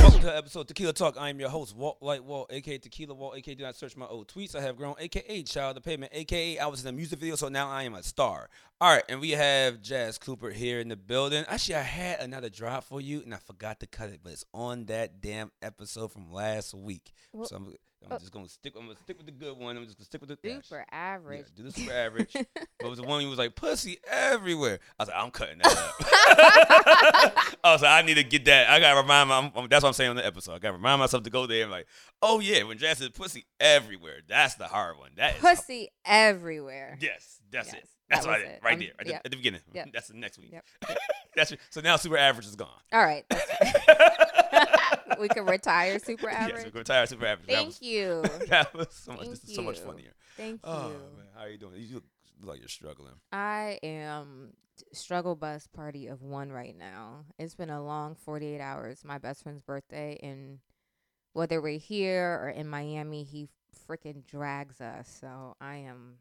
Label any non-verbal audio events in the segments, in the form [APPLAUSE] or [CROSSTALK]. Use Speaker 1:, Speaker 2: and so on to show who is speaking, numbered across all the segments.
Speaker 1: Welcome to episode Tequila Talk. I am your host, Walt Light Walt, aka Tequila Walt, aka Do Not Search My Old Tweets. I have grown, aka Child of Payment, aka I was in a music video, so now I am a star. All right, and we have Jazz Cooper here in the building. Actually, I had another drop for you, and I forgot to cut it, but it's on that damn episode from last week.
Speaker 2: Well,
Speaker 1: so I'm, I'm
Speaker 2: uh,
Speaker 1: just gonna stick. I'm gonna stick with the good one. I'm just gonna stick with the gosh.
Speaker 2: Super average.
Speaker 1: Yeah, do this for
Speaker 2: [LAUGHS]
Speaker 1: average. but it was the one who was like, pussy everywhere. I was like, I'm cutting that up.
Speaker 2: [LAUGHS]
Speaker 1: I was like, I need to get that. I got to remind my, I'm- that's what I'm saying on the episode. I got to remind myself to go there and like, oh yeah, when Jazz says pussy everywhere, that's the hard one. That is,
Speaker 2: Pussy everywhere.
Speaker 1: yes, that's it.
Speaker 2: Yes,
Speaker 1: That's
Speaker 2: that
Speaker 1: what I
Speaker 2: was
Speaker 1: did,
Speaker 2: it.
Speaker 1: right
Speaker 2: Um,
Speaker 1: there, right
Speaker 2: yep.
Speaker 1: at the beginning.
Speaker 2: Yep.
Speaker 1: [LAUGHS] That's the next week.
Speaker 2: Yep.
Speaker 1: [LAUGHS] That's so now super average is gone.
Speaker 2: All right. that's-
Speaker 1: yes,
Speaker 2: [LAUGHS] we can
Speaker 1: [LAUGHS]
Speaker 2: retire super average.
Speaker 1: we're going to retire super average.
Speaker 2: Thank
Speaker 1: that was, [LAUGHS]
Speaker 2: you.
Speaker 1: that was so much. This
Speaker 2: Thank
Speaker 1: is so much
Speaker 2: you.
Speaker 1: funnier.
Speaker 2: Thank you.
Speaker 1: Oh man, how you doing? You look like you're struggling.
Speaker 2: I am t- struggle bus party of one right now. It's been a long 48 hours. My best friend's birthday, and whether we're here or in Miami, he freaking drags us. So I am.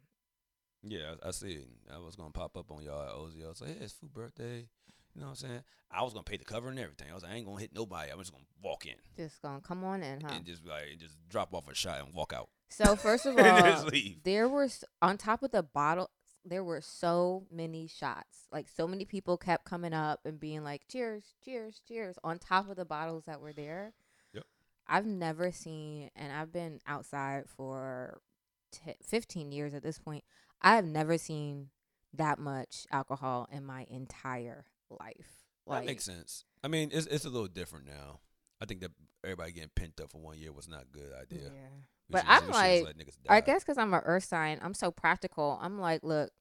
Speaker 1: Yeah, I I see. it. I was gonna pop up on y'all at OZO. So yeah, it's food birthday. You know what I'm saying? I was gonna pay the cover and everything. I was like, I ain't gonna hit nobody. I'm just gonna walk in
Speaker 2: Just gonna come on in, huh?
Speaker 1: and just like and just drop off a shot and walk out.
Speaker 2: So
Speaker 1: [LAUGHS]
Speaker 2: first of
Speaker 1: And
Speaker 2: all,
Speaker 1: just leave.
Speaker 2: there were s- on top of the bottle, there were so many shots. Like so many people kept coming up and being like, "Cheers, cheers, cheers!" On top of the bottles that were there.
Speaker 1: Yep.
Speaker 2: I've never seen, and I've been outside for t- 15 years at this point. I have never seen that much alcohol in my entire life.
Speaker 1: that makes sense. I mean, it's it's a little different now. I think that everybody getting pent up for one year was not a good idea.
Speaker 2: Yeah.
Speaker 1: We
Speaker 2: But
Speaker 1: should- we
Speaker 2: I'm
Speaker 1: should just
Speaker 2: like,
Speaker 1: let niggas
Speaker 2: I
Speaker 1: die.
Speaker 2: guess because I'm a earth sign, I'm so practical. I'm like, look,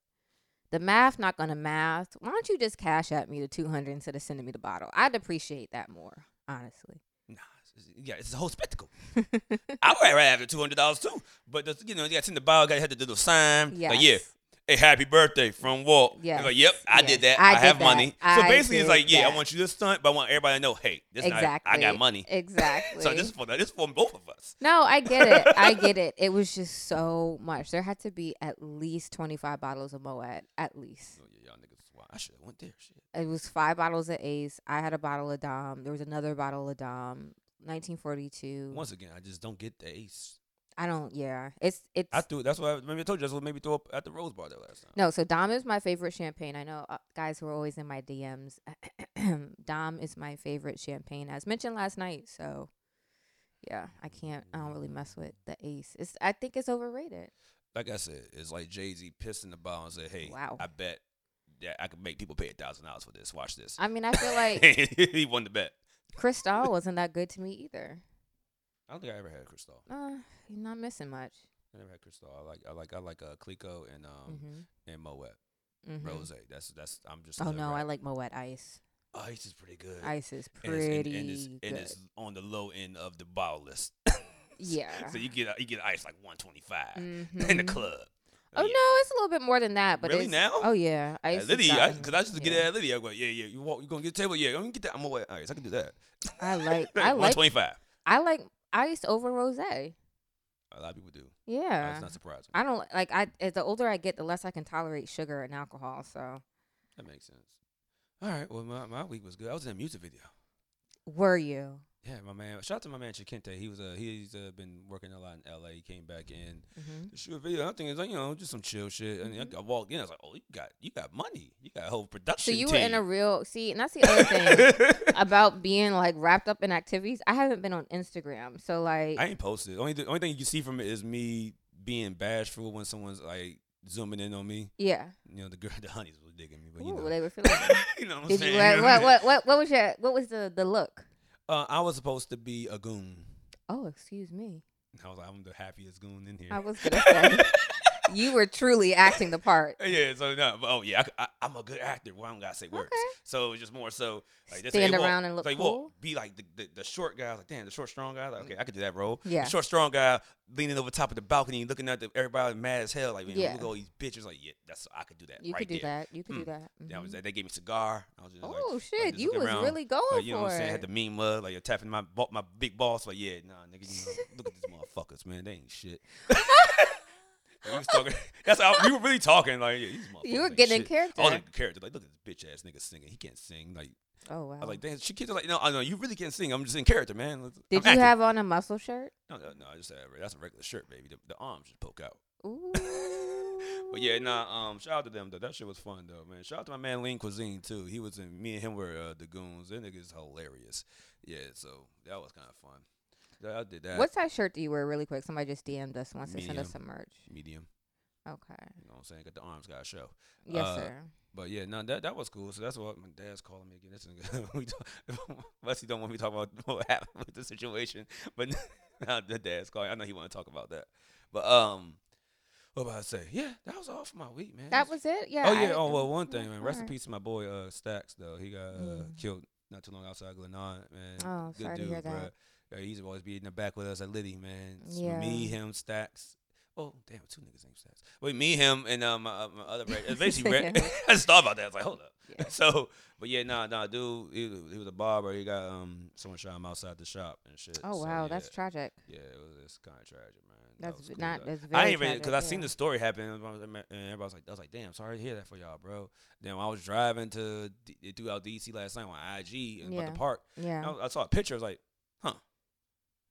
Speaker 2: the math not gonna math. Why don't you just cash at me the two hundred instead of sending me the bottle? I'd appreciate that more,
Speaker 1: [LAUGHS]
Speaker 2: honestly. [LAUGHS]
Speaker 1: Nah, it's- yeah, it's a whole spectacle. I would rather have the two hundred dollars too, but the, you know, you got to send the bottle, got to have the little sign.
Speaker 2: yes.
Speaker 1: Like, yeah, hey, happy birthday from Walt. Yeah.
Speaker 2: Yes.
Speaker 1: Like, yep, I did
Speaker 2: Yes.
Speaker 1: that. I,
Speaker 2: I did
Speaker 1: have
Speaker 2: that.
Speaker 1: money. so
Speaker 2: I
Speaker 1: basically, it's
Speaker 2: did
Speaker 1: like, yeah, I
Speaker 2: that.
Speaker 1: want you to stunt, but I want everybody to know, hey, this is not-
Speaker 2: exactly.
Speaker 1: I got money. [LAUGHS]
Speaker 2: Exactly.
Speaker 1: So this is for this is for both of us.
Speaker 2: no, I get it. I get it. It was just so much. There had to be at least twenty five bottles of Moed, at least.
Speaker 1: Oh, yeah, y'all niggas, wow, I should have went there. Shit.
Speaker 2: It was five bottles of Ace. I had a bottle of Dom. There was another bottle of Dom. 1942.
Speaker 1: Once again, I just don't get the ace.
Speaker 2: I don't. Yeah, it's it's.
Speaker 1: I threw. That's why I, maybe I told you. That's what made me throw up at the Rose Bar that last time.
Speaker 2: No, so Dom is my favorite champagne. I know uh, guys who are always in my DMs. [CLEARS THROAT] Dom is my favorite champagne, as mentioned last night. So, yeah, I can't. I don't really mess with the Ace. It's. I think it's overrated.
Speaker 1: Like I said, it's like Jay Z pissing the ball and said, hey,
Speaker 2: Wow.
Speaker 1: I bet that I could make people pay a thousand dollars for this. Watch this.
Speaker 2: I mean, I feel like
Speaker 1: [LAUGHS] he won the bet.
Speaker 2: Cristal wasn't that good to me either.
Speaker 1: I don't think I ever had Cristal.
Speaker 2: Uh, you're not missing much.
Speaker 1: I never had Cristal. I like I like I like uh, Clico and um
Speaker 2: Mm-hmm.
Speaker 1: and Moet.
Speaker 2: hmm
Speaker 1: rose. That's that's. I'm just.
Speaker 2: Oh
Speaker 1: a
Speaker 2: no,
Speaker 1: rap-
Speaker 2: I like Moet Ice.
Speaker 1: Ice is Oh, pretty good.
Speaker 2: Ice is
Speaker 1: And it's- and-
Speaker 2: pretty
Speaker 1: and it's,
Speaker 2: good.
Speaker 1: and it's [LAUGHS] on the low end of the bottle list.
Speaker 2: Yeah.
Speaker 1: [LAUGHS] so you get you get ice like 125 [LAUGHS] in the
Speaker 2: Mhm.
Speaker 1: club.
Speaker 2: Oh no, it's a little bit more than that. But
Speaker 1: Really
Speaker 2: it's,
Speaker 1: now?
Speaker 2: Oh yeah, Ice.
Speaker 1: At
Speaker 2: has
Speaker 1: Liddy,
Speaker 2: gotten-
Speaker 1: because I, used to get
Speaker 2: yeah.
Speaker 1: it at Liddy. I go, yeah, yeah. You walk, you gonna get a table? Yeah, I'm gonna get that. I'm gonna wait. Ice, I can do that. [LAUGHS]
Speaker 2: I like. I like
Speaker 1: 125.
Speaker 2: I like ice over rosé.
Speaker 1: A lot of people do. Uh,
Speaker 2: Yeah.
Speaker 1: It's not surprising.
Speaker 2: I don't like I as the older I get the less I can tolerate sugar and alcohol. So,
Speaker 1: that makes sense. All right. Well, my, my week was good. I was in a music video.
Speaker 2: were you?
Speaker 1: Yeah, my man. Shout out to my man Chikente. He was uh, he's uh, been working a lot in LA. He came back in.
Speaker 2: Mhm.
Speaker 1: to shoot a video. I think it's like you know just some chill shit. And
Speaker 2: Mm-hmm.
Speaker 1: I, I walked in, I was like, oh, you got you got money, you got a whole
Speaker 2: So
Speaker 1: production.
Speaker 2: you
Speaker 1: team.
Speaker 2: were in a real See, and that's the
Speaker 1: [LAUGHS]
Speaker 2: other thing about being like wrapped up in activities. I haven't been on Instagram. So like
Speaker 1: I ain't posted. Only the only thing you can see from it is me being bashful when someone's like zooming in on me.
Speaker 2: yeah.
Speaker 1: You know the girl, [LAUGHS] the honeys was digging me, but you [LAUGHS]
Speaker 2: Ooh,
Speaker 1: know,
Speaker 2: they were feeling. [LAUGHS] me.
Speaker 1: you know what I'm
Speaker 2: Did
Speaker 1: saying.
Speaker 2: you
Speaker 1: know
Speaker 2: what,
Speaker 1: I
Speaker 2: what
Speaker 1: mean?
Speaker 2: what what what was your what was the the look?
Speaker 1: Uh, I was supposed to be a goon.
Speaker 2: Oh, excuse me.
Speaker 1: And I was like, I'm the happiest goon in here.
Speaker 2: I was going to say you were truly acting the part.
Speaker 1: [LAUGHS] Yeah, so no, but, oh yeah, I, am a good actor. Well, I don't gotta say words.
Speaker 2: Okay.
Speaker 1: So it was just more so like this.
Speaker 2: Stand
Speaker 1: hey, Walt.
Speaker 2: around and
Speaker 1: It's
Speaker 2: look
Speaker 1: like, Walt,
Speaker 2: cool.
Speaker 1: be like the, the, the short guy. Like damn, the short strong guy. Like, okay, I could do that role.
Speaker 2: Yeah.
Speaker 1: The short strong guy leaning over top of the balcony, looking at the, everybody mad as hell. Like man,
Speaker 2: Yeah.
Speaker 1: look at all these bitches. Like yeah, that's I could do that.
Speaker 2: You
Speaker 1: right
Speaker 2: could do
Speaker 1: there.
Speaker 2: that. You could do
Speaker 1: Mm.
Speaker 2: that.
Speaker 1: That was
Speaker 2: Mhm.
Speaker 1: that. They gave me a cigar. I was just like,
Speaker 2: Oh
Speaker 1: like,
Speaker 2: shit!
Speaker 1: just
Speaker 2: you
Speaker 1: looking
Speaker 2: was
Speaker 1: around.
Speaker 2: really going
Speaker 1: Like, you know
Speaker 2: for
Speaker 1: what I'm saying? I
Speaker 2: it.
Speaker 1: had the mean mug, like you're tapping my bo- my big boss, like, yeah, nah, nigga, you know, look at these motherfuckers, man. They ain't shit. [LAUGHS] we was talking that's how we were really talking, like, yeah, these motherfuckers.
Speaker 2: you were
Speaker 1: ain't
Speaker 2: getting in
Speaker 1: shit.
Speaker 2: character.
Speaker 1: All the character, like, look at this bitch ass nigga singing. He can't sing. Like
Speaker 2: oh wow!
Speaker 1: I was like, damn, she kids are like, no, I know you really can't sing. I'm just in character, man. Let's-
Speaker 2: Did
Speaker 1: I'm
Speaker 2: you
Speaker 1: acting.
Speaker 2: have on a muscle shirt?
Speaker 1: No, no, no, I just had that's a regular shirt, baby. The, the arms just poke out.
Speaker 2: Ooh.
Speaker 1: [LAUGHS] But yeah, nah. Um, shout out to them though. That shit was fun though, man. Shout out to my man Lean Cuisine too. He was in. Me and him were uh, the goons. That nigga's hilarious. Yeah, so that was kind of fun. Yeah, I did that.
Speaker 2: What size shirt do you wear? Really quick. Somebody just DM'd us wants to send
Speaker 1: Medium.
Speaker 2: us some merch.
Speaker 1: medium?
Speaker 2: Okay.
Speaker 1: You know what I'm saying? Got the arms, got to show.
Speaker 2: Yes,
Speaker 1: Uh,
Speaker 2: sir.
Speaker 1: But yeah, no, that that was cool. So that's what my dad's calling me again. This nigga, [LAUGHS] we don't, unless he don't want me to talk about what happened with the situation, but [LAUGHS] now the dad's calling. I know he want to talk about that. But um, what about I say? Yeah, that was all for my week, man.
Speaker 2: That
Speaker 1: It's-
Speaker 2: was it. Yeah.
Speaker 1: Oh
Speaker 2: I
Speaker 1: yeah.
Speaker 2: didn't-
Speaker 1: Oh well, one thing, man. Rest in
Speaker 2: Alright.
Speaker 1: peace to my boy uh, Stacks though. He got uh,
Speaker 2: Mm.
Speaker 1: killed not too long outside Glenard, man.
Speaker 2: Oh,
Speaker 1: Good
Speaker 2: sorry to
Speaker 1: dude,
Speaker 2: hear
Speaker 1: bruh.
Speaker 2: that.
Speaker 1: Yeah, he used to always be in the back with us at Liddy, man. It's
Speaker 2: Yeah.
Speaker 1: Me, him, Stacks. Oh damn, two niggas named Stacks. Wait, me, him, and um, my, uh, my other reg- it's basically reg-
Speaker 2: [LAUGHS] Yeah.
Speaker 1: [LAUGHS] I just thought about that. I was like, hold up.
Speaker 2: Yeah.
Speaker 1: [LAUGHS] so, but yeah, nah, nah, dude, he, was- he was a barber. He got um, someone shot him outside the shop and shit.
Speaker 2: Oh
Speaker 1: So,
Speaker 2: wow,
Speaker 1: yeah.
Speaker 2: that's tragic.
Speaker 1: yeah, it was it's kind of tragic, man. That
Speaker 2: That's
Speaker 1: was
Speaker 2: v-
Speaker 1: cool,
Speaker 2: not.
Speaker 1: though.
Speaker 2: That's very.
Speaker 1: I ain't ready because
Speaker 2: tragic,
Speaker 1: I seen
Speaker 2: yeah.
Speaker 1: the story happen, and I was like, man- and everybody was like, "I was like, damn, sorry to hear that for y'all, bro." Then when I was driving to D- throughout DC last night on IG and about
Speaker 2: Yeah.
Speaker 1: the park, and I,
Speaker 2: Yeah.
Speaker 1: was- I saw a picture. I was like, "Huh,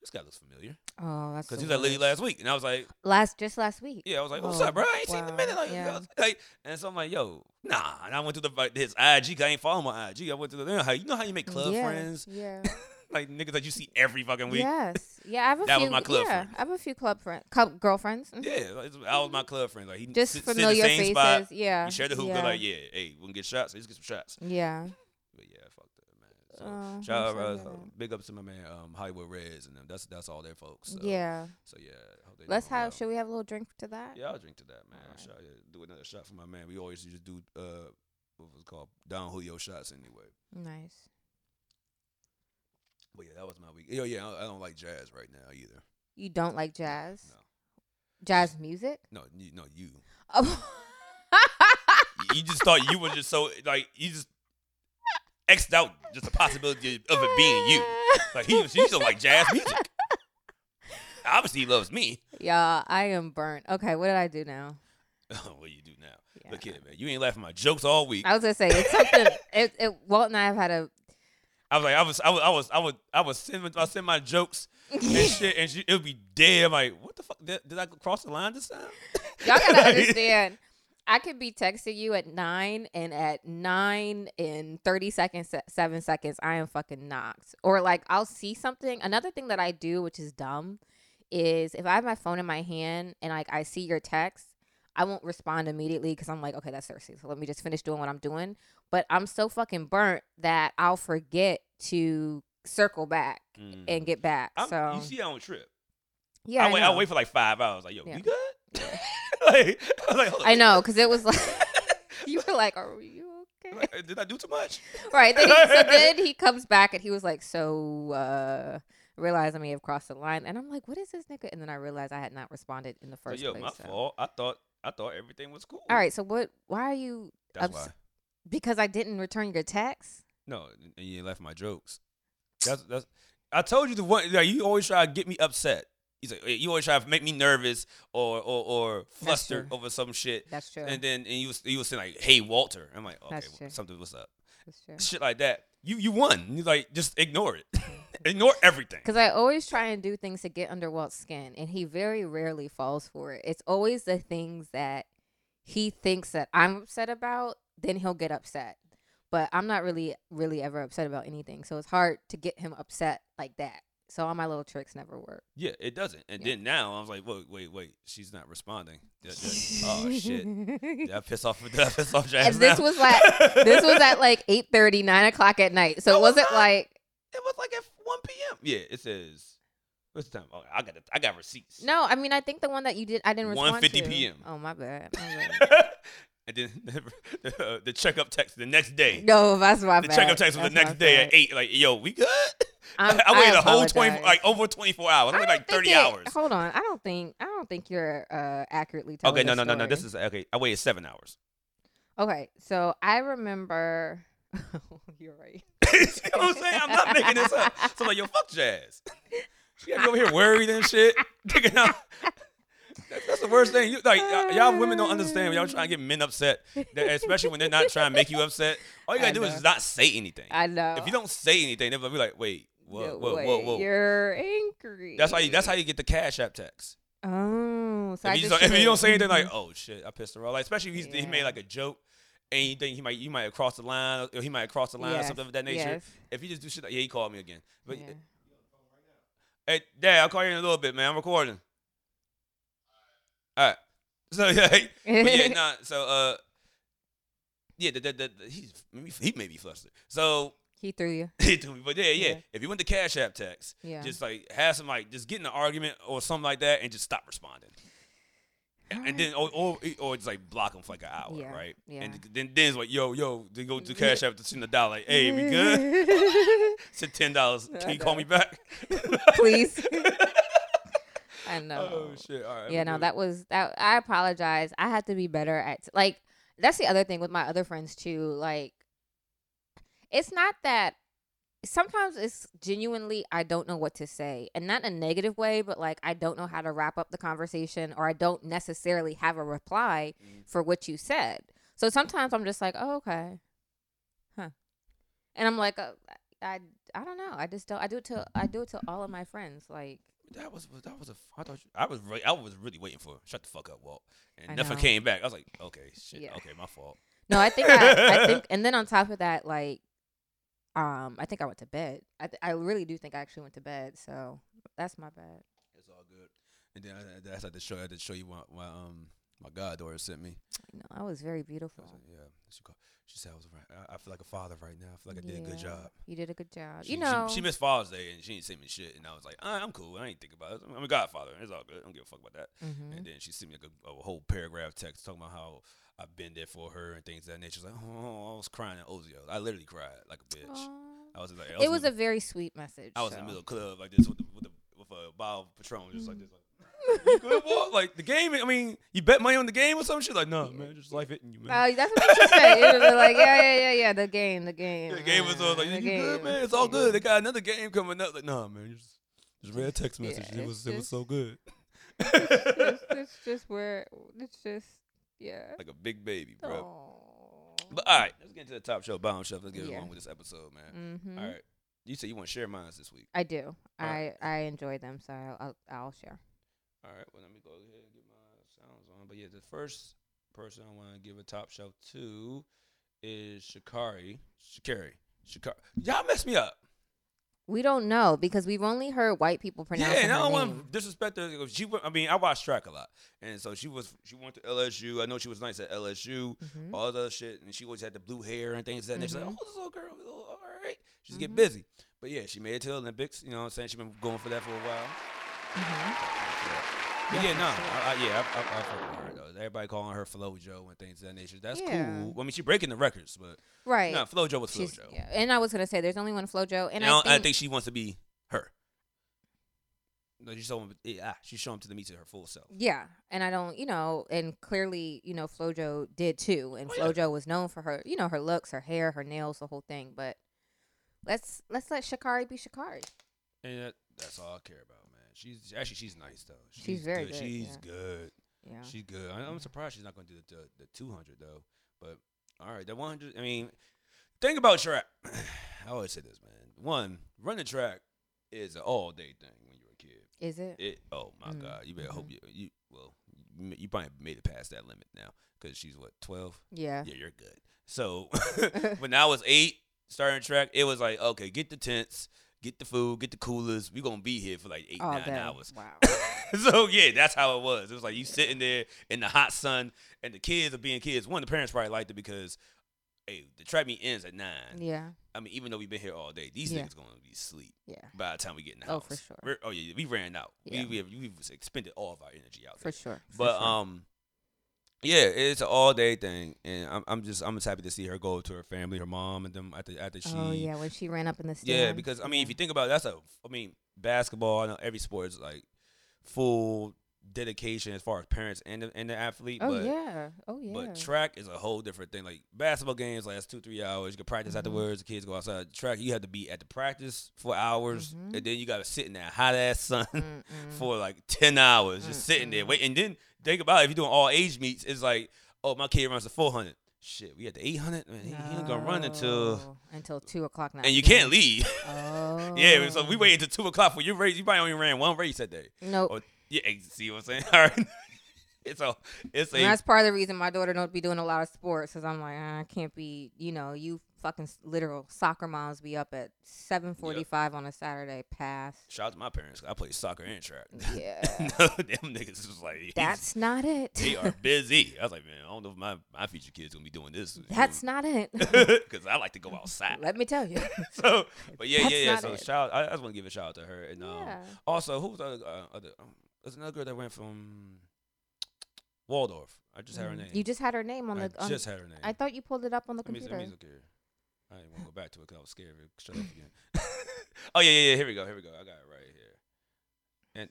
Speaker 1: this guy looks familiar,"
Speaker 2: Oh, that's
Speaker 1: because
Speaker 2: the
Speaker 1: he was at Liddy
Speaker 2: worst.
Speaker 1: last week, and I was like,
Speaker 2: Last, just last week.
Speaker 1: "Yeah," I was like, "What's
Speaker 2: Oh,
Speaker 1: up, bro? I ain't seen him in a minute."
Speaker 2: wow,
Speaker 1: Like,
Speaker 2: yeah.
Speaker 1: like, and so I'm like, "Yo, nah." And I went to the like, his IG. 'cause I ain't follow him on IG. I went to the you know how you, know how you make club
Speaker 2: yeah,
Speaker 1: friends, [LAUGHS]
Speaker 2: Yeah.
Speaker 1: like niggas that you see every fucking week.
Speaker 2: Yes. Yeah. I have a
Speaker 1: That was
Speaker 2: few.
Speaker 1: my club
Speaker 2: yeah,
Speaker 1: friend.
Speaker 2: I have a few club friend, club girlfriends. Mhm.
Speaker 1: Yeah, like, it's- I was my club friend. Like he
Speaker 2: Just
Speaker 1: sit- sit in the
Speaker 2: familiar
Speaker 1: same
Speaker 2: faces.
Speaker 1: spot.
Speaker 2: Yeah.
Speaker 1: You share the hookah,
Speaker 2: yeah.
Speaker 1: like, yeah, hey, we can get shots. Let's get some shots.
Speaker 2: Yeah.
Speaker 1: But yeah, fuck that, man. So,
Speaker 2: Oh, I'm
Speaker 1: shout
Speaker 2: sorry
Speaker 1: out,
Speaker 2: to
Speaker 1: uh,
Speaker 2: hear that.
Speaker 1: big ups to my man, um, Hollywood Reds, and them. That's that's all their folks. So,
Speaker 2: yeah.
Speaker 1: So yeah, I hope they
Speaker 2: Let's
Speaker 1: doing well.
Speaker 2: have. Should we have a little drink to that?
Speaker 1: Yeah, I'll drink to that, man.
Speaker 2: Alright.
Speaker 1: Shout, yeah, do another shot for my man. We always used to do uh, what was it called Don Julio shots anyway.
Speaker 2: Nice.
Speaker 1: But yeah, that was my week. Yo, yeah, I, I don't like jazz right now either.
Speaker 2: You don't like jazz?
Speaker 1: No,
Speaker 2: Jazz music? [LAUGHS]
Speaker 1: no, you, no, you. You-
Speaker 2: Oh.
Speaker 1: You just thought you were just so like you just xed out just the possibility of it being you. Like he, she still like jazz music. Obviously, he loves me.
Speaker 2: [LAUGHS]
Speaker 1: [LAUGHS]
Speaker 2: Y'all, I am burnt. Okay, what did I do now?
Speaker 1: Oh, what do you do now? Look
Speaker 2: Yeah.
Speaker 1: here, man. You ain't laughing at my jokes all week.
Speaker 2: I was gonna say it's something. it, it, Walt and I have had a.
Speaker 1: I was like, I was, I was, I was, I was, I was sending, I send my jokes
Speaker 2: [LAUGHS]
Speaker 1: and shit, and she, it would be dead. I'm like, what the fuck? Did, did I cross the line this time?
Speaker 2: Y'all gotta
Speaker 1: [LAUGHS] Like-
Speaker 2: understand. I could be texting you at nine, and at nine and thirty seconds, se- seven seconds, I am fucking knocked. Or like I'll see something. Another thing that I do, which is dumb, is if I have my phone in my hand and like I see your text, I won't respond immediately because I'm like, okay, that's thirsty. So let me just finish doing what I'm doing. But I'm so fucking burnt that I'll forget to circle back and get back.
Speaker 1: Mm. I'm,
Speaker 2: so
Speaker 1: you see, I don't trip.
Speaker 2: yeah, I,
Speaker 1: I wait, I
Speaker 2: know.
Speaker 1: wait for like five hours. Like, yo,
Speaker 2: Yeah.
Speaker 1: we good? [LAUGHS] like, I was like, hold on. [LAUGHS]
Speaker 2: I know because it was like [LAUGHS] you were like, are you okay?
Speaker 1: Like, did I do too much?
Speaker 2: Right. Then he, so
Speaker 1: [LAUGHS]
Speaker 2: then he comes back and he was like, so uh realize I may have crossed the line. And I'm like, what is this nigga? And then I realized I had not responded in the
Speaker 1: So,
Speaker 2: first
Speaker 1: yo,
Speaker 2: place.
Speaker 1: my
Speaker 2: so-
Speaker 1: fault. I thought, I thought everything was cool.
Speaker 2: All right, so what why are you
Speaker 1: That's
Speaker 2: I'm
Speaker 1: why.
Speaker 2: s- because I didn't return your text?
Speaker 1: No, and- and you ain't laugh at my jokes. That's that's. I told you the one. Like, you always try to get me upset. He's like, you always try to make me nervous or or, or flustered
Speaker 2: true.
Speaker 1: over some shit.
Speaker 2: That's true.
Speaker 1: And then and you was you was saying like, hey Walter. I'm like, okay,
Speaker 2: That's
Speaker 1: well,
Speaker 2: true.
Speaker 1: something was up.
Speaker 2: That's true.
Speaker 1: Shit like that. You you won. You like just ignore
Speaker 2: [LAUGHS]
Speaker 1: it. ignore everything.
Speaker 2: Because I always try and do things to get under Walt's skin, and he very rarely falls for it. It's always the things that he thinks that I'm upset about, then he'll get upset. But I'm not really, really ever upset about anything, so it's hard to get him upset like that. So all my little tricks never work.
Speaker 1: Yeah, it doesn't. And
Speaker 2: Yeah.
Speaker 1: then now I was like, wait wait wait. She's not responding. That- that- oh
Speaker 2: [LAUGHS]
Speaker 1: shit. Did I piss off? Did I piss off? Jazz
Speaker 2: and this
Speaker 1: now?
Speaker 2: was like, this
Speaker 1: [LAUGHS]
Speaker 2: was at like 8:30, 9 o'clock at night. So
Speaker 1: No,
Speaker 2: it
Speaker 1: it's
Speaker 2: wasn't
Speaker 1: not.
Speaker 2: like
Speaker 1: It was like at 1 p.m. Yeah, it says What's the time? Oh, I got the, I got receipts.
Speaker 2: No, I mean I think the one that you did I didn't respond
Speaker 1: 1:50
Speaker 2: to.
Speaker 1: p.m..
Speaker 2: Oh my bad. My
Speaker 1: [LAUGHS]
Speaker 2: bad.
Speaker 1: [LAUGHS] and then [LAUGHS] the, uh, the checkup text the next day.
Speaker 2: no, that's my
Speaker 1: the
Speaker 2: bad.
Speaker 1: checkup text was the
Speaker 2: That's my
Speaker 1: next day at
Speaker 2: bad.
Speaker 1: eight. Like, yo, we good?
Speaker 2: I'm-
Speaker 1: [LAUGHS] I waited a whole
Speaker 2: apologize.
Speaker 1: twenty, like over twenty four hours. I
Speaker 2: I
Speaker 1: waited
Speaker 2: don't
Speaker 1: like
Speaker 2: think
Speaker 1: thirty
Speaker 2: it-
Speaker 1: hours.
Speaker 2: Hold on, I don't think I don't think you're uh, accurately telling.
Speaker 1: Okay, no,
Speaker 2: the
Speaker 1: no, no, no.
Speaker 2: story.
Speaker 1: This is okay. I waited seven hours. [LAUGHS]
Speaker 2: okay. So I remember. [LAUGHS] you're right.
Speaker 1: you know what I'm saying? I'm not making this up. So like, yo, fuck jazz. She got me over here worried and shit. [LAUGHS] Thinking out. That's, that's the worst thing. You like y- y'all women don't understand. when Y'all trying to get men upset, that- especially
Speaker 2: [LAUGHS]
Speaker 1: when they're not trying to make you upset. All you gotta
Speaker 2: I
Speaker 1: do is
Speaker 2: know.
Speaker 1: not say anything.
Speaker 2: I know.
Speaker 1: If you don't say anything, they'll be like, wait, whoa,
Speaker 2: Yo,
Speaker 1: whoa,
Speaker 2: wait,
Speaker 1: whoa, whoa.
Speaker 2: You're angry.
Speaker 1: That's how you. That's how you get the cash app text.
Speaker 2: Oh, so I
Speaker 1: if, you
Speaker 2: just
Speaker 1: don't, if you
Speaker 2: should've-
Speaker 1: don't say anything
Speaker 2: [LAUGHS]
Speaker 1: like, "Oh shit, I pissed her off," like especially if he's, he made
Speaker 2: Yeah.
Speaker 1: like a joke, and you think he might you might have crossed the line, or he might have crossed the line, or
Speaker 2: Yes,
Speaker 1: something of that nature.
Speaker 2: yes,
Speaker 1: If you just do shit like, "Yeah, he called me again," but
Speaker 2: yeah.
Speaker 1: hey, Dad, I'll call you in a little bit, man. I'm recording. All right. So [LAUGHS] yeah, but
Speaker 2: [LAUGHS]
Speaker 1: yeah, nah. So uh, yeah, the, the, the, the, he made me- he made me flustered. So [LAUGHS]
Speaker 2: he threw you.
Speaker 1: he threw me, but yeah, yeah,
Speaker 2: Yeah.
Speaker 1: If you went to Cash App text,
Speaker 2: Yeah.
Speaker 1: just like have some like just get in an argument or something like that and just stop responding. And, and then or, or or just like block them for like an hour,
Speaker 2: Yeah,
Speaker 1: right?
Speaker 2: yeah.
Speaker 1: And then then it's like yo yo, then go to
Speaker 2: Yeah.
Speaker 1: cash after send a dollar. Like, hey,
Speaker 2: [LAUGHS]
Speaker 1: we good? Send ten dollars.
Speaker 2: I
Speaker 1: Can you call
Speaker 2: know.
Speaker 1: me back?
Speaker 2: [LAUGHS]
Speaker 1: [LAUGHS]
Speaker 2: Please. [LAUGHS] I know.
Speaker 1: oh shit! All right.
Speaker 2: yeah,
Speaker 1: we
Speaker 2: no,
Speaker 1: good.
Speaker 2: that was that. I apologize. I had to be better at like. That's the other thing with my other friends too. Like, it's not that. Sometimes it's genuinely I don't know what to say, and not in a negative way, but like I don't know how to wrap up the conversation, or I don't necessarily have a reply
Speaker 1: Mhm.
Speaker 2: for what you said. So sometimes I'm just like, oh okay, huh, and I'm like, uh, I I don't know. I just don't. I do it to I do it to all of my friends. Like,
Speaker 1: that was that was a. I thought you, I was really, I was really waiting for. it. Shut the fuck up, Walt. And
Speaker 2: I
Speaker 1: nothing
Speaker 2: know.
Speaker 1: came back. I was like, okay, shit,
Speaker 2: Yeah.
Speaker 1: okay, my fault.
Speaker 2: No, I think I,
Speaker 1: [LAUGHS]
Speaker 2: I think, and then on top of that, like, um, I think I went to bed. I th- I really do think I actually went to bed. So that's my bad.
Speaker 1: It's all good. And then I, that's like the show. I had to show you my, my um my goddaughter sent me.
Speaker 2: No, I was very
Speaker 1: I
Speaker 2: beautiful.
Speaker 1: was like, yeah, she called. She said I was right. I, I feel like a father right now. I feel like I did a good
Speaker 2: Yeah.
Speaker 1: job.
Speaker 2: You did a good job.
Speaker 1: She,
Speaker 2: you
Speaker 1: she-
Speaker 2: know,
Speaker 1: she, missed Father's Day and she didn't send me shit. And I was like, all right, I'm cool. I ain't think about it. I'm a godfather. It's all good. I don't give a fuck about that.
Speaker 2: Mhm.
Speaker 1: And then she sent me like a, a whole paragraph text talking about how I've been there for her and things of that nature. She's like, oh, I was crying at Ozio. I literally cried like a bitch.
Speaker 2: Aw.
Speaker 1: I was like, I
Speaker 2: it was
Speaker 1: in,
Speaker 2: a very sweet message.
Speaker 1: I was
Speaker 2: so.
Speaker 1: in the middle of the club like this with the, with, the, with a bottle of Patron, just like this. Like, "You
Speaker 2: [LAUGHS]
Speaker 1: good, boy?" like the game. I mean, you bet money on the game or some shit. Like, no, man, just life hitting you, man.
Speaker 2: Oh, that's what she said. It was like, yeah, yeah, yeah, yeah. The game, the game.
Speaker 1: The game was on
Speaker 2: uh,
Speaker 1: like,
Speaker 2: the
Speaker 1: you good,
Speaker 2: game."
Speaker 1: man? It's all
Speaker 2: Yeah.
Speaker 1: good. They got another game coming up. Like, nah, man, you just, just read a text
Speaker 2: Yeah,
Speaker 1: message. it
Speaker 2: it's
Speaker 1: was it was
Speaker 2: just-
Speaker 1: so good.
Speaker 2: [LAUGHS] [LAUGHS]
Speaker 1: [LAUGHS]
Speaker 2: It's,
Speaker 1: like
Speaker 2: it's just where it's just yeah.
Speaker 1: a big baby, bro.
Speaker 2: Aw.
Speaker 1: But all right, let's get to the top shelf, bottom shelf. Let's get
Speaker 2: Yeah.
Speaker 1: along with this episode, man.
Speaker 2: Mhm.
Speaker 1: All right, you said you want to share mine this week.
Speaker 2: I do. I
Speaker 1: Alright.
Speaker 2: I enjoy them, so I'll I'll, I'll share.
Speaker 1: All right, well let me go ahead and get my sounds on. But yeah, the first person I want to give a top shelf to is Shikari. Shikari. Shikari. Y'all messed me up.
Speaker 2: We don't know because we've only heard white people pronounce
Speaker 1: Yeah, and I
Speaker 2: her
Speaker 1: don't
Speaker 2: name.
Speaker 1: want to disrespect her. 'cause She, wa- I mean, I watched track a lot, and so she was. She went to LSU. I know she was nice at LSU,
Speaker 2: Mhm.
Speaker 1: all the other shit, and she always had the blue hair and things like that. And she's like,
Speaker 2: Mhm.
Speaker 1: "Oh, this little girl, oh, all right." She just get
Speaker 2: Mhm.
Speaker 1: busy, but yeah, she made it to the Olympics. You know what I'm saying? She's been going for that for a while.
Speaker 2: Mhm.
Speaker 1: But
Speaker 2: Yeah,
Speaker 1: yeah,
Speaker 2: for
Speaker 1: no,
Speaker 2: sure.
Speaker 1: I, I, yeah, I, I, I fuck with her though. Everybody calling her FloJo and things of that nature. That's
Speaker 2: Yeah.
Speaker 1: cool. I mean, she breaking the records, but
Speaker 2: Right.
Speaker 1: no, FloJo was
Speaker 2: She's,
Speaker 1: FloJo.
Speaker 2: yeah. And I was gonna say there's only one FloJo, and,
Speaker 1: And I, don't- I
Speaker 2: I
Speaker 1: think,
Speaker 2: think
Speaker 1: she wants to be her. No, she's showing, yeah, she's showing to the meet to her full self.
Speaker 2: yeah, and I don't, you know, and clearly, you know, FloJo did too, and
Speaker 1: Oh, yeah.
Speaker 2: FloJo was known for her, you know, her looks, her hair, her nails, the whole thing. But let's let's let Shakari be Shakari.
Speaker 1: And that, that's all I care about, man. She's actually she's nice though. She's,
Speaker 2: very
Speaker 1: good.
Speaker 2: good,
Speaker 1: She's
Speaker 2: yeah.
Speaker 1: good.
Speaker 2: Yeah.
Speaker 1: She's good. I, I'm
Speaker 2: Mhm.
Speaker 1: surprised she's not going to do the, the the 200 though. But all right, the 100. I mean, think about track. [SIGHS] I always say this, man. One, running track is an all day thing when you're a kid.
Speaker 2: Is it?
Speaker 1: It. Oh my
Speaker 2: Mm,
Speaker 1: God. You better hope you you well you, ma- you probably made it past that limit now because she's what 12.
Speaker 2: yeah.
Speaker 1: Yeah, you're good.
Speaker 2: [LAUGHS]
Speaker 1: So [LAUGHS] when I was eight, starting track, it was like, okay, get the tents, get the food, get the coolers. We're gonna be here for like eight,
Speaker 2: All
Speaker 1: nine
Speaker 2: day.
Speaker 1: hours.
Speaker 2: Wow.
Speaker 1: [LAUGHS] so yeah, that's how it was. It was like you sitting there in the hot sun, and the kids are being kids. One, the parents probably liked it because hey, the trap meet ends at nine.
Speaker 2: Yeah.
Speaker 1: I mean, even though we've been here all day, these
Speaker 2: Yeah.
Speaker 1: niggas gonna be asleep
Speaker 2: Yeah.
Speaker 1: by the time we get in the
Speaker 2: Oh,
Speaker 1: house.
Speaker 2: for sure.
Speaker 1: We're- oh yeah, we ran out.
Speaker 2: Yeah.
Speaker 1: We, we have we've expended all of our energy out
Speaker 2: For
Speaker 1: there.
Speaker 2: sure. for
Speaker 1: But
Speaker 2: sure.
Speaker 1: um, yeah, it's an all day thing, and I'm I'm just I'm just happy to see her go to her family, her mom, and them after after she.
Speaker 2: oh yeah, when she ran up in the stand.
Speaker 1: Yeah, because I mean, if you think about it, that's a I mean, basketball. I know every sport is like full dedication as far as parents and the, and the athlete.
Speaker 2: Oh
Speaker 1: but
Speaker 2: yeah. Oh yeah.
Speaker 1: But track is a whole different thing. Like basketball games last two, three hours. You can practice
Speaker 2: Mhm.
Speaker 1: afterwards. The kids go outside. Track, you have to be at the practice for hours,
Speaker 2: Mhm.
Speaker 1: and then you got to sit in that hot ass sun
Speaker 2: Mm-mm.
Speaker 1: [LAUGHS] for like ten hours, just sitting there
Speaker 2: Mm-mm.
Speaker 1: waiting. And then think about it, if you're doing all age meets, it's like, oh, my kid runs the four hundred. Shit, we at the eight hundred. Man, he, he ain't gonna run until.
Speaker 2: No, until two o'clock now.
Speaker 1: And you can't leave.
Speaker 2: [LAUGHS] Oh.
Speaker 1: yeah, so we waited until two o'clock for your race. You probably only ran one race that day.
Speaker 2: No,
Speaker 1: Or- Yeah, ex- see what I'm saying? [LAUGHS] All right. It's a, it's
Speaker 2: and
Speaker 1: a,
Speaker 2: that's part of the reason my daughter don't be doing a lot of sports because I'm like, "Ah, I can't be. You know, you fucking s- literal soccer moms be up at seven forty-five on a Saturday. Pass.
Speaker 1: [LAUGHS] shout out to my parents. 'cause I played soccer and track.
Speaker 2: Yeah.
Speaker 1: [LAUGHS] no, them niggas was like, that's
Speaker 2: That's not
Speaker 1: they
Speaker 2: it.
Speaker 1: are [LAUGHS] busy. I was like, man, I don't know if my, my future kids gonna be doing this.
Speaker 2: [LAUGHS]
Speaker 1: [LAUGHS]
Speaker 2: That's not it. [LAUGHS]
Speaker 1: because I like to go outside.
Speaker 2: Let me tell you.
Speaker 1: So, but yeah, yeah,
Speaker 2: That's
Speaker 1: yeah.
Speaker 2: not
Speaker 1: So
Speaker 2: it.
Speaker 1: shout, I, I just want to give a shout out to her. And um,
Speaker 2: yeah.
Speaker 1: also, who was the other? Uh, other um, there's another girl that went from Waldorf. I just had her name.
Speaker 2: Mm. You just had her name on
Speaker 1: I
Speaker 2: the. On,
Speaker 1: just had her name.
Speaker 2: I thought you pulled it up on the
Speaker 1: Let me,
Speaker 2: computer.
Speaker 1: let me look here. I didn't want to go back to it because I was scared of it. Shut up
Speaker 2: [LAUGHS]
Speaker 1: again. [LAUGHS] oh yeah, yeah, yeah. Here we go. Here we go. I got it right here. And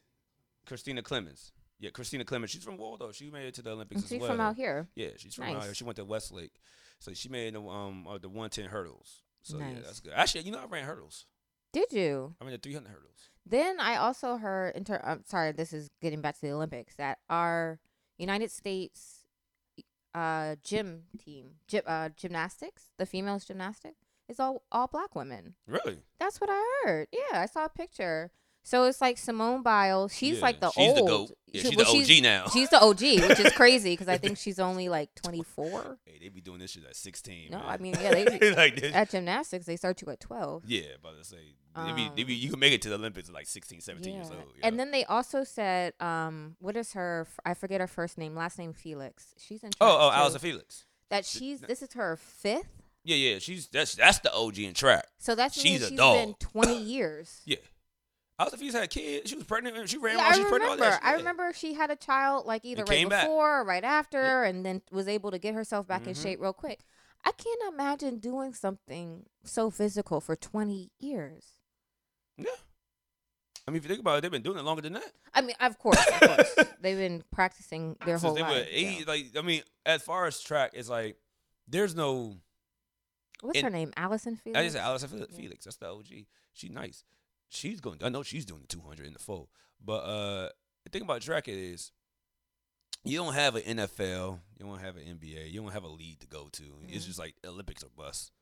Speaker 1: Christina Clemens. Yeah, Christina Clemens. She's from Waldorf. She made it to the Olympics
Speaker 2: She's
Speaker 1: as well.
Speaker 2: from out here.
Speaker 1: Yeah, she's from out
Speaker 2: Nice.
Speaker 1: here. She went to Westlake, so she made the um uh, the one ten hurdles. So yeah,
Speaker 2: Nice.
Speaker 1: that's good. Actually, you know, I ran hurdles.
Speaker 2: Did you?
Speaker 1: I ran the three hundred hurdles.
Speaker 2: Then I also heard, in ter- I'm sorry, this is getting back to the Olympics, that our United States uh, gym team, gy- uh, gymnastics, the females gymnastics, is all, all black women.
Speaker 1: Really?
Speaker 2: That's what I heard. Yeah, I saw a picture. So it's like Simone Biles. She's
Speaker 1: Yeah,
Speaker 2: like the
Speaker 1: she's
Speaker 2: old.
Speaker 1: the goat. Yeah,
Speaker 2: she-
Speaker 1: she's
Speaker 2: well,
Speaker 1: the OG now.
Speaker 2: She's the OG,
Speaker 1: [LAUGHS]
Speaker 2: which is crazy because I think she's only like 24.
Speaker 1: hey, they be doing this shit at sixteen.
Speaker 2: No,
Speaker 1: man. [LAUGHS]
Speaker 2: I mean, yeah, they-
Speaker 1: like this.
Speaker 2: At gymnastics, they start you at 12.
Speaker 1: yeah, about to say they be, they
Speaker 2: Um,
Speaker 1: be, you can make it to the Olympics at like 16, 17 years
Speaker 2: Yeah.
Speaker 1: old. you
Speaker 2: And
Speaker 1: know?
Speaker 2: then they also said, um, what is her? f- I forget her first name, last name Felix. She's in. track,
Speaker 1: oh, oh,
Speaker 2: too.
Speaker 1: Allison Felix.
Speaker 2: That she's. This is her fifth.
Speaker 1: Yeah, yeah, she's that's that's the OG in track.
Speaker 2: So that's
Speaker 1: She's a
Speaker 2: she's been
Speaker 1: dog.
Speaker 2: twenty
Speaker 1: [LAUGHS]
Speaker 2: years.
Speaker 1: Yeah, Allison Felix had a kid. She was pregnant. and She ran
Speaker 2: Yeah,
Speaker 1: while
Speaker 2: I
Speaker 1: she was pregnant. all that
Speaker 2: remember.
Speaker 1: shit,
Speaker 2: I
Speaker 1: yeah.
Speaker 2: remember she had a child like either right
Speaker 1: came back. Mm-hmm.
Speaker 2: before or right after, and then was able to get herself back in shape real quick. I can't imagine doing something so physical for twenty years.
Speaker 1: Yeah. I mean, if you think about it, they've been doing it longer than that.
Speaker 2: I mean, of course, of
Speaker 1: [LAUGHS]
Speaker 2: course, they've been practicing their
Speaker 1: Since
Speaker 2: whole
Speaker 1: they
Speaker 2: life.
Speaker 1: were
Speaker 2: yeah.
Speaker 1: eight, like I mean, as far as track, it's like there's no.
Speaker 2: What's
Speaker 1: and-
Speaker 2: her name? Allison Felix.
Speaker 1: I just said Allison Fel-
Speaker 2: Yeah.
Speaker 1: Felix. That's the OG. She's nice. She's going. I know she's doing the 200 in the full. But uh, the thing about track is, you don't have an NFL, you don't have an NBA, you don't have a league to go to. It's
Speaker 2: Mhm.
Speaker 1: just like Olympics or bust.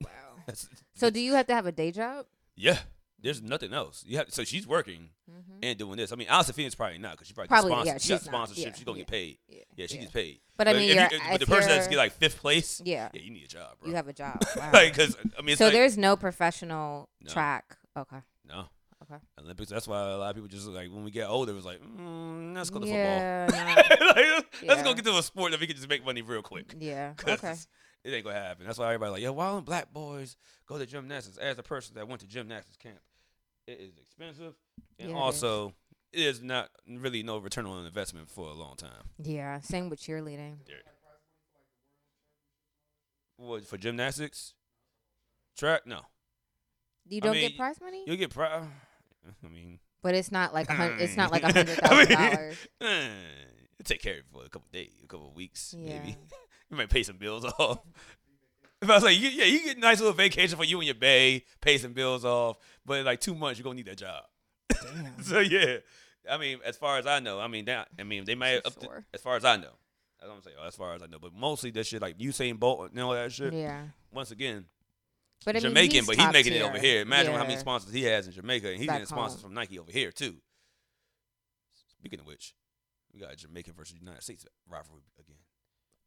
Speaker 2: Wow.
Speaker 1: [LAUGHS] That's,
Speaker 2: So do you have to have a day job?
Speaker 1: yeah. There's nothing else. You have so she's working
Speaker 2: Mm-hmm.
Speaker 1: and doing this. I mean, Allison Phoenix probably not because she probably,
Speaker 2: Probably,
Speaker 1: sponsor, she
Speaker 2: yeah,
Speaker 1: got
Speaker 2: she's not.
Speaker 1: sponsorship.
Speaker 2: Yeah,
Speaker 1: she's gonna get
Speaker 2: yeah.
Speaker 1: paid. Yeah, she gets paid.
Speaker 2: But I
Speaker 1: But
Speaker 2: mean,
Speaker 1: if
Speaker 2: you're,
Speaker 1: you,
Speaker 2: if
Speaker 1: but the person that's
Speaker 2: you're-
Speaker 1: get like fifth place,
Speaker 2: yeah,
Speaker 1: yeah, you need a job, bro.
Speaker 2: you
Speaker 1: [LAUGHS]
Speaker 2: have a job. Wow.
Speaker 1: like, cause I mean, it's
Speaker 2: so
Speaker 1: like,
Speaker 2: there's no professional
Speaker 1: No.
Speaker 2: track. Okay.
Speaker 1: no
Speaker 2: Okay.
Speaker 1: Olympics. That's why a lot of people just like when we get older, it's like, mm, let's go to
Speaker 2: yeah.
Speaker 1: football. [LAUGHS]
Speaker 2: nah.
Speaker 1: like, let's, let's
Speaker 2: Yeah.
Speaker 1: go get to a sport that we can just make money real quick.
Speaker 2: yeah.
Speaker 1: [LAUGHS] 'Cause
Speaker 2: Okay.
Speaker 1: It ain't gonna happen. That's why everybody like, yo, why don't black boys go to gymnastics? As a person that went to gymnastics camp, it is expensive, and
Speaker 2: Yeah, it is.
Speaker 1: also it is not really no return on investment for a long time.
Speaker 2: Yeah. Same with cheerleading.
Speaker 1: What for gymnastics? Track? No,
Speaker 2: You
Speaker 1: I
Speaker 2: don't
Speaker 1: mean,
Speaker 2: get prize money,
Speaker 1: you'll get pro. I mean,
Speaker 2: but it's not like a hun- it's not like a
Speaker 1: [LAUGHS] I
Speaker 2: hundred thousand
Speaker 1: mean,
Speaker 2: dollars.
Speaker 1: [LAUGHS] Eh, it'll take care of it for a couple days, a couple weeks,
Speaker 2: Yeah.
Speaker 1: maybe. [LAUGHS] You might pay some bills off. If I was like, you, yeah, you get a nice little vacation for you and your bae, pay some bills off, but in like two months, you're gonna need that job. [LAUGHS]
Speaker 2: Damn.
Speaker 1: So yeah, I mean, as far as I know, I mean, that, I mean, they might.
Speaker 2: For
Speaker 1: Up the-
Speaker 2: sure.
Speaker 1: as far as I know, I don't say oh, as far as I know, but mostly that shit like Usain Bolt and all that shit.
Speaker 2: Yeah.
Speaker 1: Once again,
Speaker 2: But I mean,
Speaker 1: Jamaican,
Speaker 2: he's
Speaker 1: but he's
Speaker 2: top
Speaker 1: making it
Speaker 2: tier.
Speaker 1: over here. Imagine how many
Speaker 2: Yeah.
Speaker 1: sponsors he has in Jamaica, and he's
Speaker 2: Back
Speaker 1: getting sponsors
Speaker 2: home.
Speaker 1: from Nike over here too. Speaking of which, we got a Jamaican versus United States rivalry again.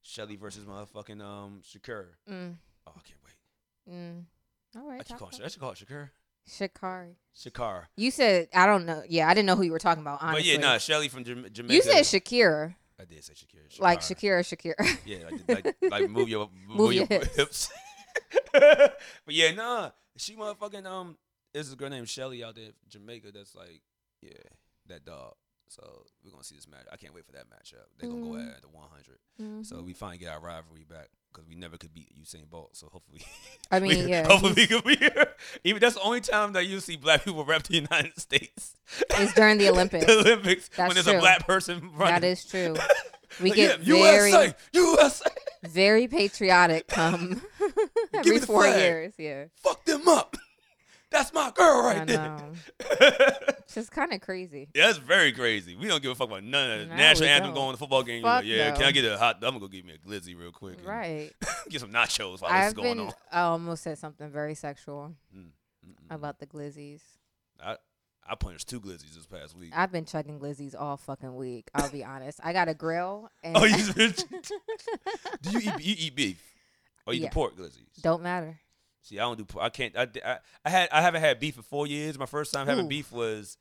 Speaker 1: Shelly versus motherfucking um Shakur.
Speaker 2: Mm,
Speaker 1: Oh, I can't wait.
Speaker 2: mm. All right.
Speaker 1: I keep
Speaker 2: talk
Speaker 1: calling.
Speaker 2: about
Speaker 1: I should call it Shakur.
Speaker 2: it. Shikari.
Speaker 1: Shakar.
Speaker 2: You said I don't know. Yeah, I didn't know who you were talking about. Honestly.
Speaker 1: But yeah, nah, Shelly from Jama- Jamaica.
Speaker 2: You said Shakira.
Speaker 1: I I did say Shakira. Shakira.
Speaker 2: Like Shakira, Shakira.
Speaker 1: Yeah, like, like, like move
Speaker 2: [LAUGHS]
Speaker 1: your move,
Speaker 2: your
Speaker 1: your, [LAUGHS]
Speaker 2: hips.
Speaker 1: hips. but yeah, nah, she motherfucking um. There's this girl named Shelly out there, in Jamaica. That's like, yeah, that dog. So we're gonna see this match. I can't wait for that matchup. They're gonna go
Speaker 2: Mhm.
Speaker 1: at the 100. So we finally get our rivalry back because we never could beat Usain Bolt. So hopefully, [LAUGHS]
Speaker 2: I
Speaker 1: we-
Speaker 2: mean, yeah,
Speaker 1: hopefully we could be here. Even that's the only time that you see black people rep the United States. [LAUGHS]
Speaker 2: It's during the Olympics.
Speaker 1: the Olympics
Speaker 2: That's
Speaker 1: when there's
Speaker 2: true.
Speaker 1: a black person running.
Speaker 2: that is true.
Speaker 1: [LAUGHS]
Speaker 2: We
Speaker 1: Like,
Speaker 2: get
Speaker 1: yeah,
Speaker 2: very,
Speaker 1: USA, USA.
Speaker 2: very patriotic come [LAUGHS] every
Speaker 1: me the
Speaker 2: four
Speaker 1: flag.
Speaker 2: years. Yeah,
Speaker 1: fuck them up. [LAUGHS] That's my girl
Speaker 2: I
Speaker 1: right there. [LAUGHS]
Speaker 2: know. It's just kind of crazy.
Speaker 1: That's very crazy. We don't give a fuck about none of that.
Speaker 2: No,
Speaker 1: National
Speaker 2: we
Speaker 1: anthem
Speaker 2: don't.
Speaker 1: going to football game. You're
Speaker 2: Fuck
Speaker 1: like, yeah,
Speaker 2: no.
Speaker 1: can I get a hot? I'm gonna go get me a glizzy real quick. and
Speaker 2: Right.
Speaker 1: [LAUGHS] Get some nachos while this is
Speaker 2: I've
Speaker 1: going
Speaker 2: been.
Speaker 1: on.
Speaker 2: I almost said something very sexual
Speaker 1: Mm, mm, mm.
Speaker 2: about the glizzies.
Speaker 1: I I punched two glizzies this past week.
Speaker 2: I've been chugging glizzies all fucking week. I'll be honest. I got a grill and
Speaker 1: [LAUGHS] oh,
Speaker 2: [LAUGHS]
Speaker 1: you bitch. do you eat you eat beef? Or you
Speaker 2: Yeah.
Speaker 1: do pork glizzies?
Speaker 2: don't matter.
Speaker 1: See, I don't do. por- I can't. I, I, I had. I haven't had beef in four years. My first time having
Speaker 2: Ooh.
Speaker 1: beef was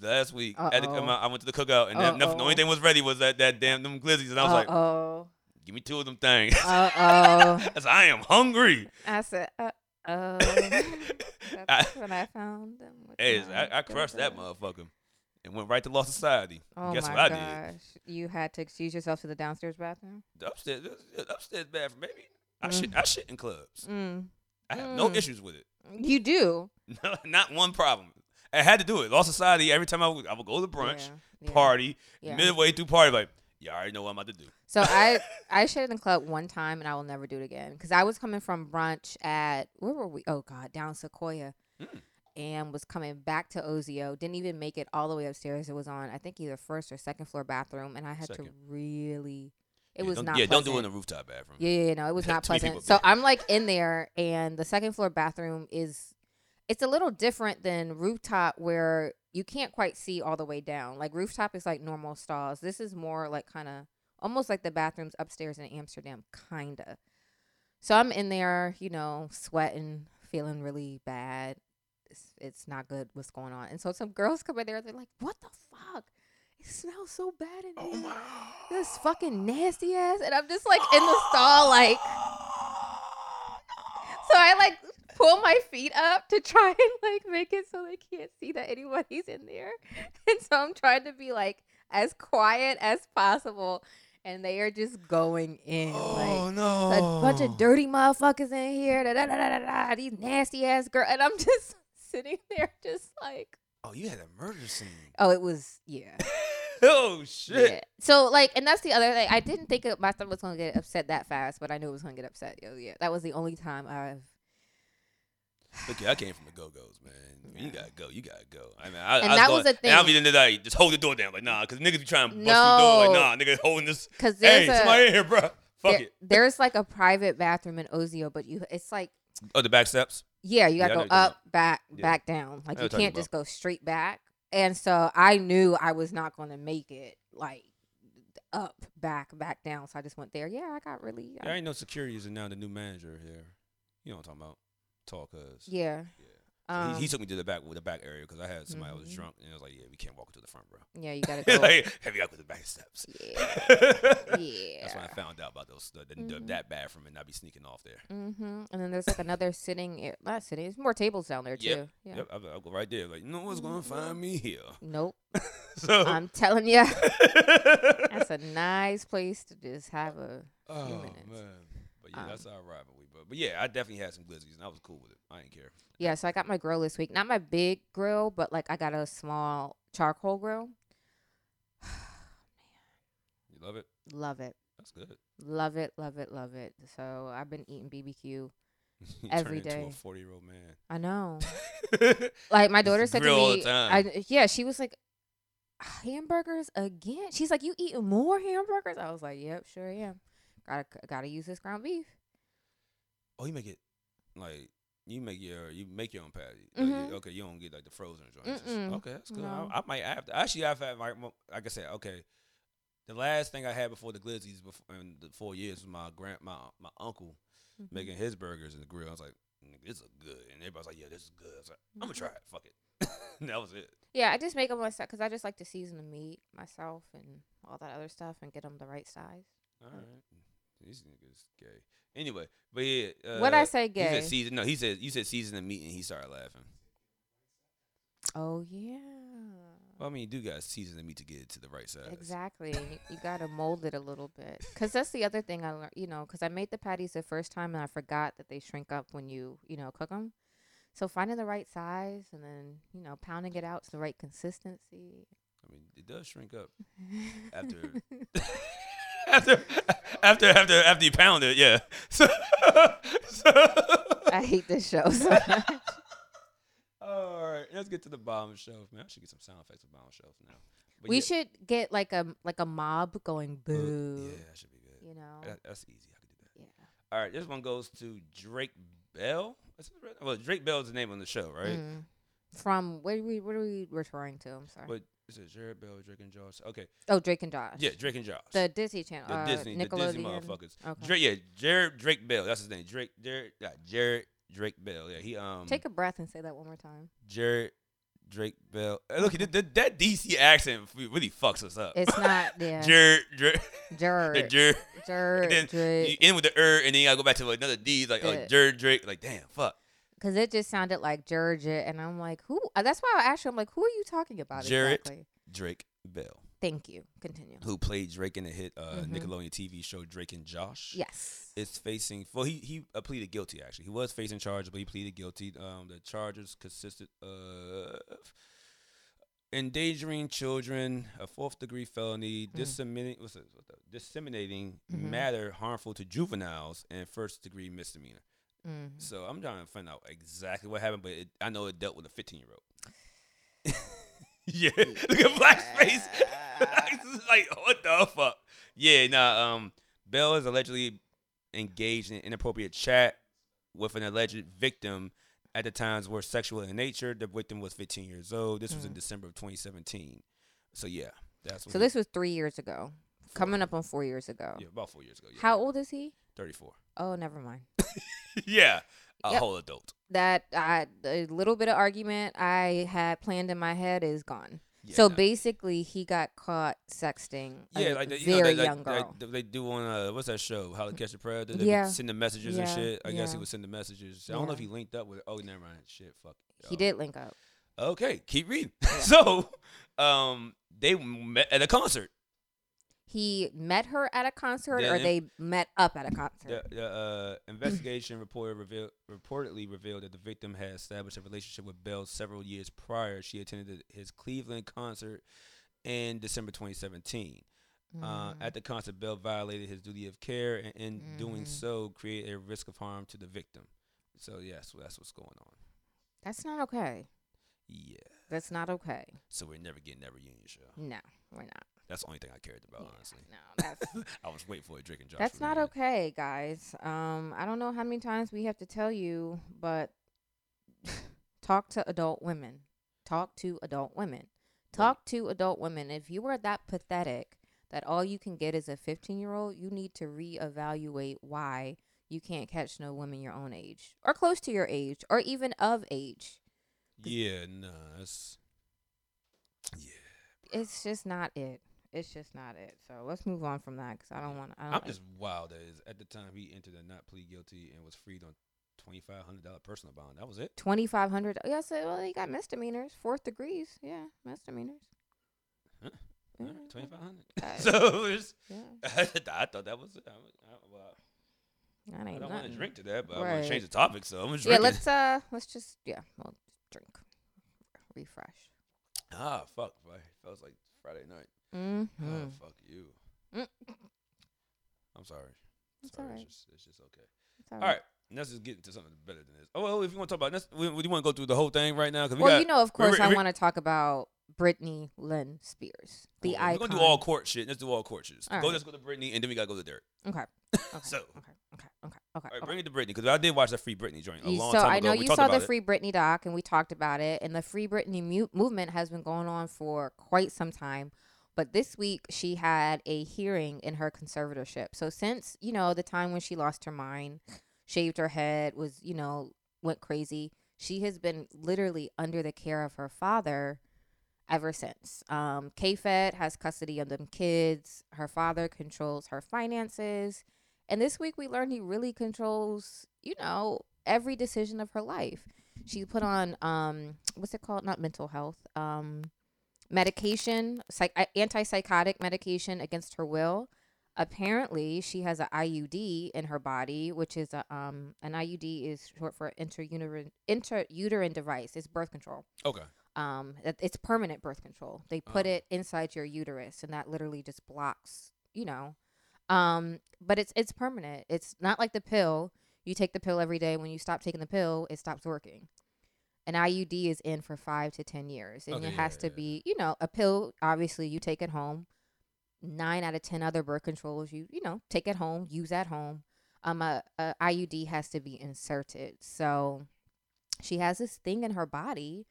Speaker 1: last week. At the,
Speaker 2: Uh-oh.
Speaker 1: my, I went to the cookout and that, nothing, the
Speaker 2: Uh-oh.
Speaker 1: only thing was ready was that, that damn them glizzies. And I was
Speaker 2: Uh
Speaker 1: like,
Speaker 2: oh.
Speaker 1: give me two of them things.
Speaker 2: Uh oh.
Speaker 1: I said, I am hungry.
Speaker 2: [LAUGHS] I said. Uh oh.
Speaker 1: I,
Speaker 2: That's when I
Speaker 1: [LAUGHS]
Speaker 2: found them. with
Speaker 1: hey,
Speaker 2: my
Speaker 1: I, I crushed that
Speaker 2: brother.
Speaker 1: motherfucker and went right to Law Society.
Speaker 2: Oh
Speaker 1: Guess
Speaker 2: my
Speaker 1: what I did?
Speaker 2: gosh! You had to excuse yourself to the downstairs bathroom.
Speaker 1: The upstairs, the upstairs bathroom, baby. I
Speaker 2: Mm.
Speaker 1: shit. I shit in clubs.
Speaker 2: Mm.
Speaker 1: I have no
Speaker 2: Mm.
Speaker 1: issues with it. [LAUGHS]
Speaker 2: You do.
Speaker 1: No, not one problem. I had to do it. Law Society. Every time I would, I would go to brunch,
Speaker 2: Yeah, yeah,
Speaker 1: party,
Speaker 2: yeah.
Speaker 1: midway through party, like, yeah, I already know what I'm about to do.
Speaker 2: So I
Speaker 1: [LAUGHS]
Speaker 2: I shit in the club one time and I will never do it again because I was coming from brunch at where were we? Oh God, down Sequoia,
Speaker 1: Mm.
Speaker 2: and was coming back to Ozio. Didn't even make it all the way upstairs. It was on I think either first or second floor bathroom, and I had to
Speaker 1: Second.
Speaker 2: really. It
Speaker 1: Yeah,
Speaker 2: was
Speaker 1: don't,
Speaker 2: not.
Speaker 1: Yeah,
Speaker 2: pleasant.
Speaker 1: don't do it in the rooftop bathroom.
Speaker 2: Yeah, yeah, yeah, no, it was
Speaker 1: [LAUGHS]
Speaker 2: not
Speaker 1: Too many people
Speaker 2: pleasant. So
Speaker 1: there.
Speaker 2: I'm like in there, and the second floor bathroom is, it's a little different than rooftop where you can't quite see all the way down. Like rooftop is like normal stalls. This is more like kind of almost like the bathrooms upstairs in Amsterdam, kinda. So I'm in there, you know, sweating, feeling really bad. It's, it's not good what's going on. And so some girls come in there, they're like, "What the fuck? It smells so bad in
Speaker 1: Oh
Speaker 2: here."
Speaker 1: my.
Speaker 2: this fucking nasty ass and i'm just like in the stall like so i like pull my feet up to try and like make it so they can't see that anybody's in there [LAUGHS] and so i'm trying to be like as quiet as possible and they are just going in like
Speaker 1: Oh no.
Speaker 2: a bunch of dirty motherfuckers in here da, da, da, da, da, da, these nasty ass girls and i'm [LAUGHS] just sitting there just like
Speaker 1: Oh, you had a murder scene.
Speaker 2: oh it was yeah
Speaker 1: [LAUGHS] oh shit.
Speaker 2: Yeah. So like, and that's the other thing. I didn't think it, my stomach was gonna get upset that fast, but I knew it was gonna get upset. Yo, yeah, that was the only time I've.
Speaker 1: Look, I came from the Go Go's, man. When You gotta go. You gotta go. I mean, I,
Speaker 2: And
Speaker 1: I
Speaker 2: that
Speaker 1: going,
Speaker 2: was the
Speaker 1: And I'll
Speaker 2: thing.
Speaker 1: be in the night, just hold the door down, like nah, because niggas be trying to bust through the door,
Speaker 2: No.
Speaker 1: like nah, niggas holding this.
Speaker 2: Cause there's
Speaker 1: Hey,
Speaker 2: a
Speaker 1: somebody in here, bro. Fuck
Speaker 2: there-
Speaker 1: it. [LAUGHS]
Speaker 2: there's like a private bathroom in Ozio, but you it's like
Speaker 1: Oh, the back steps.
Speaker 2: yeah, you gotta
Speaker 1: Yeah, I know
Speaker 2: go
Speaker 1: what you're
Speaker 2: up, back,
Speaker 1: Yeah.
Speaker 2: back down. Like
Speaker 1: know
Speaker 2: you
Speaker 1: what you're
Speaker 2: can't just go straight back. And so I knew I was not gonna make it like up, back, back down. So I just went there. Yeah, I got really
Speaker 1: Yeah, I
Speaker 2: I-
Speaker 1: ain't no security is now the new manager here. You know what I'm talking about? Talk us.
Speaker 2: yeah. Um,
Speaker 1: he, he took me to the back with the back area because I had somebody that
Speaker 2: mhm.
Speaker 1: was drunk and I was like, "Yeah, we can't walk to the front, bro."
Speaker 2: yeah,
Speaker 1: [LAUGHS]
Speaker 2: you gotta go.
Speaker 1: like, have you got to the back steps?
Speaker 2: yeah, Oh. yeah.
Speaker 1: [LAUGHS] That's when I found out about those the, the, the-
Speaker 2: Mhm.
Speaker 1: that bathroom and I be sneaking off there.
Speaker 2: Mm-hmm. And then there's like another sitting, ar- not sitting. There's more tables down there too.
Speaker 1: Yep.
Speaker 2: Yeah. Mm-hmm.
Speaker 1: Yep, I'll, I'll go right there. Like, no one's gonna find me here. [LAUGHS]
Speaker 2: Nope.
Speaker 1: So.
Speaker 2: I'm
Speaker 1: [LAUGHS]
Speaker 2: telling you, [LAUGHS] that's Um, a nice place to just have a.
Speaker 1: oh
Speaker 2: minutes.
Speaker 1: man. But yeah,
Speaker 2: Um,
Speaker 1: that's our rivalry. But but yeah, I definitely had some glizzies and I was cool with it. I didn't care.
Speaker 2: Yeah. So I got my grill this week. Not my big grill, but like I got a small charcoal grill.
Speaker 1: You love it?
Speaker 2: Love it.
Speaker 1: That's good. [LAUGHS]
Speaker 2: Love it. Love it. Love it. So I've been eating BBQ.
Speaker 1: You
Speaker 2: Every
Speaker 1: turn into
Speaker 2: day.
Speaker 1: a forty year old man.
Speaker 2: I know.
Speaker 1: [LAUGHS]
Speaker 2: Like my daughter said to
Speaker 1: Grill all the
Speaker 2: me,
Speaker 1: time.
Speaker 2: I yeah, she was like, hamburgers again. She's like, you eating more hamburgers? I was like, yep, sure am. Gotta gotta use this ground beef.
Speaker 1: Oh, you make it like you make your you make your own patty. Like,
Speaker 2: Mhm.
Speaker 1: you- okay, you don't get like the frozen joints. It's-
Speaker 2: Mm-mm.
Speaker 1: Okay, that's good.
Speaker 2: No.
Speaker 1: I, I might have to. Actually, I've had my mo- like I said. Okay, the last thing I had before the glizzies before in the four years was my grand my my uncle making his burgers in the grill. I was like, nigga, this is good. And everybody's like, yeah, this is good. I was like,
Speaker 2: Mm-hmm.
Speaker 1: I'm gonna try it. Fuck it. [LAUGHS] And that was it.
Speaker 2: Yeah, I just make them myself because I just like to season the meat myself and all that other stuff and get them the right size.
Speaker 1: All right. These niggas gay. Anyway, but yeah. Uh,
Speaker 2: what I say,
Speaker 1: He
Speaker 2: gay?
Speaker 1: said season. No, he said you said season the meat, and he started laughing.
Speaker 2: oh yeah,
Speaker 1: Well, I mean, you do got to season the meat to get it to the right size.
Speaker 2: exactly. and you, you gotta mold it a little bit because that's the other thing I learned. You know, because I made the patties the first time and I forgot that they shrink up when you you know cook them. So finding the right size and then you know pounding it out to the right consistency. [LAUGHS]
Speaker 1: I mean, it does shrink up after [LAUGHS] after after after after you pound it. Yeah. [LAUGHS] So, so-
Speaker 2: I hate this show. So much.
Speaker 1: [LAUGHS] All right, let's get to the bottom shelf, man. I should get some sound effects for bottom shelf now. But
Speaker 2: we
Speaker 1: yeah,
Speaker 2: should get like a like a mob going
Speaker 1: uh,
Speaker 2: boo.
Speaker 1: Yeah, that should be good.
Speaker 2: You know.
Speaker 1: That- that's easy. I can do that.
Speaker 2: Yeah.
Speaker 1: All right, this one goes to Drake Bell. Is it right? Well, Drake Bell is the name on the show, right?
Speaker 2: Mm. From what are we what are we referring to? I'm sorry.
Speaker 1: But is it Jared Bell, Drake and Josh? Okay,
Speaker 2: oh, Drake and Josh.
Speaker 1: yeah, Drake and Josh.
Speaker 2: The Disney Channel.
Speaker 1: The
Speaker 2: uh,
Speaker 1: Disney, the Disney
Speaker 2: Nickelodeon.
Speaker 1: motherfuckers.
Speaker 2: Okay.
Speaker 1: Drake, yeah, Jared Drake Bell. That's his name. Drake, Jared, yeah, Jared Drake Bell. Yeah, he um.
Speaker 2: Take a breath and say that one more time.
Speaker 1: Jared Drake Bell. Uh, Look, that, that, that DC accent f- really fucks us up. [LAUGHS]
Speaker 2: It's Er. not yeah.
Speaker 1: Jared, Jared, [LAUGHS] the
Speaker 2: Jared.
Speaker 1: Jared. And
Speaker 2: Jared.
Speaker 1: then you end with the er, and then you gotta go back to like, another D, like oh,
Speaker 2: Yeah.
Speaker 1: Jared Drake. Like, damn, fuck.
Speaker 2: Because it just sounded like Jared, and I'm like, who? uh, That's why I asked you. I'm like, who are you talking about
Speaker 1: Jarrett.
Speaker 2: exactly?
Speaker 1: Drake Bell,
Speaker 2: Thank you. Continue.
Speaker 1: who played Drake in the hit uh,
Speaker 2: Mhm.
Speaker 1: Nickelodeon TV show Drake and Josh.
Speaker 2: Yes.
Speaker 1: It's facing well he he uh, pleaded guilty actually he was facing charges but he pleaded guilty um the charges consisted of endangering children a fourth degree felony
Speaker 2: Mhm.
Speaker 1: disseminating what's it, what the, disseminating
Speaker 2: Mhm.
Speaker 1: matter harmful to juveniles and first degree misdemeanor
Speaker 2: Mm.
Speaker 1: so i'm trying to find out exactly what happened but it, i know it dealt with a 15 year old [LAUGHS] yeah look at black's [LAUGHS] face It's like what the fuck? Yeah, nah. Um, Bell is allegedly engaged in inappropriate chat with an alleged victim at the times were sexual in nature. The victim was 15 years old. This was in
Speaker 2: Mm.
Speaker 1: December of 2017. So yeah, that's what
Speaker 2: So
Speaker 1: he-
Speaker 2: this was three years ago,
Speaker 1: four-
Speaker 2: coming up on four years ago.
Speaker 1: Yeah, about four years ago. Yeah.
Speaker 2: How old is he?
Speaker 1: 34.
Speaker 2: Oh, never mind.
Speaker 1: [LAUGHS] yeah, a
Speaker 2: Yep.
Speaker 1: whole adult.
Speaker 2: That I, a little bit of argument I had planned in my head is gone.
Speaker 1: Yeah,
Speaker 2: so
Speaker 1: nah.
Speaker 2: basically, he got caught sexting a
Speaker 1: Yeah, like they, you know, they,
Speaker 2: very
Speaker 1: like-
Speaker 2: young
Speaker 1: like,
Speaker 2: girl.
Speaker 1: they, do on uh, what's that show? How to Catch a Predator? They would
Speaker 2: Yeah.
Speaker 1: send the messages and
Speaker 2: Yeah,
Speaker 1: shit. I guess he
Speaker 2: yeah.
Speaker 1: would send the messages. I don't know if
Speaker 2: Yeah.
Speaker 1: he linked up with. Oh, never mind. Shit, fuck.
Speaker 2: he
Speaker 1: Oh.
Speaker 2: did link up.
Speaker 1: Okay, keep reading. [LAUGHS]
Speaker 2: Yeah.
Speaker 1: so, um, they met at a concert.
Speaker 2: He met her at a concert,
Speaker 1: Yeah,
Speaker 2: or
Speaker 1: they-
Speaker 2: they met up at a concert.
Speaker 1: The, the uh, investigation reporter revealed, reportedly revealed that the victim had established a relationship with Bell several years prior. She attended his Cleveland concert in December 2017. Uh,
Speaker 2: Mm.
Speaker 1: at the concert, Bell violated his duty of care and, in doing
Speaker 2: Mhm.
Speaker 1: so, created a risk of harm to the victim. So, yes, that's what's going on.
Speaker 2: That's not okay.
Speaker 1: Yeah.
Speaker 2: That's not okay.
Speaker 1: So, we're never getting that reunion show.
Speaker 2: No, we're not.
Speaker 1: That's the only thing I cared about,
Speaker 2: Yeah,
Speaker 1: Oh, honestly. [LAUGHS]
Speaker 2: No, that's
Speaker 1: I was waiting for a drink and Josh.
Speaker 2: That's not
Speaker 1: reunion.
Speaker 2: okay, guys. Um, I don't know how many times we have to tell you, but [LAUGHS] talk to adult women. Talk to adult women. Talk to adult women. If you are that pathetic that all you can get is a 15 year old, you need to reevaluate why you can't catch no women your own age or close to your age or even of age.
Speaker 1: Yeah, no, that's yeah.
Speaker 2: It's just not it. It's just not it. So let's move on from that because I don't want. Oh, I don't.
Speaker 1: I'm
Speaker 2: like-
Speaker 1: just wild that is at the time he entered a not plead guilty and was freed on twenty five hundred dollar personal bond. That was it.
Speaker 2: Twenty five hundred. oh, Yeah, so well, he got misdemeanors, fourth degrees. Yeah, misdemeanors.
Speaker 1: Huh?
Speaker 2: Yeah,
Speaker 1: Twenty five hundred. [LAUGHS]
Speaker 2: I-
Speaker 1: So it's,
Speaker 2: yeah,
Speaker 1: [LAUGHS] I thought that was it. I, was- I, well,
Speaker 2: that
Speaker 1: I
Speaker 2: ain't
Speaker 1: don't want to
Speaker 2: nothing.
Speaker 1: drink to that, but I want
Speaker 2: Right.
Speaker 1: to change the topic, so I'm gonna
Speaker 2: Yeah,
Speaker 1: drink.
Speaker 2: let's uh, let's just yeah, well, drink, refresh.
Speaker 1: Ah, fuck. boy. That was like Friday night.
Speaker 2: hmm
Speaker 1: Ah, fuck you.
Speaker 2: Mm.
Speaker 1: I'm sorry.
Speaker 2: It's
Speaker 1: sorry,
Speaker 2: alright.
Speaker 1: it's just it's just okay. All right. Let's just get into something better than this. Oh, well, if you want to talk about this, we, we, you want to go through the whole thing right now? 'Cause we
Speaker 2: well,
Speaker 1: got,
Speaker 2: you know, of
Speaker 1: we're-
Speaker 2: course, I
Speaker 1: we're-
Speaker 2: want to talk about Brittany Lynn Spears, the
Speaker 1: Oh, We're
Speaker 2: icon.
Speaker 1: gonna do all court shit. Let's do all court shit.
Speaker 2: All
Speaker 1: go,
Speaker 2: right.
Speaker 1: Let's go to Brittany, and then we gotta go to Dirt. [LAUGHS]
Speaker 2: okay. okay.
Speaker 1: So.
Speaker 2: okay, okay, okay, okay.
Speaker 1: All right,
Speaker 2: okay.
Speaker 1: bring it to Brittany because I did watch the Free Britney joint a
Speaker 2: You-
Speaker 1: long
Speaker 2: so
Speaker 1: time
Speaker 2: I
Speaker 1: ago.
Speaker 2: know
Speaker 1: we
Speaker 2: you
Speaker 1: talked
Speaker 2: saw
Speaker 1: about
Speaker 2: the Free Britney doc, and we talked about it. And the Free Britney mu- movement has been going on for quite some time. But this week, she had a hearing in her conservatorship. So since you know the time when she lost her mind, shaved her head, was you know went crazy. She has been literally under the care of her father ever since. Um, K-Fed has custody of them kids. Her father controls her finances. And this week we learned he really controls, you know, every decision of her life. She put on, um, what's it called? Not mental health. Um, medication, psych- uh, antipsychotic medication against her will. Apparently, she has an IUD in her body, which is a um an IUD is short for interuterine interuterine device. It's birth control.
Speaker 1: Okay.
Speaker 2: Um, that- it's permanent birth control. They put it inside your uterus, and that literally just blocks, you know. Um, but it's it's permanent. It's not like the pill. You take the pill every day. When you stop taking the pill, it stops working. An IUD is in for five to ten years, and
Speaker 1: Okay,
Speaker 2: it
Speaker 1: yeah,
Speaker 2: has to
Speaker 1: yeah, yeah.
Speaker 2: be, you know, a pill. Obviously, you take it home. Nine out of ten other birth controls, you you know, take at home, use at home. Um, a, a IUD has to be inserted. So she has this thing in her body,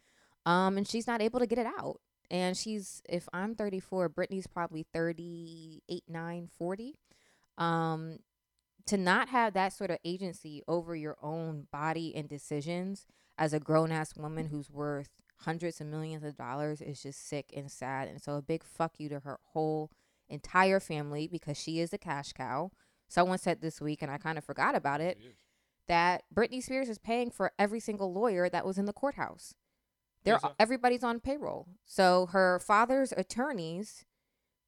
Speaker 2: um, and she's not able to get it out. And she's, if I'm 34, Brittany's probably 38, 9, 40. Um, to not have that sort of agency over your own body and decisions as a grown ass woman who's worth hundreds of millions of dollars is just sick and sad. And so, a big fuck you to her whole entire family because she is a cash cow. Someone said this week, and I kind of forgot about it, that Britney Spears is paying for every single lawyer that was in the courthouse. They're
Speaker 1: Yes, sir.
Speaker 2: everybody's on payroll. So her father's attorneys,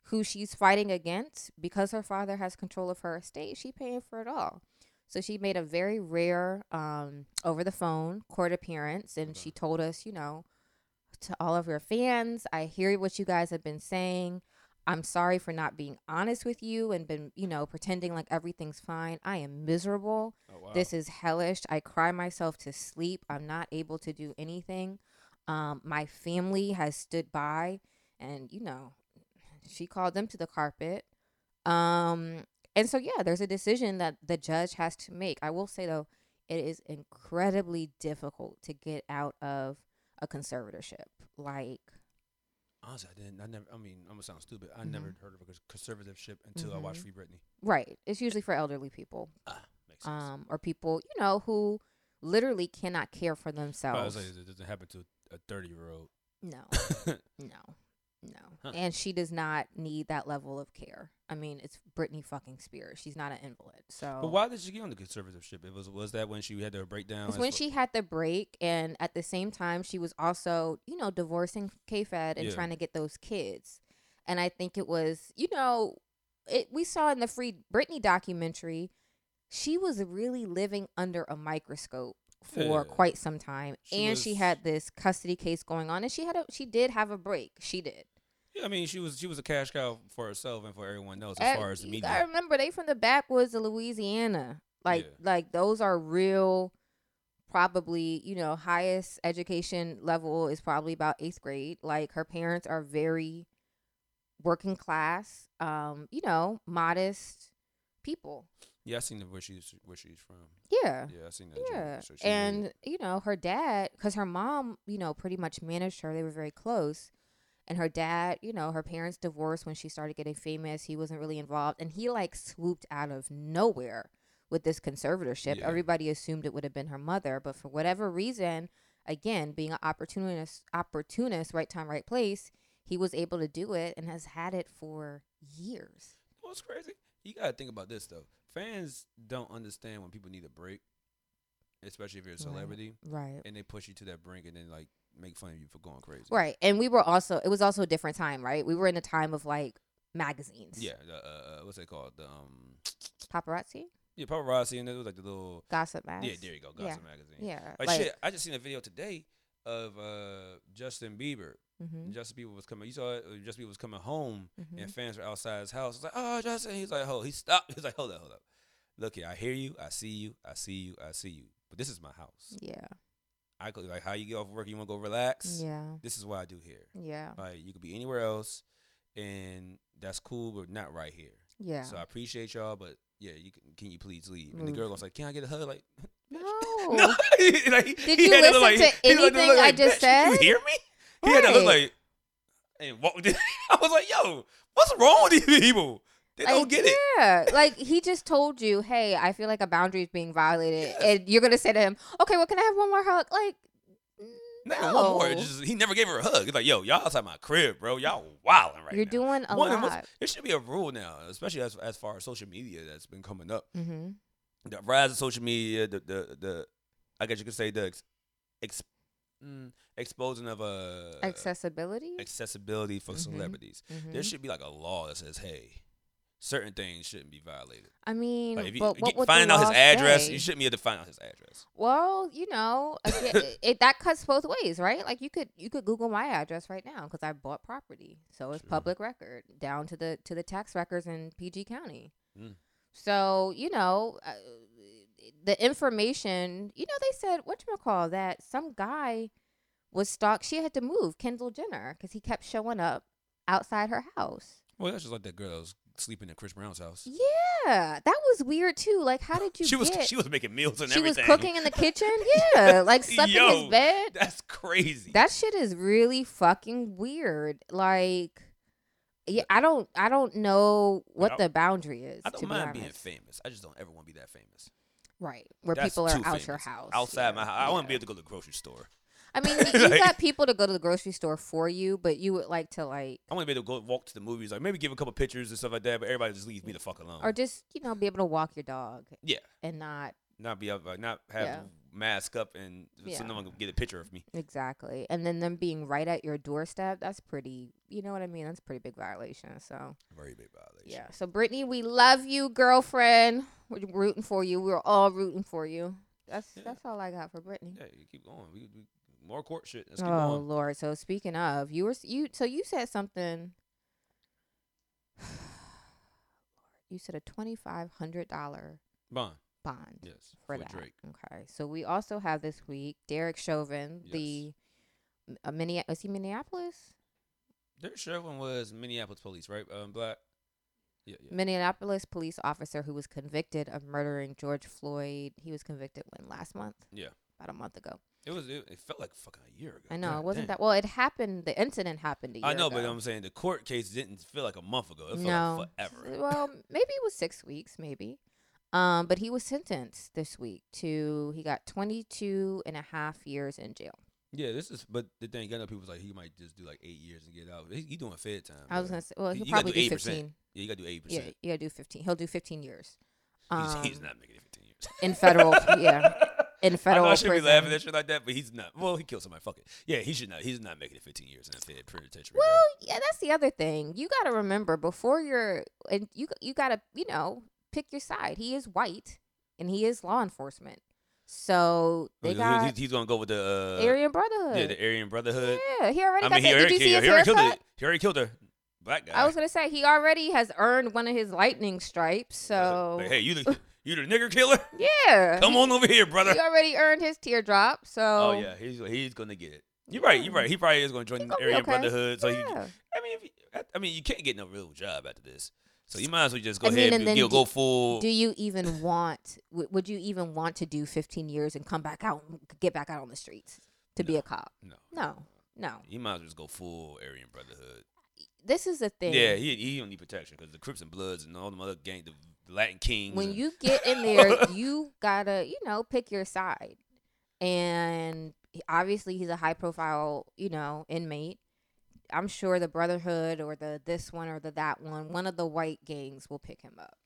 Speaker 2: who she's fighting against, because her father has control of her estate, she paying for it all. So she made a very rare um, over the phone court appearance, and she told us, you know, to all of your fans, I hear what you guys have been saying. I'm sorry for not being honest with you and been, you know, pretending like everything's fine. I am miserable.
Speaker 1: Oh, wow.
Speaker 2: This is hellish. I cry myself to sleep. I'm not able to do anything. Um, my family has stood by, and you know, she called them to the carpet. Um, and so yeah, there's a decision that the judge has to make. I will say though, it is incredibly difficult to get out of a conservatorship. Like,
Speaker 1: Honestly, I didn't. I never. I mean, I'm gonna sound stupid. I never
Speaker 2: Mm-hmm.
Speaker 1: heard of a cons- conservativeship until I watched
Speaker 2: Mhm.
Speaker 1: Free Britney.
Speaker 2: right? It's usually for elderly people,
Speaker 1: Ah, makes sense.
Speaker 2: um, or people you know who literally cannot care for
Speaker 1: But I was
Speaker 2: themselves.
Speaker 1: like, it doesn't happen to a 30 year
Speaker 2: [LAUGHS]
Speaker 1: old.
Speaker 2: No. No, no.
Speaker 1: Huh.
Speaker 2: And she does not need that level of care. I mean, it's Britney fucking Spears. She's not an invalid. So
Speaker 1: But why did she get on the conservativeship? It was was that when she had her breakdown?
Speaker 2: It's
Speaker 1: as
Speaker 2: when
Speaker 1: far-
Speaker 2: she had the break, and at the same time, she was also, you know, divorcing K-Fed and
Speaker 1: Yeah.
Speaker 2: trying to get those kids. And I think it was, you know, it we saw in the Free Britney documentary, she was really living under a microscope for
Speaker 1: Yeah.
Speaker 2: quite some time,
Speaker 1: She
Speaker 2: and she
Speaker 1: was-
Speaker 2: had this custody case going on, and she had a she did have a break. She did.
Speaker 1: Yeah, I mean, she was she was a cash cow for herself and for everyone else
Speaker 2: Uh,
Speaker 1: as far as the
Speaker 2: you gotta
Speaker 1: media.
Speaker 2: remember they from the backwoods of Louisiana. Like
Speaker 1: Yeah.
Speaker 2: like those are real probably, you know, highest education level is probably about eighth grade. Like her parents are very working class, um, you know, modest people.
Speaker 1: Yeah, I seen the- where she's where she's from.
Speaker 2: Yeah.
Speaker 1: Yeah, I seen that. joint.
Speaker 2: Uh, Yeah.
Speaker 1: So she made
Speaker 2: and,
Speaker 1: it.
Speaker 2: you know, her dad, because her mom, you know, pretty much managed her. They were very close. And her dad, you know, her parents divorced when she started getting famous. He wasn't really involved. And he, like, swooped out of nowhere with this conservatorship.
Speaker 1: Yeah.
Speaker 2: Everybody assumed it would have been her mother. But for whatever reason, again, being an opportunist, opportunist, right time, right place, he was able to do it and has had it for years.
Speaker 1: what's crazy? You gotta think about this though. Fans don't understand when people need a break, especially if you're a
Speaker 2: Right.
Speaker 1: celebrity,
Speaker 2: Right.
Speaker 1: and they push you to that brink and then like make fun of you for going crazy.
Speaker 2: Right. And we were also, it was also a different time, right? We were in a time of, like, magazines.
Speaker 1: Yeah. The, uh, uh, what's it called? The, um.
Speaker 2: paparazzi,
Speaker 1: Yeah, paparazzi, and it was like the little.
Speaker 2: gossip ass.
Speaker 1: Yeah, there you go, Gossip magazine.
Speaker 2: Yeah,
Speaker 1: Like,
Speaker 2: like,
Speaker 1: shit, I just seen a video today of uh Justin Bieber.
Speaker 2: mhm,
Speaker 1: Justin Bieber was coming. You saw it. uh, Justin Bieber was coming home,
Speaker 2: mhm.
Speaker 1: and fans were outside his house. It's like, oh, Justin. He's like, oh, he stopped. [LAUGHS] He's like, hold up, hold up. Look here, I hear you, I see you, I see you, I see you. But this is my house.
Speaker 2: yeah,
Speaker 1: I could like how you get off work, you want to go relax.
Speaker 2: yeah,
Speaker 1: This is what I do here.
Speaker 2: yeah,
Speaker 1: Like you could be anywhere else, and that's cool, but not right here.
Speaker 2: yeah.
Speaker 1: So I appreciate y'all, but yeah, you can, can you please leave? And the
Speaker 2: Move.
Speaker 1: girl was like, "Can I get a hug?" Like, [LAUGHS]
Speaker 2: no.
Speaker 1: like, he
Speaker 2: Did
Speaker 1: he
Speaker 2: you
Speaker 1: had look
Speaker 2: listen to
Speaker 1: he looked-
Speaker 2: anything
Speaker 1: looked
Speaker 2: I
Speaker 1: like,
Speaker 2: just
Speaker 1: "Bitch,
Speaker 2: said?"
Speaker 1: You hear me? He had to look
Speaker 2: Right.
Speaker 1: [LAUGHS] like and walked. in. I was like, "Yo, what's wrong with these people?" They don't
Speaker 2: Like,
Speaker 1: get it.
Speaker 2: Yeah, like he just told you, "Hey, I feel like a boundary is being violated," and you're gonna say to him, "Okay, well, can I have one more hug?" Like,
Speaker 1: Not even one more.
Speaker 2: no.
Speaker 1: It's just, he never gave her a hug. He's like, yo, y'all outside my crib, bro. Y'all wilding right
Speaker 2: you're
Speaker 1: now.
Speaker 2: doing a
Speaker 1: One, what's-
Speaker 2: lot.
Speaker 1: There should be a rule now, especially as as far as social media that's been coming up.
Speaker 2: Mm-hmm.
Speaker 1: The rise of social media, the the, the I guess you could say the ex, ex, mm, exposing of uh,
Speaker 2: Accessibility.
Speaker 1: accessibility for
Speaker 2: Mhm.
Speaker 1: celebrities.
Speaker 2: Mhm.
Speaker 1: There should be like a law that says, hey, certain things shouldn't be violated.
Speaker 2: I mean,
Speaker 1: Like if you,
Speaker 2: but
Speaker 1: you
Speaker 2: what
Speaker 1: get-
Speaker 2: would the
Speaker 1: finding out his
Speaker 2: law
Speaker 1: address,
Speaker 2: say?
Speaker 1: you shouldn't be able to find out his address.
Speaker 2: Well, you know, again,
Speaker 1: [LAUGHS]
Speaker 2: it, it, that cuts both ways, right? Like you could you could Google my address right now because I bought property, so it's
Speaker 1: True.
Speaker 2: public record down to the to the tax records in PG County.
Speaker 1: Mm.
Speaker 2: So you know, uh, the information. You know, they said what you call that some guy was stalked. She had to move Kendall Jenner because he kept showing up outside her house.
Speaker 1: Well, that's just like that girl that was sleeping in Chris Brown's house.
Speaker 2: Yeah, that was weird too. Like,
Speaker 1: [LAUGHS]
Speaker 2: how did you?
Speaker 1: she was
Speaker 2: get,
Speaker 1: she was making meals and
Speaker 2: she was
Speaker 1: everything.
Speaker 2: cooking in the kitchen. Yeah,
Speaker 1: [LAUGHS]
Speaker 2: like slept in
Speaker 1: Yo.
Speaker 2: his bed.
Speaker 1: [LAUGHS] That's crazy.
Speaker 2: That shit is really fucking weird. Like, yeah, I don't, I don't know what
Speaker 1: I-
Speaker 2: the boundary is.
Speaker 1: I don't
Speaker 2: to
Speaker 1: mind
Speaker 2: be
Speaker 1: being
Speaker 2: honest.
Speaker 1: famous. I just don't ever want to be that famous.
Speaker 2: right? Where
Speaker 1: That's
Speaker 2: people are
Speaker 1: too
Speaker 2: out your
Speaker 1: famous.
Speaker 2: house,
Speaker 1: Outside
Speaker 2: yeah,
Speaker 1: my house. I want to be
Speaker 2: yeah.
Speaker 1: able to go to the grocery store.
Speaker 2: I
Speaker 1: [LAUGHS]
Speaker 2: mean, you you
Speaker 1: Like-
Speaker 2: got people to go to the grocery store for you, but you would like to like,
Speaker 1: I want to be able to go walk to the movies. Like maybe give a couple pictures and stuff like that. But everybody just leaves me the fuck alone.
Speaker 2: or just you know, be able to walk your dog.
Speaker 1: Oh. Yeah.
Speaker 2: and not
Speaker 1: not be up, like not have
Speaker 2: Yeah.
Speaker 1: mask up and
Speaker 2: Yeah.
Speaker 1: so no one can get a picture of me.
Speaker 2: exactly, and then them being right at your doorstep. That's pretty. You know what I mean? That's a pretty big violation. So.
Speaker 1: Very big violation.
Speaker 2: Yeah. So Brittany, we love you, girlfriend. We're rooting for you. We're all rooting for you. That's
Speaker 1: Yeah.
Speaker 2: that's all I got for Brittany.
Speaker 1: Yeah, you keep going. We, we more court shit. Let's
Speaker 2: oh
Speaker 1: keep going.
Speaker 2: Lord. So speaking of, you were s- you so you said something. [SIGHS] You said a twenty five hundred dollar
Speaker 1: Bond.
Speaker 2: bond
Speaker 1: Yes.
Speaker 2: for
Speaker 1: For
Speaker 2: that.
Speaker 1: Drake.
Speaker 2: Okay. So we also have this week Derek Chauvin,
Speaker 1: Yes.
Speaker 2: the uh, Minne- is he Minneapolis?
Speaker 1: Derek Chauvin was Minneapolis police, right? Um, black. Yeah, yeah.
Speaker 2: Minneapolis police officer who was convicted of murdering George Floyd. He was convicted when last month.
Speaker 1: Yeah.
Speaker 2: about a month ago.
Speaker 1: It was. It, it felt like fucking a year ago.
Speaker 2: I know
Speaker 1: God
Speaker 2: it wasn't
Speaker 1: damn.
Speaker 2: that. Well, it happened. The incident happened a year.
Speaker 1: I know,
Speaker 2: ago.
Speaker 1: but I'm saying the court case didn't feel like a month ago. It felt
Speaker 2: no.
Speaker 1: like forever.
Speaker 2: Well, maybe it was six weeks, maybe. Um, but he was sentenced this week to he got 22 and a half years in jail.
Speaker 1: Yeah, this is. But the thing, I know people's like he might just do like eight years and get out. He, he doing fed time.
Speaker 2: I was
Speaker 1: bro.
Speaker 2: gonna say, well,
Speaker 1: You
Speaker 2: he'll
Speaker 1: gotta
Speaker 2: probably
Speaker 1: do
Speaker 2: do
Speaker 1: 8%.
Speaker 2: 15.
Speaker 1: Yeah, you gotta do eighty
Speaker 2: Yeah,
Speaker 1: percent.
Speaker 2: you gotta do 15. He's, he'll do 15 years.
Speaker 1: [LAUGHS] He's, he's
Speaker 2: Um,
Speaker 1: not making it fifteen years.
Speaker 2: in federal,
Speaker 1: [LAUGHS]
Speaker 2: yeah, in federal
Speaker 1: I know I should
Speaker 2: prison.
Speaker 1: be laughing at shit like that, but he's not. Well, he killed somebody. Fuck it. Yeah, he should not. He's not making it fifteen years in a fed penitentiary. bro.
Speaker 2: Well, yeah, that's the other thing. You got to remember before you're and you you got to, you know, pick your side. He is white and he is law enforcement. So they
Speaker 1: He's-
Speaker 2: got
Speaker 1: he's, he's gonna go with the uh,
Speaker 2: Aryan
Speaker 1: yeah,
Speaker 2: Brotherhood.
Speaker 1: the Aryan Brotherhood.
Speaker 2: Yeah, he already
Speaker 1: I
Speaker 2: got
Speaker 1: mean, he
Speaker 2: that. Did
Speaker 1: already,
Speaker 2: you see
Speaker 1: killed,
Speaker 2: his
Speaker 1: he already killed her.
Speaker 2: haircut?
Speaker 1: He already killed her. Black guy.
Speaker 2: I was going to say he already has earned one of his lightning stripes. So
Speaker 1: Like, hey, you
Speaker 2: [LAUGHS]
Speaker 1: the you the nigger killer?
Speaker 2: yeah.
Speaker 1: Come on over here,
Speaker 2: He
Speaker 1: brother.
Speaker 2: already earned his teardrop. So
Speaker 1: Oh yeah, he's he's gonna get it. You're right. You're
Speaker 2: Yeah.
Speaker 1: right. He probably is gonna join
Speaker 2: He
Speaker 1: the
Speaker 2: gonna be
Speaker 1: Aryan
Speaker 2: okay.
Speaker 1: Brotherhood. So he,
Speaker 2: yeah.
Speaker 1: I mean, if you, I mean, you can't get no real job after this. So you might as well just go
Speaker 2: I mean,
Speaker 1: ahead
Speaker 2: and
Speaker 1: and
Speaker 2: then
Speaker 1: you'll
Speaker 2: do-
Speaker 1: go full.
Speaker 2: Do you even want? w- Would you even want to do 15 years and come back out, and get back out on the streets to be
Speaker 1: No.
Speaker 2: a cop?
Speaker 1: no,
Speaker 2: No, no.
Speaker 1: you might as well just go full Aryan Brotherhood.
Speaker 2: This is the thing.
Speaker 1: Yeah, he he don't need protection because the Crips and Bloods and all them other gang, the Latin Kings.
Speaker 2: When
Speaker 1: and-
Speaker 2: you get
Speaker 1: [LAUGHS]
Speaker 2: in there, you gotta, you know, pick your side. And he- obviously, he's a high-profile, you know, inmate. I'm sure the Brotherhood or the this one or the that one, one of the white gangs will pick him up.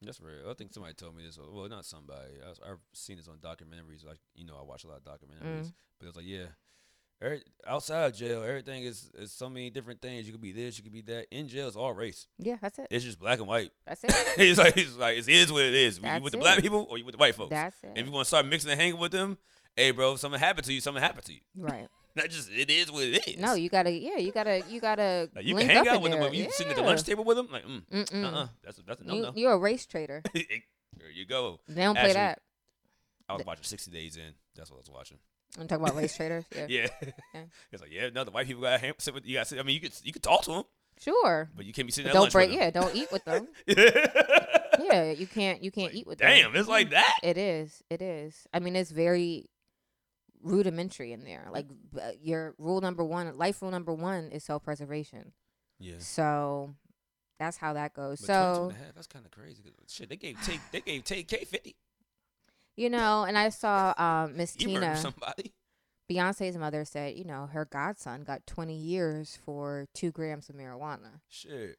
Speaker 1: That's real. I think somebody told me this. uh, Well, not somebody. I, I've seen this on documentaries. Like you know, I watch a lot of
Speaker 2: Mm.
Speaker 1: documentaries. But it's like, yeah, every, outside jail, everything is, is so many different things. You could be this, you could be that. In jail, it's all race.
Speaker 2: Yeah, that's it.
Speaker 1: It's just black and white. [LAUGHS]
Speaker 2: That's it.
Speaker 1: it's like it's like it is what it is. You
Speaker 2: That's
Speaker 1: with the
Speaker 2: it.
Speaker 1: black people or you with the white folks.
Speaker 2: that's
Speaker 1: if you
Speaker 2: it.
Speaker 1: want to start mixing and hanging with them, hey, bro, if something happened to you. Something happened to you. [LAUGHS]
Speaker 2: Right.
Speaker 1: That just it is what it is.
Speaker 2: No, you gotta. Yeah, you gotta. You gotta.
Speaker 1: like, you can
Speaker 2: link
Speaker 1: hang
Speaker 2: up
Speaker 1: out
Speaker 2: in
Speaker 1: with them,
Speaker 2: there.
Speaker 1: but you
Speaker 2: yeah.
Speaker 1: sitting at the lunch table with them, like, mm,
Speaker 2: Mm-mm.
Speaker 1: uh, uh that's a, that's a no,
Speaker 2: you,
Speaker 1: no.
Speaker 2: You're a race traitor.
Speaker 1: [LAUGHS] there you go.
Speaker 2: They don't play
Speaker 1: Actually-
Speaker 2: that.
Speaker 1: I was
Speaker 2: Th-
Speaker 1: watching 60 Days In. That's what I was watching.
Speaker 2: I'm talking
Speaker 1: [LAUGHS]
Speaker 2: about race traitors. Yeah.
Speaker 1: Yeah.
Speaker 2: Yeah.
Speaker 1: [LAUGHS] it's like, yeah, no, the white people got to sit with you. Got to sit. I mean, you could you could talk to them,
Speaker 2: Sure.
Speaker 1: but you can't be
Speaker 2: But
Speaker 1: sitting at
Speaker 2: don't
Speaker 1: lunch
Speaker 2: break.
Speaker 1: with
Speaker 2: Yeah, don't eat
Speaker 1: [LAUGHS]
Speaker 2: with them.
Speaker 1: them.
Speaker 2: yeah, you can't. You can't eat with them.
Speaker 1: Damn, it's like that.
Speaker 2: It is. It is. I mean, it's very rudimentary in there. Like uh, your rule number one, life rule number one is self preservation.
Speaker 1: Yeah.
Speaker 2: So that's how that goes.
Speaker 1: But
Speaker 2: so
Speaker 1: 22 and a half, that's kind of crazy. 'cause Shit, they gave take they gave take K fifty.
Speaker 2: You know, and I saw um, Miss
Speaker 1: He murdered
Speaker 2: Tina,
Speaker 1: somebody. [LAUGHS]
Speaker 2: Beyonce's mother said, you know, her godson got 20 years for two grams of marijuana.
Speaker 1: Shit.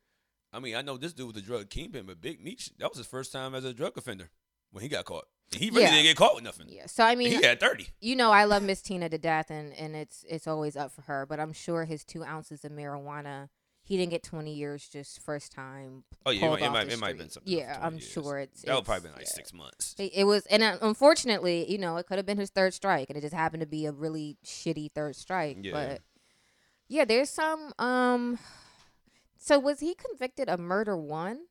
Speaker 1: I mean, I know this dude was a drug kingpin, but Big Meech, that was his first time as a drug offender when he got caught. And he really
Speaker 2: Yeah.
Speaker 1: didn't get caught with nothing.
Speaker 2: Yeah.
Speaker 1: [LAUGHS]
Speaker 2: So I mean,
Speaker 1: he had thirty.
Speaker 2: you know, I love Miss Tina to death, and and it's it's always up for her. But I'm sure his two ounces of marijuana, he didn't get 20 years just first time.
Speaker 1: Oh yeah, it
Speaker 2: pulled
Speaker 1: might, it
Speaker 2: off
Speaker 1: might,
Speaker 2: the
Speaker 1: it might have
Speaker 2: street.
Speaker 1: been something.
Speaker 2: Yeah,
Speaker 1: else, 20
Speaker 2: I'm
Speaker 1: years.
Speaker 2: sure it's-
Speaker 1: that would
Speaker 2: it's-
Speaker 1: probably been like
Speaker 2: yeah.
Speaker 1: six months.
Speaker 2: It, it was, and uh, unfortunately, you know, it could have been his third strike, and it just happened to be a really shitty third strike.
Speaker 1: Yeah.
Speaker 2: But yeah, there's some. Um, so was he convicted of murder one?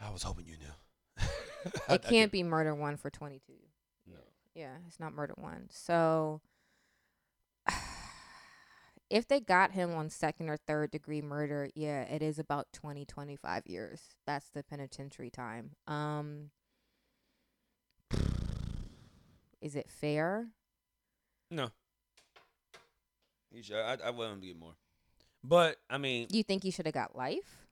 Speaker 1: I was hoping you [LAUGHS] knew. I- I
Speaker 2: It can't be murder one for 22.
Speaker 1: No.
Speaker 2: Yeah, it's not murder one. So [SIGHS] if they got him on second or third degree murder, yeah, it is about 20, 25 years. That's the penitentiary time. Um [SIGHS] Is it fair?
Speaker 1: No. You should, I, I want him to get more. But I mean,
Speaker 2: Do you think he should have got life?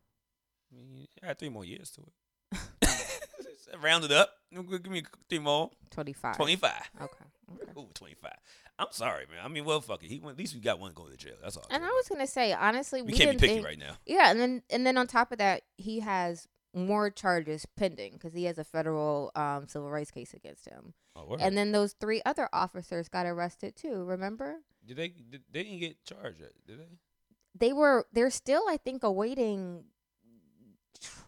Speaker 1: I mean, I had three more years
Speaker 2: [LAUGHS]
Speaker 1: to it. Round it up. Give me three more.
Speaker 2: 25.
Speaker 1: Twenty five.
Speaker 2: Okay. okay.
Speaker 1: Ooh, 25. I'm sorry, man. I mean, well, fuck it. He went, at least we got one going to jail. That's all.
Speaker 2: And I
Speaker 1: care
Speaker 2: was going to say honestly,
Speaker 1: about.
Speaker 2: we,
Speaker 1: we can't be picky
Speaker 2: didn't think
Speaker 1: right
Speaker 2: [LAUGHS]
Speaker 1: now.
Speaker 2: Yeah, and then and then on top of that, he has more charges pending because he has a federal um, civil rights case against him.
Speaker 1: Oh, word.
Speaker 2: And then those three other officers got arrested too. Remember,
Speaker 1: did they? Did, they didn't get charged yet, did they?
Speaker 2: they were they're still I think awaiting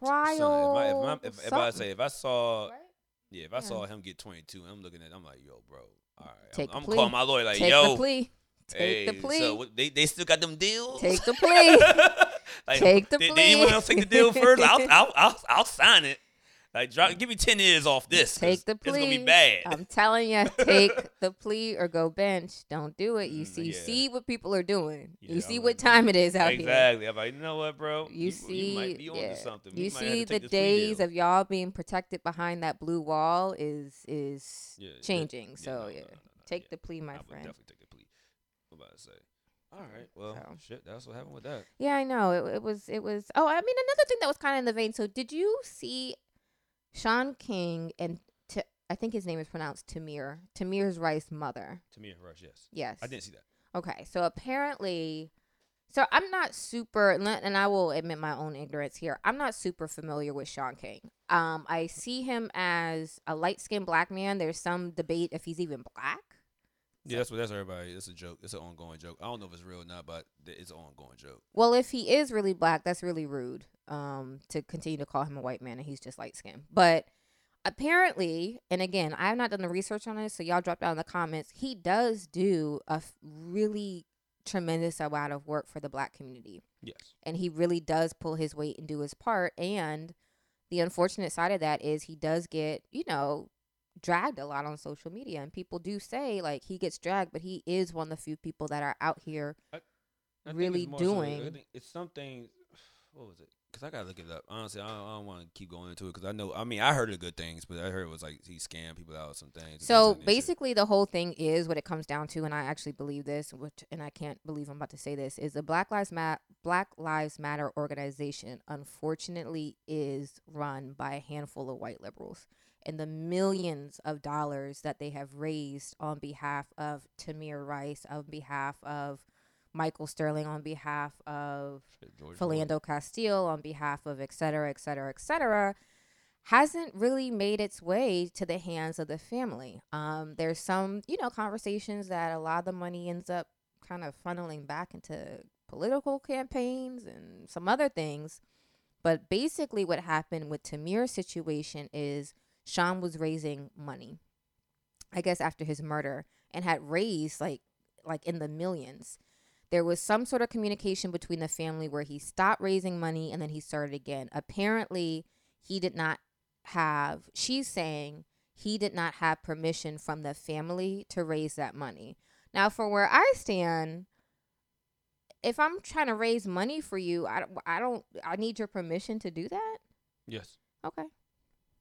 Speaker 2: trial.
Speaker 1: Son, if, I, if, my, if, if I
Speaker 2: something,
Speaker 1: say uh, if I saw
Speaker 2: right?
Speaker 1: yeah if I
Speaker 2: Yeah.
Speaker 1: saw him get 22, I'm looking at I'm like yo, bro. All right,
Speaker 2: Take the
Speaker 1: I'm, I'm
Speaker 2: plea.
Speaker 1: calling my lawyer like
Speaker 2: take
Speaker 1: yo.
Speaker 2: the plea, take the
Speaker 1: hey,
Speaker 2: plea,
Speaker 1: So what, they they still got them deals. [LAUGHS]
Speaker 2: take the plea.
Speaker 1: like,
Speaker 2: Take the
Speaker 1: did,
Speaker 2: plea.
Speaker 1: Did anyone else take the deal first?
Speaker 2: [LAUGHS]
Speaker 1: I'll, I'll, I'll, I'll sign it. Like, drop, give me ten years off this. 'cause
Speaker 2: Take the
Speaker 1: It's gonna be
Speaker 2: plea.
Speaker 1: bad.
Speaker 2: I'm
Speaker 1: [LAUGHS]
Speaker 2: telling you, take the plea or go bench. Don't do it. You
Speaker 1: Mm,
Speaker 2: see,
Speaker 1: yeah.
Speaker 2: see what people are doing.
Speaker 1: Yeah,
Speaker 2: you see
Speaker 1: I'm
Speaker 2: what
Speaker 1: like-
Speaker 2: time it is out here.
Speaker 1: exactly. I'm like, you know what, bro?
Speaker 2: You, see,
Speaker 1: might be onto
Speaker 2: yeah.
Speaker 1: something.
Speaker 2: You
Speaker 1: We might have to
Speaker 2: see, the
Speaker 1: take this plea deal.
Speaker 2: days of y'all being protected behind that blue wall is is
Speaker 1: Yeah, yeah,
Speaker 2: changing. so
Speaker 1: no, no,
Speaker 2: yeah,
Speaker 1: no, no, no,
Speaker 2: take
Speaker 1: yeah.
Speaker 2: the plea, my
Speaker 1: I would
Speaker 2: friend.
Speaker 1: definitely take the plea. I'm about to say. All right, well,
Speaker 2: So.
Speaker 1: shit. That's what happened with that.
Speaker 2: Yeah, I know. It, it was it was. Oh, I mean, another thing that was kind of in the vein. So did you see Sean King and T- I think his name is pronounced Tamir. Tamir's Rice mother.
Speaker 1: Tamir Rush, yes.
Speaker 2: Yes.
Speaker 1: I didn't see that.
Speaker 2: Okay, so apparently, so I'm not super, and I- and I will admit my own ignorance here. I'm not super familiar with Sean King. Um, I see him as a light skinned black man. There's some debate if he's even black.
Speaker 1: Yeah, that's what that's everybody. It's a joke. It's an ongoing joke. I don't know if it's real or not, but th- it's an ongoing joke.
Speaker 2: Well, if he is really black, that's really rude um, to continue to call him a white man and he's just light skinned. But apparently, and again, I have not done the research on this, so y'all drop down in the comments. He does do a f- really tremendous amount of work for the black community.
Speaker 1: Yes.
Speaker 2: and he really does pull his weight and do his part and the unfortunate side of that is he does get you know dragged a lot on social media and people do say like he gets dragged but he is one of the few people that are out here
Speaker 1: I think it's
Speaker 2: really
Speaker 1: more so- I
Speaker 2: doing.
Speaker 1: think it's something. [SIGHS] What was it? Because I gotta look it up. Honestly, I don't, I don't want to keep going into it because I know. I mean, I heard the good things, but I heard it was like he scammed people out of some things. and this,
Speaker 2: so
Speaker 1: that, and the shit.
Speaker 2: basically the whole thing is what it comes down to and i actually believe this which and i can't believe i'm about to say this is the black lives matter black lives matter organization unfortunately is run by a handful of white liberals and the millions of dollars that they have raised on behalf of tamir rice on behalf of michael sterling on behalf of
Speaker 1: Shit, George Floyd.
Speaker 2: Philando Castile on behalf of et cetera, et cetera, et cetera, hasn't really made its way to the hands of the family. Um, there's some, you know, conversations that a lot of the money ends up kind of funneling back into political campaigns and some other things. But basically, what happened with Tamir's situation is Sean was raising money, I guess, after his murder, and had raised like like in the millions there was some sort of communication between the family where he stopped raising money and then he started again. Apparently, he did not have, she's saying he did not have permission from the family to raise that money. Now, for where I stand, if I'm trying to raise money for you, I, don't- I don't, I need your permission to do that.
Speaker 1: Yes.
Speaker 2: Okay.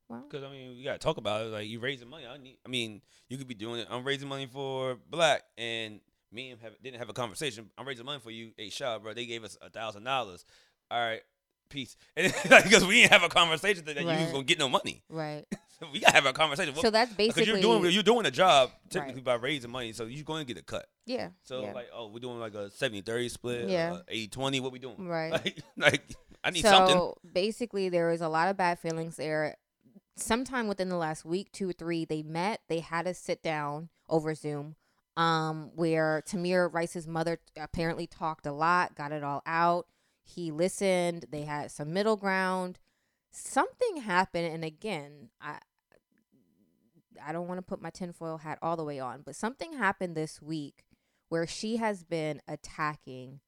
Speaker 1: Because I mean, we gotta talk about it. Like you raising money. I need. I mean, you could be doing it. I'm raising money for black, and me and him have, didn't have a conversation. I'm raising money for you. Hey, shot, bro. They gave us a thousand dollars. All right. peace. [LAUGHS] And like, because we didn't have a conversation that, that you was
Speaker 2: Right.
Speaker 1: gonna get no money. [LAUGHS]
Speaker 2: Right.
Speaker 1: we gotta have a conversation.
Speaker 2: so that's
Speaker 1: because you're
Speaker 2: basically
Speaker 1: doing you're doing a job technically
Speaker 2: Right.
Speaker 1: by raising money, so you're going to get a cut.
Speaker 2: yeah.
Speaker 1: So
Speaker 2: yeah.
Speaker 1: like, oh, we're doing like a 70-30 split,
Speaker 2: Yeah.
Speaker 1: yeah, 80-20, What we doing?
Speaker 2: Right.
Speaker 1: [LAUGHS] Like, like I need
Speaker 2: so
Speaker 1: something.
Speaker 2: basically, there was a lot of bad feelings there. Sometime within the last week, two or three, they met. They had a sit down over Zoom, um, where Tamir Rice's mother apparently talked a lot, got it all out. He listened. They had some middle ground. Something happened, and again, I I don't want to put my tinfoil hat all the way on, but something happened this week where she has been attacking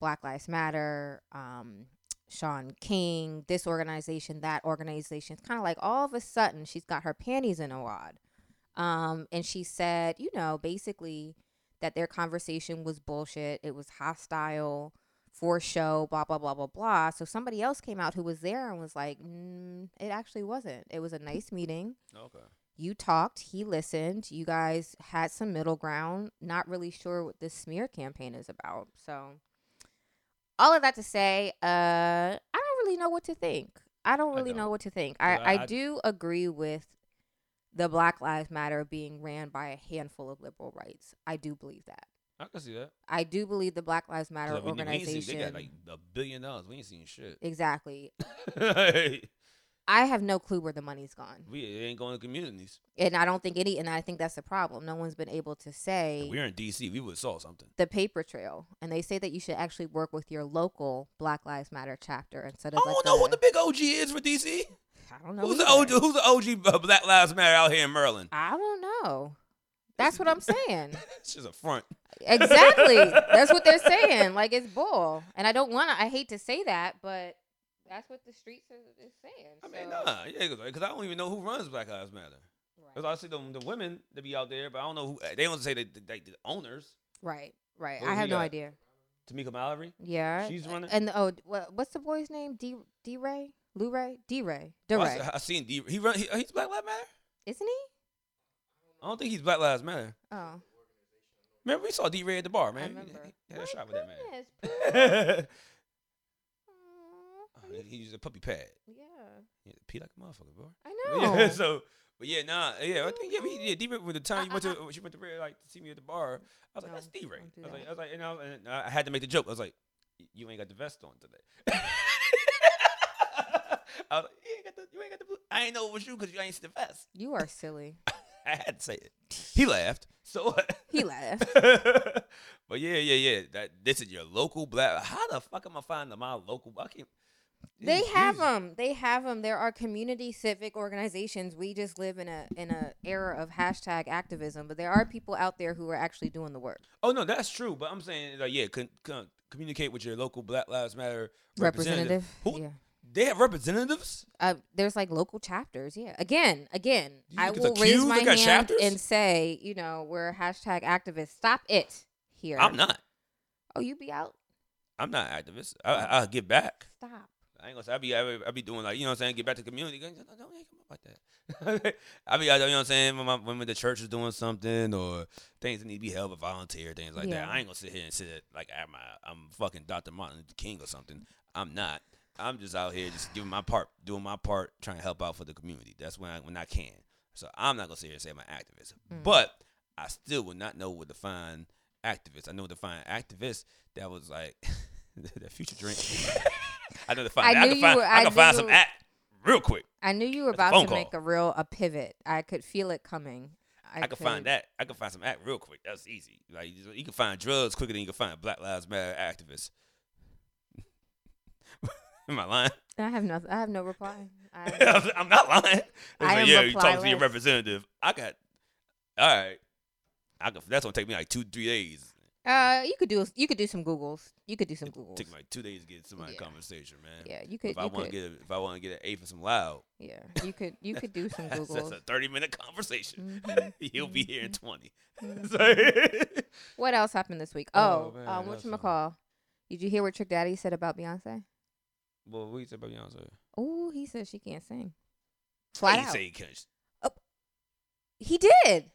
Speaker 2: Black Lives Matter, um, Sean King, this organization, that organization. It's kind of like all of a sudden she's got her panties in a wad. Um, and she said, you know, basically that their conversation was bullshit. It was hostile for show, blah, blah, blah, blah, blah. So somebody else came out who was there and was like, mm, it actually wasn't. It was a nice meeting
Speaker 1: okay.
Speaker 2: you talked, he listened, you guys had some middle ground, not really sure what this smear campaign is about. So all of that to say, uh I don't really know what to think. I don't
Speaker 1: I
Speaker 2: really know
Speaker 1: don't.
Speaker 2: what to think. I,
Speaker 1: But
Speaker 2: I,
Speaker 1: I- I-
Speaker 2: do agree with the Black Lives Matter being ran by a handful of liberal rights. I do believe that.
Speaker 1: I can see that.
Speaker 2: I do believe the Black Lives Matter
Speaker 1: 'Cause, like, we- we ain't seen-
Speaker 2: organization.
Speaker 1: they got like a billion dollars. We ain't seen shit. [LAUGHS]
Speaker 2: exactly.
Speaker 1: we
Speaker 2: I have no clue where the money's gone.
Speaker 1: it ain't going to communities.
Speaker 2: And I don't think any and I think that's the problem. No one's been able to say
Speaker 1: If we we're in D.C. We would saw something.
Speaker 2: the paper trail, and they say that you should actually work with your local Black Lives Matter chapter instead of.
Speaker 1: I
Speaker 2: like
Speaker 1: don't know who the big OG is for D.C.
Speaker 2: I don't know.
Speaker 1: Who's the OG?
Speaker 2: either.
Speaker 1: Who's the OG uh, Black Lives Matter out here in Maryland?
Speaker 2: [LAUGHS]
Speaker 1: [LAUGHS]
Speaker 2: I don't know. That's what I'm saying.
Speaker 1: It's just a front.
Speaker 2: exactly. That's what they're saying. Like it's bull, and I don't want to. I hate to say that, but that's what the streets is, is saying.
Speaker 1: I mean,
Speaker 2: so-
Speaker 1: nah, yeah, because I don't even know who runs Black Lives Matter. Because I see them, the women that be out there, but I don't know who eh, they don't say they, they, the owners.
Speaker 2: Right. Right.
Speaker 1: Who
Speaker 2: I
Speaker 1: we
Speaker 2: have no
Speaker 1: got?
Speaker 2: idea.
Speaker 1: Tamika Mallory,
Speaker 2: Yeah.
Speaker 1: she's running.
Speaker 2: and oh, wha- what's the boy's name? D D Ray, Lou Ray, D Ray, D
Speaker 1: Oh, I,
Speaker 2: Ray,
Speaker 1: see- I seen D. He run. He, uh, he's Black Lives Matter.
Speaker 2: isn't he?
Speaker 1: I don't think he's Black Lives Matter.
Speaker 2: Oh,
Speaker 1: Remember we saw D. Ray at the bar,
Speaker 2: I
Speaker 1: man. He-
Speaker 2: remember.
Speaker 1: He had a
Speaker 2: My
Speaker 1: shot with that man.
Speaker 2: goodness,
Speaker 1: [LAUGHS] Oh,
Speaker 2: Pooh.
Speaker 1: he- he used a puppy pad.
Speaker 2: Yeah,
Speaker 1: He had to pee like a motherfucker, boy.
Speaker 2: I
Speaker 1: But
Speaker 2: know.
Speaker 1: [LAUGHS] Yeah, so, but yeah, nah, yeah, I think yeah, we, yeah. D. Ray, with the time you went to, she went to Ray, like to see me at the bar. I was like,
Speaker 2: No,
Speaker 1: that's D. Ray.
Speaker 2: don't
Speaker 1: I
Speaker 2: do
Speaker 1: was like,
Speaker 2: that.
Speaker 1: I was like, and I, was- and I had to make the joke. I was like, "Y- you ain't got the vest on today. [LAUGHS] I was like, you ain't got the, you ain't got the blue. I ain't know it was you because you ain't see the vest. [LAUGHS]
Speaker 2: you are silly.
Speaker 1: I had to say it. He laughed. So what? [LAUGHS]
Speaker 2: He laughed.
Speaker 1: but yeah, yeah, yeah. That this is your local black. How the fuck am I finding my local? I can't.
Speaker 2: They
Speaker 1: Jesus.
Speaker 2: have them. They have them. There are community civic organizations. We just live in a in a era of hashtag activism, but there are people out there who are actually doing the work.
Speaker 1: Oh no, that's true. But I'm saying like yeah, con- con- communicate with your local Black Lives Matter representative.
Speaker 2: Representative.
Speaker 1: Who
Speaker 2: Yeah.
Speaker 1: they have representatives?
Speaker 2: Uh, there's like local chapters. Yeah. Again, again,
Speaker 1: You
Speaker 2: I
Speaker 1: think
Speaker 2: will
Speaker 1: it's a
Speaker 2: raise
Speaker 1: queue?
Speaker 2: my
Speaker 1: They got
Speaker 2: hand
Speaker 1: chapters?
Speaker 2: and say, you know, we're hashtag activists. Stop it here.
Speaker 1: I'm not.
Speaker 2: Oh, you be out?
Speaker 1: I'm not activist. I, I- I'll give back.
Speaker 2: Stop.
Speaker 1: I ain't gonna say I be I be, I be doing like you know what I'm saying. Get back to the community. Don't, don't, don't ain't come up like that. [LAUGHS] I be out there, you know what I'm saying. When, my, when the church is doing something or things that need to be held, by volunteer things like
Speaker 2: Yeah.
Speaker 1: that. I ain't gonna sit here and sit like I'm a, I'm fucking Dr. Martin Luther King or something. I'm not. I'm just out here just giving my part, doing my part, trying to help out for the community. That's when I when I can. So I'm not gonna sit here and say I'm an activist,
Speaker 2: Mm.
Speaker 1: but I still would not know where to find activists. I know to find activists that was like [LAUGHS] the future drink. I know to find.
Speaker 2: I
Speaker 1: I,
Speaker 2: knew
Speaker 1: can
Speaker 2: you
Speaker 1: find.
Speaker 2: were-
Speaker 1: I,
Speaker 2: I
Speaker 1: can find some
Speaker 2: knew-
Speaker 1: act real quick.
Speaker 2: I knew you were
Speaker 1: That's a
Speaker 2: about
Speaker 1: phone
Speaker 2: to
Speaker 1: call.
Speaker 2: make a real a pivot. I could feel it coming.
Speaker 1: I, can find that. I can find some act real quick. That's easy. Like you, you can find drugs quicker than you can find Black Lives Matter activists. [LAUGHS] Am I lying? [LAUGHS]
Speaker 2: I have nothing. I have no reply. I have no-
Speaker 1: I'm not lying. It's
Speaker 2: I
Speaker 1: like,
Speaker 2: am
Speaker 1: yeah, you talk to your
Speaker 2: replyless.
Speaker 1: representative. I got. All right. I can, that's gonna take me like two, three days.
Speaker 2: uh, you could do you could do some Googles. You could do some Googles.
Speaker 1: Take me like two days to get somebody
Speaker 2: Yeah.
Speaker 1: conversation, man.
Speaker 2: yeah, you could.
Speaker 1: if I
Speaker 2: you
Speaker 1: want
Speaker 2: could
Speaker 1: to get a, if I want to get an A for some loud,
Speaker 2: yeah, you could you could do
Speaker 1: [LAUGHS]
Speaker 2: some
Speaker 1: that's, that's
Speaker 2: Googles.
Speaker 1: a thirty minute conversation.
Speaker 2: Mhm.
Speaker 1: [LAUGHS] He'll be here in twenty. [LAUGHS]
Speaker 2: Mhm.
Speaker 1: So-
Speaker 2: What else happened this week?
Speaker 1: Oh,
Speaker 2: Oh,
Speaker 1: man,
Speaker 2: um,
Speaker 1: that's
Speaker 2: what you call? Did you hear what Trick Daddy said about Beyonce?
Speaker 1: [LAUGHS] Well, what you say about Beyonce?
Speaker 2: Oh, he said she can't sing.
Speaker 1: I
Speaker 2: Flat
Speaker 1: ain't
Speaker 2: out.
Speaker 1: say he can't. sh-
Speaker 2: He did.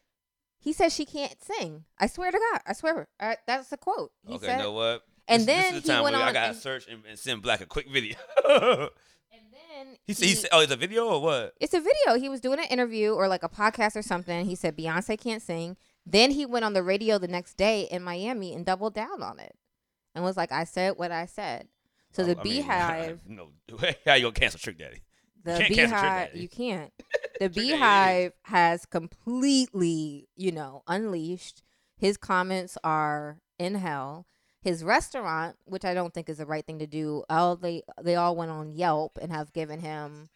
Speaker 2: He said she can't sing. I swear to God. I swear. Uh, that's the quote. He
Speaker 1: okay,
Speaker 2: said,
Speaker 1: know what?
Speaker 2: And
Speaker 1: This-
Speaker 2: then
Speaker 1: this is the
Speaker 2: he
Speaker 1: time
Speaker 2: went
Speaker 1: where
Speaker 2: on.
Speaker 1: I gotta
Speaker 2: and,
Speaker 1: search and, and send Black a quick video. [LAUGHS]
Speaker 2: and then
Speaker 1: he said, he said, "Oh, it's a video or what?"
Speaker 2: It's a video. He was doing an interview or like a podcast or something. He said Beyonce can't sing. Then he went on the radio the next day in Miami and doubled down on it and was like, I said what I said. So the
Speaker 1: I- I mean, [LAUGHS]
Speaker 2: beehive,
Speaker 1: no, how you gonna cancel Trick Daddy?
Speaker 2: the
Speaker 1: can't cancel Trick
Speaker 2: beehive,
Speaker 1: Daddy.
Speaker 2: you can't.
Speaker 1: [LAUGHS]
Speaker 2: The
Speaker 1: Daddy is-
Speaker 2: beehive has completely, you know, unleashed. His comments are in hell. His restaurant, which I don't think is the right thing to do, all they they all went on Yelp and have given him,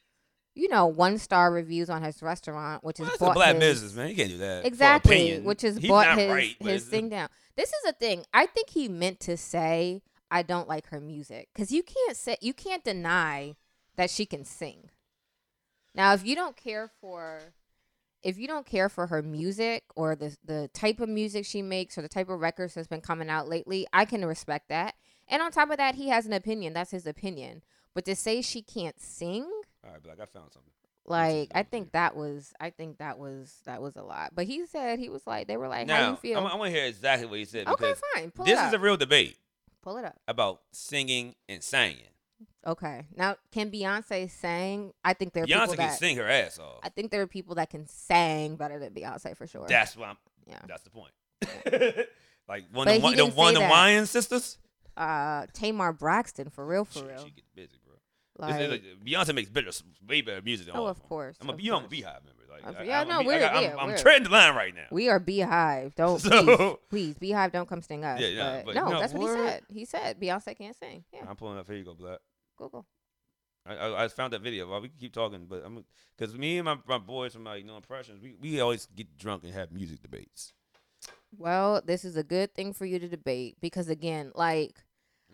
Speaker 2: you know, one star reviews on his restaurant, which is
Speaker 1: That's a
Speaker 2: bought
Speaker 1: black
Speaker 2: his-
Speaker 1: business, man. You can't do that. For
Speaker 2: Exactly,
Speaker 1: opinion.
Speaker 2: which is
Speaker 1: He's
Speaker 2: brought
Speaker 1: not
Speaker 2: his
Speaker 1: right, but
Speaker 2: his
Speaker 1: it's-
Speaker 2: thing down. This is the thing. I think he meant to say, "I don't like her music," because you can't say you can't deny that she can sing. Now, if you don't care for, if you don't care for her music or the the type of music she makes or the type of records that's been coming out lately, I can respect that. And on top of that, he has an opinion. That's his opinion. But to say she can't sing,
Speaker 1: [LAUGHS] All right, Black, I found something.
Speaker 2: like I
Speaker 1: okay.
Speaker 2: think that was I think that was that was a lot. But he said he was like they were like,
Speaker 1: now,
Speaker 2: How you feel?
Speaker 1: I want to hear exactly what he said
Speaker 2: okay,
Speaker 1: because
Speaker 2: fine. Pull
Speaker 1: this
Speaker 2: it
Speaker 1: is
Speaker 2: up.
Speaker 1: a real debate
Speaker 2: Pull it up.
Speaker 1: about singing and singing.
Speaker 2: Okay. Now can Beyonce sing? I think there are people
Speaker 1: Beyonce can
Speaker 2: that
Speaker 1: sing her ass off.
Speaker 2: I think there are people that can sing better than Beyonce for sure.
Speaker 1: That's why. I'm-
Speaker 2: Yeah.
Speaker 1: That's the point. [LAUGHS] like one, of
Speaker 2: But he
Speaker 1: the, one, the,
Speaker 2: didn't
Speaker 1: one
Speaker 2: say
Speaker 1: the
Speaker 2: that.
Speaker 1: Wyan sisters.
Speaker 2: uh Tamar Braxton for real Oh, for
Speaker 1: She-
Speaker 2: real.
Speaker 1: She gets busy, bro. This
Speaker 2: Like
Speaker 1: is like- Beyonce makes better, way better music than
Speaker 2: Oh
Speaker 1: all
Speaker 2: of course.
Speaker 1: I'm a,
Speaker 2: of
Speaker 1: you know, I'm a
Speaker 2: course.
Speaker 1: Beehive member. Like,
Speaker 2: Of-
Speaker 1: I-
Speaker 2: yeah,
Speaker 1: I'm a
Speaker 2: no,
Speaker 1: Bee- I
Speaker 2: we're-
Speaker 1: got-
Speaker 2: yeah,
Speaker 1: I'm, I'm
Speaker 2: we're-
Speaker 1: treading the line right now.
Speaker 2: We are Beehive.
Speaker 1: [LAUGHS]
Speaker 2: Don't
Speaker 1: So-
Speaker 2: please, please, Beehive, don't come sting us.
Speaker 1: Yeah, yeah,
Speaker 2: but
Speaker 1: but
Speaker 2: no,
Speaker 1: no,
Speaker 2: that's what he
Speaker 1: word. Uh,
Speaker 2: said. He said Beyonce can't sing. Yeah,
Speaker 1: I'm pulling up. Here you go, Black.
Speaker 2: Google.
Speaker 1: I, I, I found that video. Well, we can keep talking, but I'm because me and my, my boys from like No Impressions, we, we always get drunk and have music debates.
Speaker 2: Well, this is a good thing for you to debate because again, like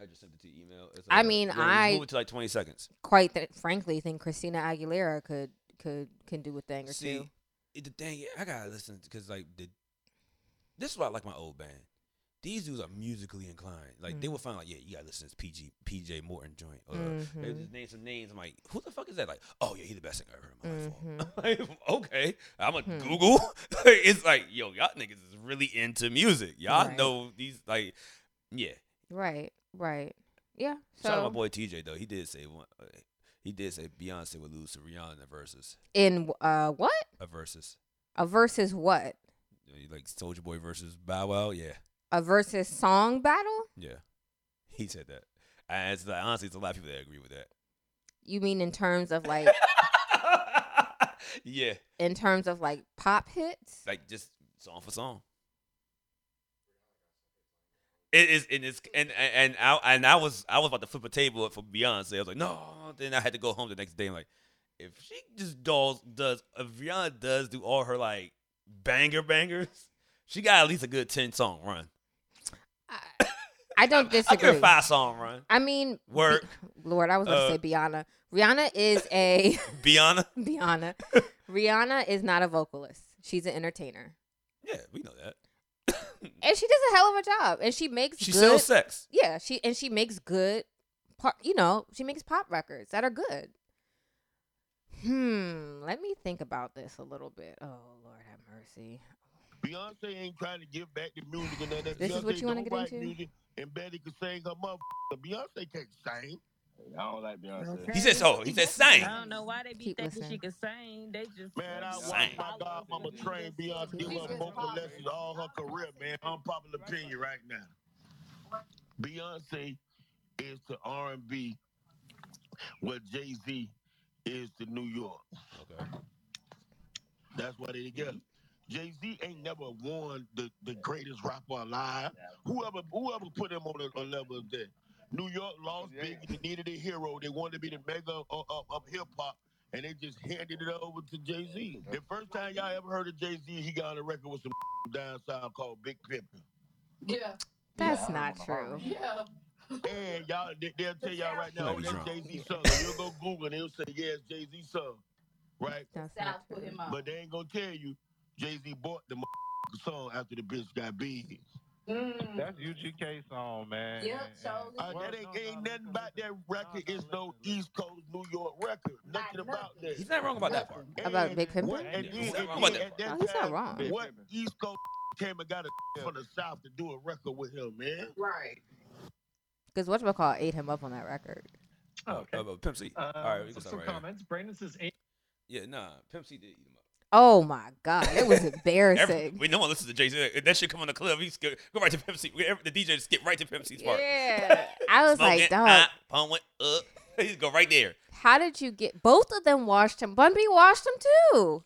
Speaker 1: I just sent it to email. It's
Speaker 2: I
Speaker 1: like-
Speaker 2: mean,
Speaker 1: no,
Speaker 2: I-
Speaker 1: move it to like 20 seconds.
Speaker 2: quite th- frankly think Christina Aguilera could could can do a thing or two.
Speaker 1: See, it, the thing I gotta listen because like the this is why I like my old band. These dudes are musically inclined. Like they
Speaker 2: Mhm.
Speaker 1: would find like, yeah, you gotta listen to this PG PJ Morton joint. Or they
Speaker 2: Mhm.
Speaker 1: just name some names. I'm like, who the fuck is that? Like, oh yeah, he the best singer I ever heard in my
Speaker 2: Mhm.
Speaker 1: life. [LAUGHS] Like, okay, I'm gonna
Speaker 2: Hmm.
Speaker 1: Google. [LAUGHS] it's like, yo, y'all niggas is really into music. Y'all all
Speaker 2: Right.
Speaker 1: know these like, yeah.
Speaker 2: Right, right. Yeah. So
Speaker 1: Shout out my boy TJ though. He did say one. Uh, he did say Beyonce would lose to Rihanna in a versus
Speaker 2: in uh what?
Speaker 1: a versus.
Speaker 2: A versus what?
Speaker 1: You know, like Soldier Boy versus Bow Wow. Yeah,
Speaker 2: A versus song battle?
Speaker 1: yeah. [LAUGHS] He said that. And it's like, honestly, it's a lot of people that agree with that. [LAUGHS]
Speaker 2: You mean in terms of like
Speaker 1: yeah,
Speaker 2: in terms of like pop hits?
Speaker 1: like just song for song. It is, and it's, and and and I and I was I was about to flip a table for Beyonce. I was like, no. Then I had to go home the next day. and like, if she just does does if Rihanna does do all her like banger bangers, she got at least a good ten song run.
Speaker 2: I, I don't
Speaker 1: I give her
Speaker 2: disagree.
Speaker 1: five song run.
Speaker 2: I mean, Be- [LAUGHS]
Speaker 1: Work,
Speaker 2: Lord, I was going to
Speaker 1: Uh,
Speaker 2: say Bianna. Rihanna is a [LAUGHS]
Speaker 1: Beyonce. [LAUGHS]
Speaker 2: Bianna. Rihanna is not a vocalist. She's an entertainer,
Speaker 1: Yeah, we know that.
Speaker 2: and she does a hell of a job. And she makes
Speaker 1: She
Speaker 2: good,
Speaker 1: sells sex.
Speaker 2: Yeah, she and she makes good, pop, you know, she makes pop records that are good. Hmm, let me think about this a little bit. Oh Lord, have mercy.
Speaker 3: Beyonce ain't trying to give back the music and none of that.
Speaker 2: This is what
Speaker 3: Beyonce
Speaker 2: you wanna
Speaker 3: don't
Speaker 2: get
Speaker 3: write
Speaker 2: into?
Speaker 3: Music and Betty can sing her mother. Beyonce can't sing. I don't like Beyonce.
Speaker 1: He said so. Oh, He said sing.
Speaker 4: I don't know why they be
Speaker 2: Keep
Speaker 4: thinking
Speaker 2: listening.
Speaker 4: she could sing. They just
Speaker 3: Man, I
Speaker 1: Sing.
Speaker 3: watched my godmama train Beyonce give her vocal lessons all her career, man. Unpopular opinion right now. Beyonce is to R&B what Jay-Z is to New York.
Speaker 1: Okay.
Speaker 3: That's why they together. Jay Z ain't never won the, the greatest rapper alive. Whoever whoever put him on a, a level of that. New York lost big. They needed a hero. They wanted to be the mega of, of, of hip hop, and they just handed it over to Jay Z. The first time y'all ever heard of Jay Z, he got on a record with some [LAUGHS] down south called Big Pimpin'.
Speaker 2: That's not true.
Speaker 3: And y'all, they, they'll tell y'all right now,
Speaker 1: Might be
Speaker 3: that's
Speaker 1: drunk.
Speaker 3: Jay Z song. You'll go Google and they'll say, yeah, it's Jay Z song, right?
Speaker 2: That's not true.
Speaker 3: But they ain't gonna tell you Jay Z bought the [LAUGHS] song after the bitch got big.
Speaker 5: That's UGK song, man.
Speaker 6: Yep,
Speaker 5: And-
Speaker 6: so-
Speaker 5: and-
Speaker 3: Uh, that ain't, ain't nothing about that record. It's no East Coast New York record. Nothing about that.
Speaker 1: He's not wrong about that part.
Speaker 2: About Big
Speaker 3: And
Speaker 2: Pimpin'?
Speaker 3: what- and
Speaker 5: Yeah,
Speaker 3: then-
Speaker 1: he's not
Speaker 3: and
Speaker 1: wrong about
Speaker 3: then
Speaker 1: that
Speaker 3: at
Speaker 2: No,
Speaker 3: that
Speaker 2: he's not
Speaker 3: time,
Speaker 2: wrong.
Speaker 3: What [LAUGHS] East Coast came and got a from the South to do a record with him, man?
Speaker 6: Right.
Speaker 2: Because whatchamacallit ate him up on that record.
Speaker 1: Uh,
Speaker 6: Okay.
Speaker 1: uh, Pimp C.
Speaker 6: Um,
Speaker 1: All right, we can
Speaker 6: some
Speaker 1: stop right here.
Speaker 6: comments. Brandon says, "Ain't
Speaker 1: Yeah, nah, Pimp C did eat him up.
Speaker 2: Oh my god,
Speaker 1: [LAUGHS]
Speaker 2: it was
Speaker 1: Every,
Speaker 2: embarrassing.
Speaker 1: we no one listens to Jay Z. If that shit come on the club, he skip, go right to Pimp C. We- every- The DJ skip right to Pimp C's part.
Speaker 2: yeah, I was
Speaker 1: Smoke
Speaker 2: like,
Speaker 1: it,
Speaker 2: dog,
Speaker 1: ah, pump it up. [LAUGHS] He go right there.
Speaker 2: how did you get both of them washed him? Bun B washed him too.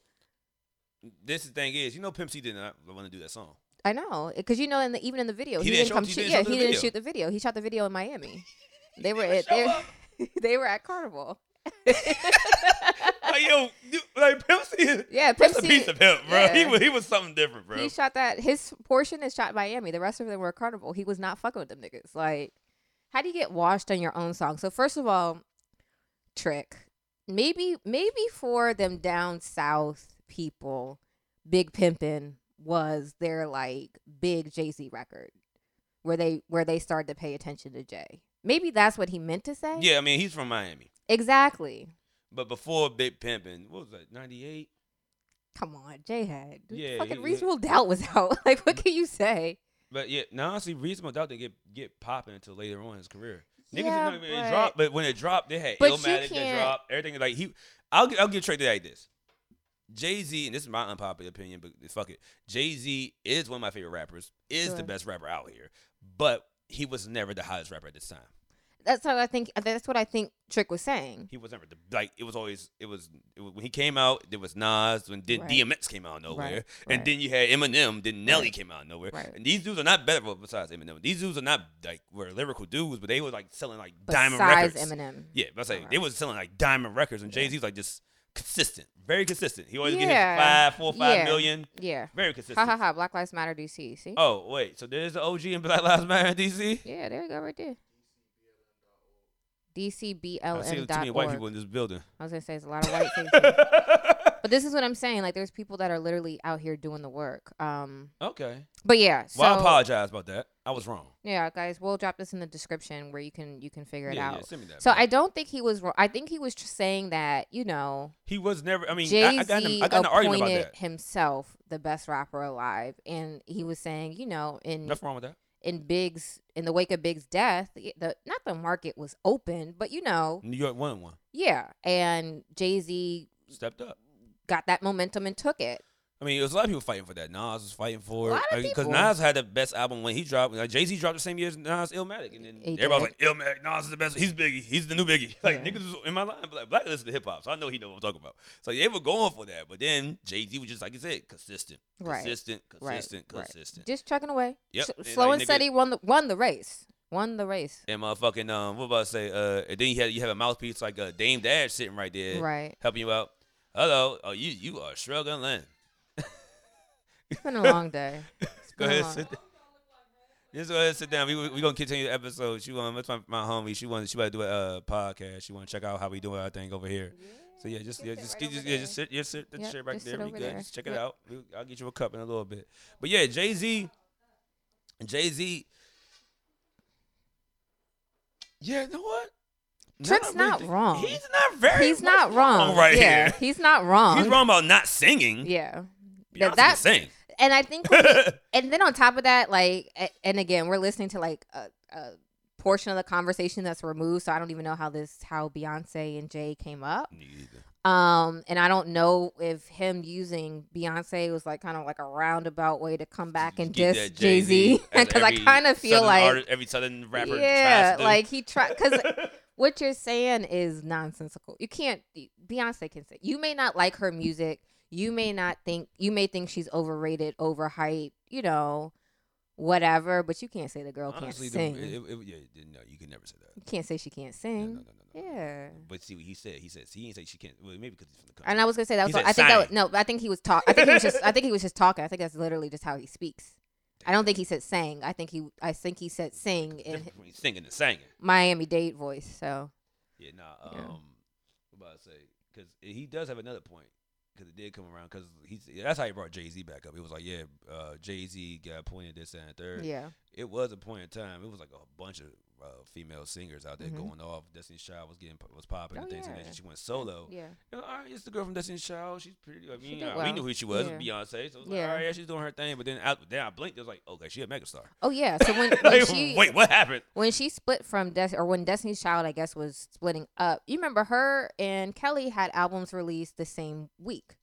Speaker 1: This the thing is, you know, Pimp C did not want to do that
Speaker 2: [LAUGHS]
Speaker 1: song.
Speaker 2: I know, because you know, in the, even in the video,
Speaker 1: He
Speaker 2: he,
Speaker 1: didn't
Speaker 2: didn't
Speaker 1: show
Speaker 2: come
Speaker 1: up- he
Speaker 2: shoot.
Speaker 1: didn't show
Speaker 2: Yeah,
Speaker 1: up to
Speaker 2: he
Speaker 1: the
Speaker 2: didn't
Speaker 1: video.
Speaker 2: shoot the video. He shot the video
Speaker 1: [LAUGHS]
Speaker 2: in Miami. They were at they, [LAUGHS] they were at Carnival.
Speaker 1: like yo, you, like Pimp C is
Speaker 2: Yeah, Pimp
Speaker 1: that's
Speaker 2: C.
Speaker 1: a piece of him, bro. He
Speaker 2: yeah.
Speaker 1: was he was something different, bro.
Speaker 2: He shot that. His portion is shot in Miami. The rest of them were at Carnival. He was not fucking with them niggas. Like, how do you get washed on your own song? So first of all, trick. Maybe maybe for them down south people, Big Pimpin' was their like big Jay Z record, where they where they started to pay attention to Jay. Maybe that's what he meant to say.
Speaker 1: yeah, I mean he's from Miami,
Speaker 2: exactly.
Speaker 1: but before Big Pimpin', what was that? Ninety eight.
Speaker 2: Come on, Jay had
Speaker 1: Yeah,
Speaker 2: fucking
Speaker 1: he- he-
Speaker 2: reasonable doubt was [LAUGHS] out. like, what can you say?
Speaker 1: But yeah, now honestly, reasonable doubt didn't get get popping until later on in his career. Niggas
Speaker 2: Yeah,
Speaker 1: didn't know when it
Speaker 2: but-
Speaker 1: dropped, but when it dropped, they had
Speaker 2: But you
Speaker 1: Illmatic that
Speaker 2: can't-
Speaker 1: dropped. Everything like he, I'll gi- I'll give Trey like this. Jay Z, and this is my unpopular opinion, but fuck it. Jay Z is one of my favorite rappers. Is the
Speaker 2: Sure.
Speaker 1: best rapper out here, but he was never the hottest rapper at this time.
Speaker 2: That's what I think. uh, That's what I think Trick was saying.
Speaker 1: He was never the like. It was always it was, it was- when he came out. There was Nas. When then
Speaker 2: Right.
Speaker 1: DMX came out of nowhere,
Speaker 2: Right,
Speaker 1: and
Speaker 2: right.
Speaker 1: then you had Eminem. Then Nelly
Speaker 2: Right.
Speaker 1: came out of nowhere.
Speaker 2: Right.
Speaker 1: And these dudes are not better. Well, besides Eminem, these dudes are not like were lyrical dudes, but they were like selling like diamond
Speaker 2: Besides
Speaker 1: records.
Speaker 2: Eminem.
Speaker 1: Yeah, but I say
Speaker 2: Alright.
Speaker 1: they was selling like diamond records, and Jay Z was like just consistent, very consistent. He always getting
Speaker 2: Yeah.
Speaker 1: five, four, five
Speaker 2: Yeah.
Speaker 1: million,
Speaker 2: Yeah.
Speaker 1: very
Speaker 2: Ha
Speaker 1: consistent.
Speaker 2: ha ha. Black Lives Matter DC. See?
Speaker 1: Oh wait, so there's the OG and Black Lives Matter in DC.
Speaker 2: Yeah, there you go right there.
Speaker 1: I see too
Speaker 2: DCBLM dot
Speaker 1: many white
Speaker 2: org.
Speaker 1: people in this building.
Speaker 2: [LAUGHS] I was gonna say it's a lot of white faces. But this is what I'm saying. Like, there's people that are literally out here doing the work. Um,
Speaker 1: okay.
Speaker 2: but yeah. So,
Speaker 1: Well, I apologize about that. I was wrong.
Speaker 2: Yeah, guys, we'll drop this in the description where you can you can figure it
Speaker 1: Yeah,
Speaker 2: out.
Speaker 1: yeah, send me that,
Speaker 2: so
Speaker 1: bro.
Speaker 2: I don't think he was wrong. I think he was just saying that you know
Speaker 1: He was never. I mean,
Speaker 2: Jay
Speaker 1: I, I
Speaker 2: Z
Speaker 1: got in,
Speaker 2: appointed
Speaker 1: a- I got in an argument about that.
Speaker 2: himself the best rapper alive, and he was saying, you know, in
Speaker 1: Nothing wrong with that.
Speaker 2: in Big's in the wake of Big's death, the the- not the market was open, but you know,
Speaker 1: New York won one.
Speaker 2: yeah, and Jay Z
Speaker 1: Stepped up.
Speaker 2: got that momentum and took it.
Speaker 1: I mean, it was a lot of people fighting for that. Nas was fighting for
Speaker 2: Lot of
Speaker 1: it because
Speaker 2: people.
Speaker 1: Nas had the best album when he dropped. Like Jay Z dropped the same year as Nas, Illmatic, and then
Speaker 2: He
Speaker 1: everybody was like, "Illmatic, Nas is the best. He's Biggie. He's the new Biggie." [LAUGHS] Like
Speaker 2: Yeah.
Speaker 1: niggas was in my line, but like black listen to hip hop, so I know he know what I'm talking about. So they were going for that, but then Jay Z was just like you said, consistent,
Speaker 2: Right.
Speaker 1: consistent,
Speaker 2: Right,
Speaker 1: consistent,
Speaker 2: right.
Speaker 1: consistent.
Speaker 2: Just chugging away.
Speaker 1: Yep,
Speaker 2: S-
Speaker 1: and
Speaker 2: slow
Speaker 1: like,
Speaker 2: and
Speaker 1: nigga-
Speaker 2: steady won the won the race. Won the race.
Speaker 1: And motherfucking um, what about I say? Uh, and then you had you have a mouthpiece like uh, Dame Dash sitting right there, [LAUGHS]
Speaker 2: Right.
Speaker 1: helping you out. Hello, oh you you are struggling.
Speaker 2: It's been a long day. It's
Speaker 1: Go
Speaker 2: been a
Speaker 1: ahead,
Speaker 2: long-
Speaker 1: sit. down. Just go ahead, and sit down. We we gonna continue the episode. She want that's my, my homie. She want she about to do a uh, podcast. She want to check out how we doing our thing over here. So yeah, just
Speaker 2: Just
Speaker 1: yeah,
Speaker 2: sit
Speaker 1: just
Speaker 2: right
Speaker 1: get-
Speaker 2: over
Speaker 1: just, yeah,
Speaker 2: there.
Speaker 1: just sit yeah, sit that
Speaker 2: Yep,
Speaker 1: shit right
Speaker 2: just sit
Speaker 1: there. We
Speaker 2: over
Speaker 1: good.
Speaker 2: there.
Speaker 1: Just check it
Speaker 2: Yep.
Speaker 1: out. We, I'll get you a cup in a little bit. But yeah, Jay Z, Jay Z. Yeah, you know what? Now
Speaker 2: Trick's
Speaker 1: that I really
Speaker 2: not
Speaker 1: think-
Speaker 2: wrong.
Speaker 1: He's not very.
Speaker 2: He's
Speaker 1: much [LAUGHS]
Speaker 2: not wrong.
Speaker 1: right
Speaker 2: yeah,
Speaker 1: here.
Speaker 2: He's not wrong.
Speaker 1: He's wrong about not singing. Yeah,
Speaker 2: Yeah.
Speaker 1: Beyonce
Speaker 2: That- that-
Speaker 1: can sing.
Speaker 2: And I think [LAUGHS] and then on top of that, like, a- and again, we're listening to like a, a portion of the conversation that's removed, so I don't even know how this, how Beyonce and Jay came up. Um, and I don't know if him using Beyonce was like kind of like a roundabout way to come back and
Speaker 1: Keep
Speaker 2: diss
Speaker 1: that
Speaker 2: Jay Z [LAUGHS]
Speaker 1: as
Speaker 2: because I
Speaker 1: every
Speaker 2: kind of feel
Speaker 1: Southern
Speaker 2: like,
Speaker 1: artist- every southern rapper. tries to
Speaker 2: yeah,
Speaker 1: do. [LAUGHS]
Speaker 2: like he tried because. What you're saying is nonsensical. You can't. Beyonce can say you may not like her music. You may not think. You may think she's overrated, overhyped. You know, whatever. But you can't say the girl
Speaker 1: honestly, the,
Speaker 2: can't sing.
Speaker 1: it, it, yeah, yeah, no, you can never say that.
Speaker 2: you can't say she can't
Speaker 1: No, no,
Speaker 2: sing.
Speaker 1: no, no, no.
Speaker 2: Yeah.
Speaker 1: But see what he said. He said he didn't say she can't. Well, maybe because he's from the country.
Speaker 2: And I was gonna say that
Speaker 1: He
Speaker 2: was.
Speaker 1: said
Speaker 2: all- I think that was,
Speaker 1: sang.
Speaker 2: no. I think he was talk. I think he was just. I think he was just talking. I think that's literally just how he speaks. I don't think he said sang. I think he. I eh, think he said sing
Speaker 1: Difference [LAUGHS]
Speaker 2: in
Speaker 1: between singing and singing.
Speaker 2: Miami Dade voice. So
Speaker 1: Yeah, nah. Um,
Speaker 2: Yeah.
Speaker 1: what about to say? Because he does have another point. Because it did come around. Because he's that's how he brought Jay Z back up. He was like, yeah, uh, Jay Z got appointed this and that, third.
Speaker 2: yeah.
Speaker 1: it was a point in time. It was like a bunch of uh, female singers out there
Speaker 2: Mhm.
Speaker 1: going off. Destiny's Child was getting was popping and
Speaker 2: Oh,
Speaker 1: things, and
Speaker 2: yeah.
Speaker 1: then she went solo.
Speaker 2: Yeah.
Speaker 1: You know, all right, it's the girl from Destiny's Child. She's pretty. I mean,
Speaker 2: did
Speaker 1: uh, we
Speaker 2: well.
Speaker 1: knew who she was. It was
Speaker 2: Yeah.
Speaker 1: Beyonce. So it was like,
Speaker 2: Yeah.
Speaker 1: all right, yeah, she's doing her thing. But then, out, then I blinked. It was like, okay, she a megastar.
Speaker 2: Oh yeah.
Speaker 1: [LAUGHS]
Speaker 2: So when, when
Speaker 1: like,
Speaker 2: she
Speaker 1: wait, what happened?
Speaker 2: when she split from Des or when Destiny's Child, I guess, was splitting up. You remember her and Kelly had albums released the same week,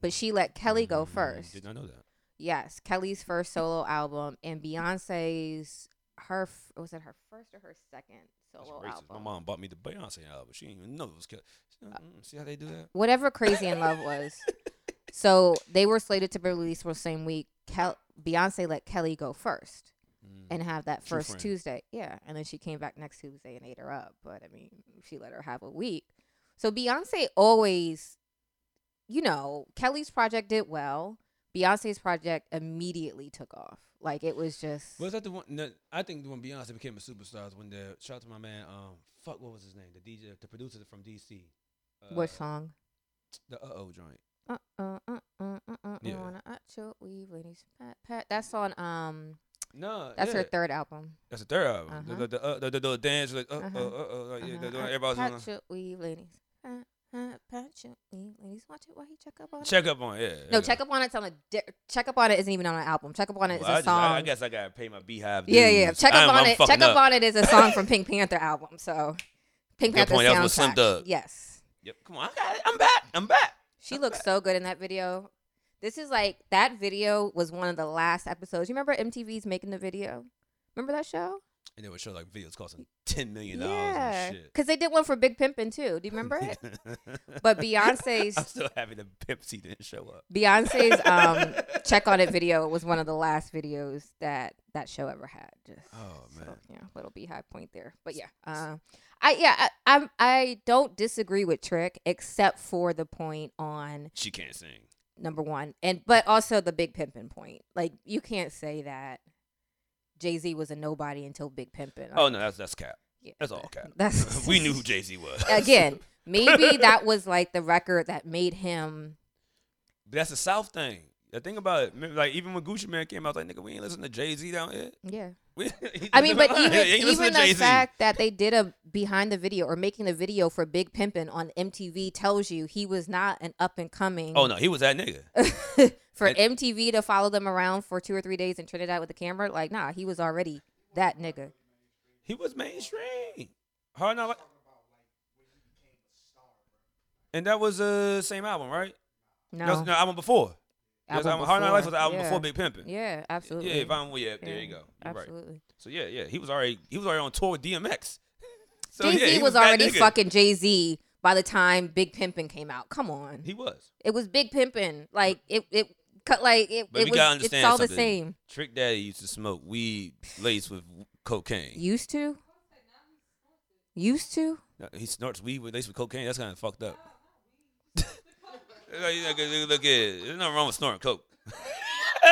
Speaker 2: but she let Kelly go
Speaker 1: Mm,
Speaker 2: first.
Speaker 1: Did not know that.
Speaker 2: Yes, Kelly's first solo album and Beyonce's her f- was it her first or her second
Speaker 1: That's
Speaker 2: solo
Speaker 1: racist. My
Speaker 2: album? Uh,
Speaker 1: mom bought me the Beyonce album. She didn't even know it was Kelly. See how they do that?
Speaker 2: Whatever Crazy in Love
Speaker 1: [LAUGHS]
Speaker 2: was. So they were slated to be released for the same week. Kel- Beyonce let Kelly go first
Speaker 1: Mm.
Speaker 2: and have that
Speaker 1: True
Speaker 2: first
Speaker 1: friend.
Speaker 2: Tuesday. Yeah, and then she came back next Tuesday and ate her up. But I mean, she let her have a week. So Beyonce always, you know, Kelly's project did well. Beyonce's project immediately took off. Like it was just.
Speaker 1: Was that the one? No, I think when Beyonce became a superstar is when the shout out to my man. Um, fuck, what was his name? The DJ, the producer from DC. Uh,
Speaker 2: What song?
Speaker 1: The Uh Oh joint.
Speaker 2: Uh uh uh uh uh uh.
Speaker 1: Yeah.
Speaker 2: Wanna I chill, we ladies, pat pat. That's on um.
Speaker 1: No,
Speaker 2: That's her
Speaker 1: yeah.
Speaker 2: third album.
Speaker 1: That's the third album. The-
Speaker 2: Uh-huh.
Speaker 1: The, the, uh, the, the, the dance like uh uh
Speaker 2: Uh-huh.
Speaker 1: uh uh. like, yeah,
Speaker 2: Uh-huh.
Speaker 1: they're doing-
Speaker 2: I
Speaker 1: everybody's on.
Speaker 2: pat
Speaker 1: the-
Speaker 2: your weave, ladies. Uh, uh, pat your weave, ladies. Watch it while he check up on it.
Speaker 1: Check up on yeah.
Speaker 2: No,
Speaker 1: yeah.
Speaker 2: check up on it's on a di- check up on it isn't even on an album. Check up on it is
Speaker 1: Well, I,
Speaker 2: a
Speaker 1: just- I-
Speaker 2: song.
Speaker 1: I guess I gotta pay my beehive.
Speaker 2: yeah, yeah.
Speaker 1: dues.
Speaker 2: Check up
Speaker 1: I'm-
Speaker 2: on
Speaker 1: I'm
Speaker 2: it. Check
Speaker 1: fucking
Speaker 2: up on
Speaker 1: [LAUGHS]
Speaker 2: it is a song from Pink Panther album. So Pink
Speaker 1: Good
Speaker 2: Panther
Speaker 1: point. That was with Slim
Speaker 2: soundtrack.
Speaker 1: Thug.
Speaker 2: Yes,
Speaker 1: Yep. Come on, I got it. I'm back. I'm back.
Speaker 2: she looks so good in that video. This is like that video was one of the last episodes. You remember MTV's making the video? Remember that show?
Speaker 1: And they would show like videos costing ten million dollars
Speaker 2: yeah,
Speaker 1: and shit.
Speaker 2: because they did one for Big Pimpin' too. Do
Speaker 1: [LAUGHS]
Speaker 2: you remember it? But
Speaker 1: I'm
Speaker 2: Beyonce's
Speaker 1: still happy the Pepsi didn't show up.
Speaker 2: Beyonce's um check on it video was one of the last videos that that show ever had. Just,
Speaker 1: Oh,
Speaker 2: so,
Speaker 1: man.
Speaker 2: yeah, little beehive point there, but yeah, um, I yeah, I, I'm I don't disagree with Trick except for the point on
Speaker 1: She can't sing.
Speaker 2: number one, and but also the Big Pimpin' point. Like you can't say that Jay Z was a nobody until Big Pimpin'.
Speaker 1: Oh no, that's that's cap.
Speaker 2: yeah, Uh,
Speaker 1: that's all cap.
Speaker 2: [LAUGHS]
Speaker 1: [LAUGHS]
Speaker 2: That's
Speaker 1: we knew who Jay Z was.
Speaker 2: again.
Speaker 1: [LAUGHS]
Speaker 2: Maybe that was like the record that made him
Speaker 1: But that's the South thing. The thing about it, remember, like even when Gucci Man came out, I was like nigga, we ain't listen to Jay Z down here. [LAUGHS]
Speaker 2: yeah.
Speaker 1: We,
Speaker 2: I mean, but
Speaker 1: You [LAUGHS]
Speaker 2: even,
Speaker 1: ain't listen
Speaker 2: even
Speaker 1: to
Speaker 2: the
Speaker 1: Jay-Z.
Speaker 2: fact that they did a behind the video or making the video for Big Pimpin' on MTV tells you he was not an up and coming.
Speaker 1: Oh no, he was that nigga.
Speaker 2: [LAUGHS] for
Speaker 1: And-
Speaker 2: MTV to follow them around for two or three days in Trinidad with the camera, like nah, he was already that nigga.
Speaker 1: He was mainstream. Hard not like. And that was the uh, same album, right?
Speaker 2: No,
Speaker 1: That was the album before. That's
Speaker 2: album
Speaker 1: album- Hard Knock Life was the album
Speaker 2: yeah.
Speaker 1: before Big Pimpin'.
Speaker 2: Yeah, absolutely.
Speaker 1: Yeah, if I'm yeah, there
Speaker 2: Yeah,
Speaker 1: you go. You're right.
Speaker 2: Absolutely.
Speaker 1: So yeah, yeah, he was already he was already on tour with DMX. [LAUGHS] So,
Speaker 2: Jay Z
Speaker 1: yeah, he
Speaker 2: was,
Speaker 1: that
Speaker 2: already
Speaker 1: nigga.
Speaker 2: fucking Jay Z by the time Big Pimpin' came out. Come on,
Speaker 1: He was.
Speaker 2: it was Big Pimpin'. Like it, it cut like it.
Speaker 1: But
Speaker 2: it
Speaker 1: we
Speaker 2: was,
Speaker 1: gotta understand
Speaker 2: it's all the
Speaker 1: something.
Speaker 2: same.
Speaker 1: Trick Daddy used to smoke weed laced with cocaine.
Speaker 2: Used to. Used to.
Speaker 1: No, Uh, He snorts weed with laced with cocaine. That's kind of fucked up. [LAUGHS] Like, you know, 'cause look, look at there's nothing wrong with snorting coke. [LAUGHS]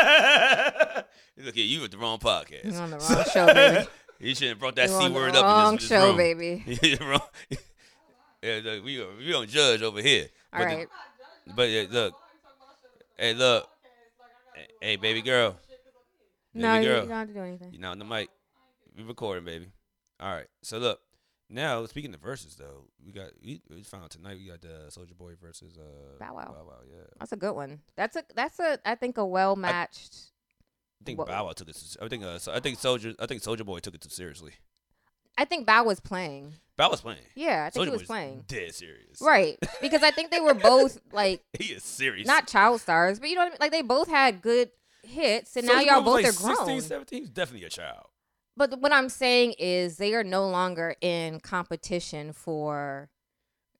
Speaker 1: look at you with the wrong podcast.
Speaker 2: You're
Speaker 1: [LAUGHS]
Speaker 2: on the wrong show, baby.
Speaker 1: You should have brought that
Speaker 2: You're
Speaker 1: c
Speaker 2: on the
Speaker 1: word
Speaker 2: wrong
Speaker 1: up in this, this [LAUGHS]
Speaker 2: show,
Speaker 1: room.
Speaker 2: baby.
Speaker 1: You're wrong. [LAUGHS] yeah, look, we don't- we don't judge over here.
Speaker 2: All
Speaker 1: But the-
Speaker 2: right.
Speaker 1: But yeah, look. Hey, look. Hey, Hey, baby girl. Baby
Speaker 2: no, you, you
Speaker 1: girl.
Speaker 2: don't have to do anything.
Speaker 1: You know, on the mic. We recording, baby. All right. So look. Now speaking of verses, though, we got we, we found tonight. We got the Soldier Boy versus uh
Speaker 2: Bow Wow.
Speaker 1: Bow Wow. Yeah.
Speaker 2: That's a good one. That's a that's a I think a well matched.
Speaker 1: I think
Speaker 2: What-
Speaker 1: Bow Wow took it. too- I think uh, so- I think Soldier. I think Soldier Boy took it too seriously.
Speaker 2: I think Bow was playing.
Speaker 1: Bow was playing.
Speaker 2: Yeah, I think
Speaker 1: Soulja
Speaker 2: he was
Speaker 1: Boy's
Speaker 2: playing.
Speaker 1: Dead serious.
Speaker 2: Right, because I think they
Speaker 1: [LAUGHS]
Speaker 2: were both like
Speaker 1: He is serious.
Speaker 2: not child stars, but you know what I mean. Like they both had good hits, and now
Speaker 1: Soulja
Speaker 2: y'all
Speaker 1: Boy
Speaker 2: both
Speaker 1: was
Speaker 2: are
Speaker 1: like
Speaker 2: grown.
Speaker 1: 16, 17. He's definitely a child.
Speaker 2: But what I'm saying is they are no longer in competition for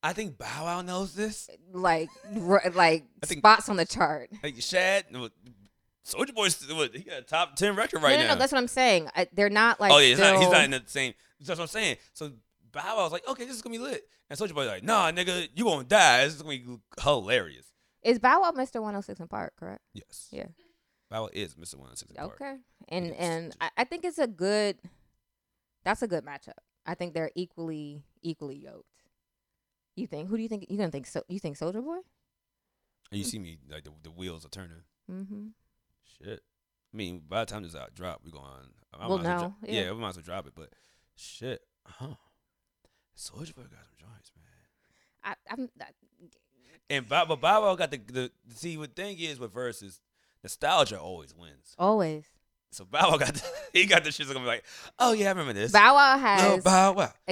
Speaker 1: I think Bow Wow knows this.
Speaker 2: like r- like
Speaker 1: I think-
Speaker 2: spots on the chart.
Speaker 1: Like Shad, Soldier Boy's what, he got a top ten record right
Speaker 2: no, no,
Speaker 1: now.
Speaker 2: no, that's what I'm saying. I, they're not like.
Speaker 1: oh yeah, he's not, he's
Speaker 2: still-
Speaker 1: not in the same. That's what I'm saying. So Bow Wow was like, okay, this is gonna be lit, and Soldier Boy's like, nah, nigga, you gonna die. This is gonna be hilarious.
Speaker 2: Is Bow Wow Mr. 106 in Park, correct?
Speaker 1: Yes.
Speaker 2: Yeah.
Speaker 1: Bow Wow is Mr. One Six.
Speaker 2: Okay. And
Speaker 1: Yes.
Speaker 2: and I, I think it's a good that's a good matchup. I think they're equally equally yoked. You think who do you think you gonna think so you think Soldier Boy?
Speaker 1: And you see me like the, the wheels are turning.
Speaker 2: Mm-hmm.
Speaker 1: Shit. I mean, by the time this out drop, we're going. I
Speaker 2: Well,
Speaker 1: might as well
Speaker 2: now,
Speaker 1: dro-
Speaker 2: yeah.
Speaker 1: yeah. we might as well drop it. But shit, huh? Soldier Boy got some joints, man.
Speaker 2: I, I'm I,
Speaker 1: And Bob, but Bob Wow got the, the see. What thing is with verses, nostalgia always wins.
Speaker 2: always.
Speaker 1: So Bow Wow got the, [LAUGHS] he got the shit. So I'm like, oh yeah, I remember this.
Speaker 2: Bow Wow
Speaker 1: no,
Speaker 2: has
Speaker 1: Bow Wow. Just don't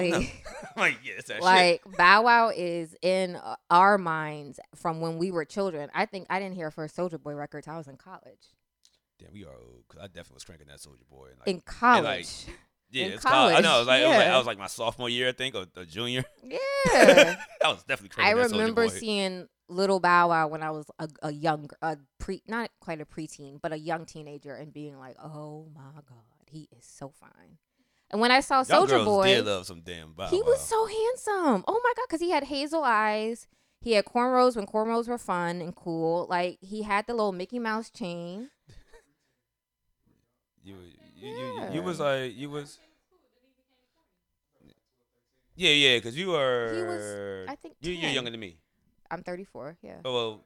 Speaker 2: exactly. [LAUGHS]
Speaker 1: know. [LAUGHS] I'm like, yeah, it's that shit.
Speaker 2: like Bow Wow is in uh, our minds from when we were children. I think I didn't hear first Soldier Boy record till I was in college.
Speaker 1: Damn, we are old. 'cause I definitely was cranking that Soldier Boy. And like,
Speaker 2: In college,
Speaker 1: yeah,
Speaker 2: in
Speaker 1: it's college. I know. It was like, it was like
Speaker 2: yeah.
Speaker 1: I was like my sophomore year, I think, or, or junior.
Speaker 2: yeah.
Speaker 1: [LAUGHS] I was definitely cranking
Speaker 2: I
Speaker 1: that Soulja
Speaker 2: remember
Speaker 1: Boy.
Speaker 2: seeing Little Bow Wow when I was a, a young, a pre, not quite a preteen, but a young teenager, and being like, "Oh my God, he is so fine." And when I saw
Speaker 1: Y'all
Speaker 2: Soldier
Speaker 1: girls
Speaker 2: Boy,
Speaker 1: did love some damn Bow
Speaker 2: he
Speaker 1: Wow.
Speaker 2: was so handsome. Oh my god, because he had hazel eyes. He had cornrows when cornrows were fun and cool. Like he had the little Mickey Mouse chain.
Speaker 1: You, you, you, you,
Speaker 2: Yeah.
Speaker 1: was like you was. Yeah, yeah, because you were.
Speaker 2: I think
Speaker 1: you, you're
Speaker 2: 10.
Speaker 1: younger than me.
Speaker 2: I'm 34. Yeah.
Speaker 1: Oh well,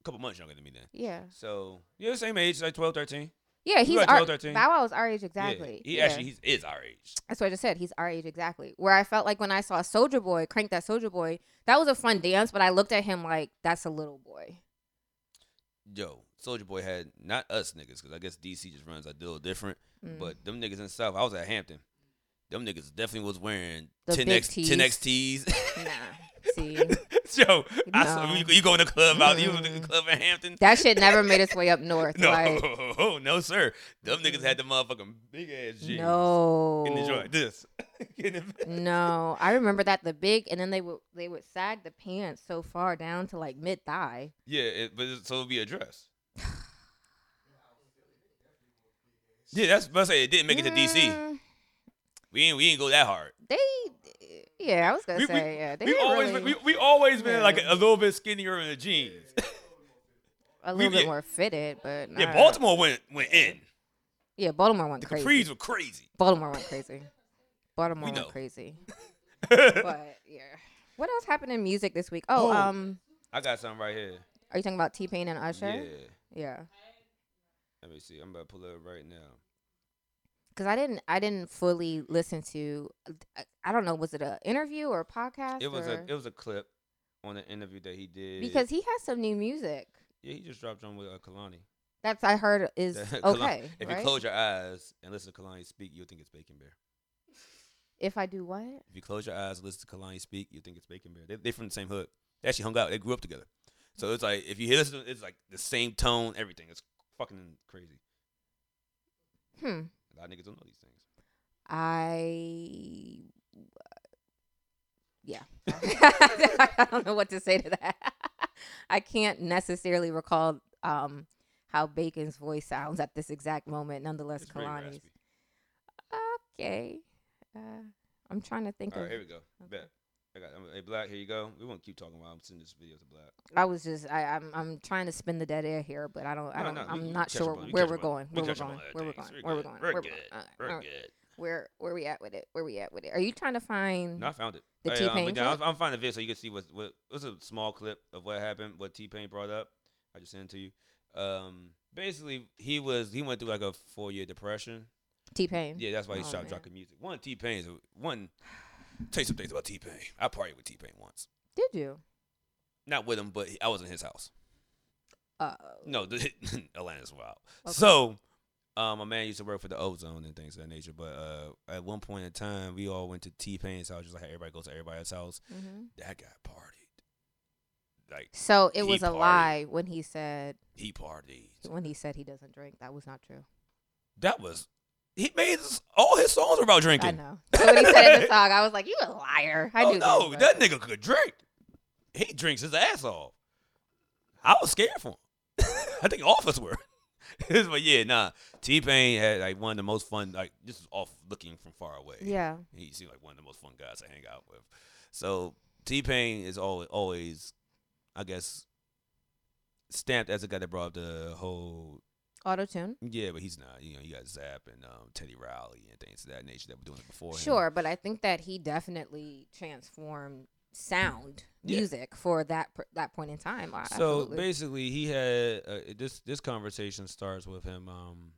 Speaker 1: a couple months younger than me then.
Speaker 2: Yeah.
Speaker 1: So you're the same age, like 12, 13.
Speaker 2: Yeah. He's
Speaker 1: like
Speaker 2: our,
Speaker 1: 12, 13.
Speaker 2: Bow Wow was our age
Speaker 1: Yeah,
Speaker 2: exactly.
Speaker 1: he
Speaker 2: yeah.
Speaker 1: actually he's, is our age.
Speaker 2: That's what I just said. He's our age exactly. Where I felt like when I saw Soldier Boy crank that Soldier Boy, that was a fun dance, but I looked at him like that's a little boy.
Speaker 1: Yo, Soldier Boy had not us niggas, because I guess DC just runs a deal different.
Speaker 2: Mm.
Speaker 1: But them niggas in South, I was at Hampton. Them niggas definitely was wearing
Speaker 2: The big
Speaker 1: 10x
Speaker 2: tees.
Speaker 1: 10x tees.
Speaker 2: nah, see,
Speaker 1: [LAUGHS] Yo, I saw,
Speaker 2: No.
Speaker 1: you, you go in the club out, you in
Speaker 2: Mm-mm.
Speaker 1: the club in Hampton.
Speaker 2: that shit never made its way up
Speaker 1: [LAUGHS]
Speaker 2: north.
Speaker 1: No, [LAUGHS]
Speaker 2: like,
Speaker 1: no, sir. Them niggas
Speaker 2: Mm-mm.
Speaker 1: had the motherfucking big ass jeans.
Speaker 2: no,
Speaker 1: In the joint. This. [LAUGHS] In the-
Speaker 2: No, I remember that the big, and then they would they would sag the pants so far down to like mid thigh.
Speaker 1: yeah, it, but it, so it'd be a dress. yeah, that's what I say. It didn't make it to DC.
Speaker 2: Mm,
Speaker 1: We ain't, we ain't go that hard.
Speaker 2: They, yeah, I was gonna
Speaker 1: We- we-
Speaker 2: say yeah. They
Speaker 1: we
Speaker 2: didn't
Speaker 1: always
Speaker 2: really,
Speaker 1: we, we always been
Speaker 2: yeah.
Speaker 1: like a, little bit skinnier in the jeans.
Speaker 2: a little
Speaker 1: we-
Speaker 2: bit
Speaker 1: yeah.
Speaker 2: more fitted, but
Speaker 1: yeah,
Speaker 2: not-
Speaker 1: Baltimore went went in.
Speaker 2: Yeah, Baltimore went
Speaker 1: The
Speaker 2: crazy.
Speaker 1: capris were crazy.
Speaker 2: Baltimore went crazy. Baltimore
Speaker 1: know.
Speaker 2: went
Speaker 1: [LAUGHS]
Speaker 2: crazy. But yeah, what else happened in music this week? Oh,
Speaker 1: Oh.
Speaker 2: um,
Speaker 1: I got something right here.
Speaker 2: are you talking about T Pain and Usher?
Speaker 1: Yeah.
Speaker 2: Yeah,
Speaker 1: Let me see. I'm about to pull it up right now.
Speaker 2: because I didn't I didn't fully listen to. I, I don't know, was it an interview or a podcast?
Speaker 1: It was
Speaker 2: or,
Speaker 1: a it was a clip on an interview that he did
Speaker 2: because he has some new music.
Speaker 1: yeah he just dropped on with uh, Kalani.
Speaker 2: That's I heard
Speaker 1: [LAUGHS]
Speaker 2: is
Speaker 1: That- Kalani-
Speaker 2: okay.
Speaker 1: If
Speaker 2: right?
Speaker 1: you close your eyes and listen to Kalani speak, you'll think it's Bacon Bear.
Speaker 2: if I do what?
Speaker 1: If you close your eyes and listen to Kalani speak, you'll think it's Bacon Bear. They they from the same hood. They actually hung out. They grew up together. So it's like if you hear this, it's like the same tone, everything. It's fucking crazy.
Speaker 2: Hmm.
Speaker 1: A lot of niggas don't know these things.
Speaker 2: I.
Speaker 1: [LAUGHS]
Speaker 2: Yeah. [LAUGHS] I don't know what to say to that. [LAUGHS] I can't necessarily recall um, how Bacon's voice sounds at this exact moment. Nonetheless,
Speaker 1: It's very
Speaker 2: Kalani's.
Speaker 1: raspy.
Speaker 2: Okay. Uh, I'm trying to think
Speaker 1: All
Speaker 2: of.
Speaker 1: right, here we go. Bet. I got. I'm, hey, Black, here you go. We won't keep talking while I'm sending this video to Black.
Speaker 2: I was just I, I'm I'm trying to spin the dead air here, but I don't I
Speaker 1: No,
Speaker 2: don't
Speaker 1: no, we-
Speaker 2: I'm
Speaker 1: we
Speaker 2: not
Speaker 1: catch up
Speaker 2: sure
Speaker 1: on it. We
Speaker 2: where
Speaker 1: catch
Speaker 2: we're
Speaker 1: up on it.
Speaker 2: going,
Speaker 1: We
Speaker 2: where we're
Speaker 1: catch up on
Speaker 2: going,
Speaker 1: other
Speaker 2: where we're
Speaker 1: things.
Speaker 2: going, where we're
Speaker 1: good.
Speaker 2: going,
Speaker 1: We're
Speaker 2: where we're
Speaker 1: good.
Speaker 2: going. All right, all
Speaker 1: We're
Speaker 2: right.
Speaker 1: good.
Speaker 2: where where we at with it? Where we at with it? Are you trying to find?
Speaker 1: No, I found it.
Speaker 2: The
Speaker 1: Hey,
Speaker 2: T-Pain
Speaker 1: Um, but yeah,
Speaker 2: clip?
Speaker 1: I'm, I'm finding a video so you can see what what it was a small clip of what happened, what T Pain brought up. I just sent it to you. Um, basically, he was he went through like a four year depression.
Speaker 2: T Pain.
Speaker 1: Yeah, that's why he
Speaker 2: Oh,
Speaker 1: stopped
Speaker 2: man.
Speaker 1: dropping music. One T Pain is a- one. Tell you some things about T Pain. I partied with T Pain once,
Speaker 2: Did you?
Speaker 1: not with him, but he- I was in his house.
Speaker 2: Uh
Speaker 1: No, [LAUGHS] Atlanta's wild.
Speaker 2: Okay.
Speaker 1: So, um, my man used to work for the ozone and things of that nature. But uh, at one point in time, we all went to T Pain's house, just like how everybody goes to everybody's house.
Speaker 2: hmm
Speaker 1: That guy partied, like
Speaker 2: So
Speaker 1: He
Speaker 2: it was a
Speaker 1: partied.
Speaker 2: lie when he said
Speaker 1: he partied.
Speaker 2: when he said he doesn't drink. That was not true.
Speaker 1: That was he made his- all his songs were about
Speaker 2: I
Speaker 1: drinking.
Speaker 2: know. So when he said
Speaker 1: [LAUGHS]
Speaker 2: it in the song, I was like, "You a liar!" I
Speaker 1: oh
Speaker 2: knew.
Speaker 1: no,
Speaker 2: this,
Speaker 1: that
Speaker 2: but-
Speaker 1: nigga could drink. He drinks his ass off. I was scared for him. [LAUGHS] I think all of us were. [LAUGHS] but yeah, nah. T Pain had like one of the most fun. Like this is off looking from far away.
Speaker 2: Yeah.
Speaker 1: He seemed like one of the most fun guys to hang out with. So T Pain is always, always, I guess, stamped as the guy that brought up the whole.
Speaker 2: Auto tune.
Speaker 1: Yeah, but he's not. You know, you got Zap and um, Teddy Riley and things of that nature that were doing it before him.
Speaker 2: Sure, but I think that he definitely transformed sound
Speaker 1: Yeah.
Speaker 2: music for that per- that point in time. I-
Speaker 1: So
Speaker 2: absolutely.
Speaker 1: basically, he had uh, this. This conversation starts with him. Um,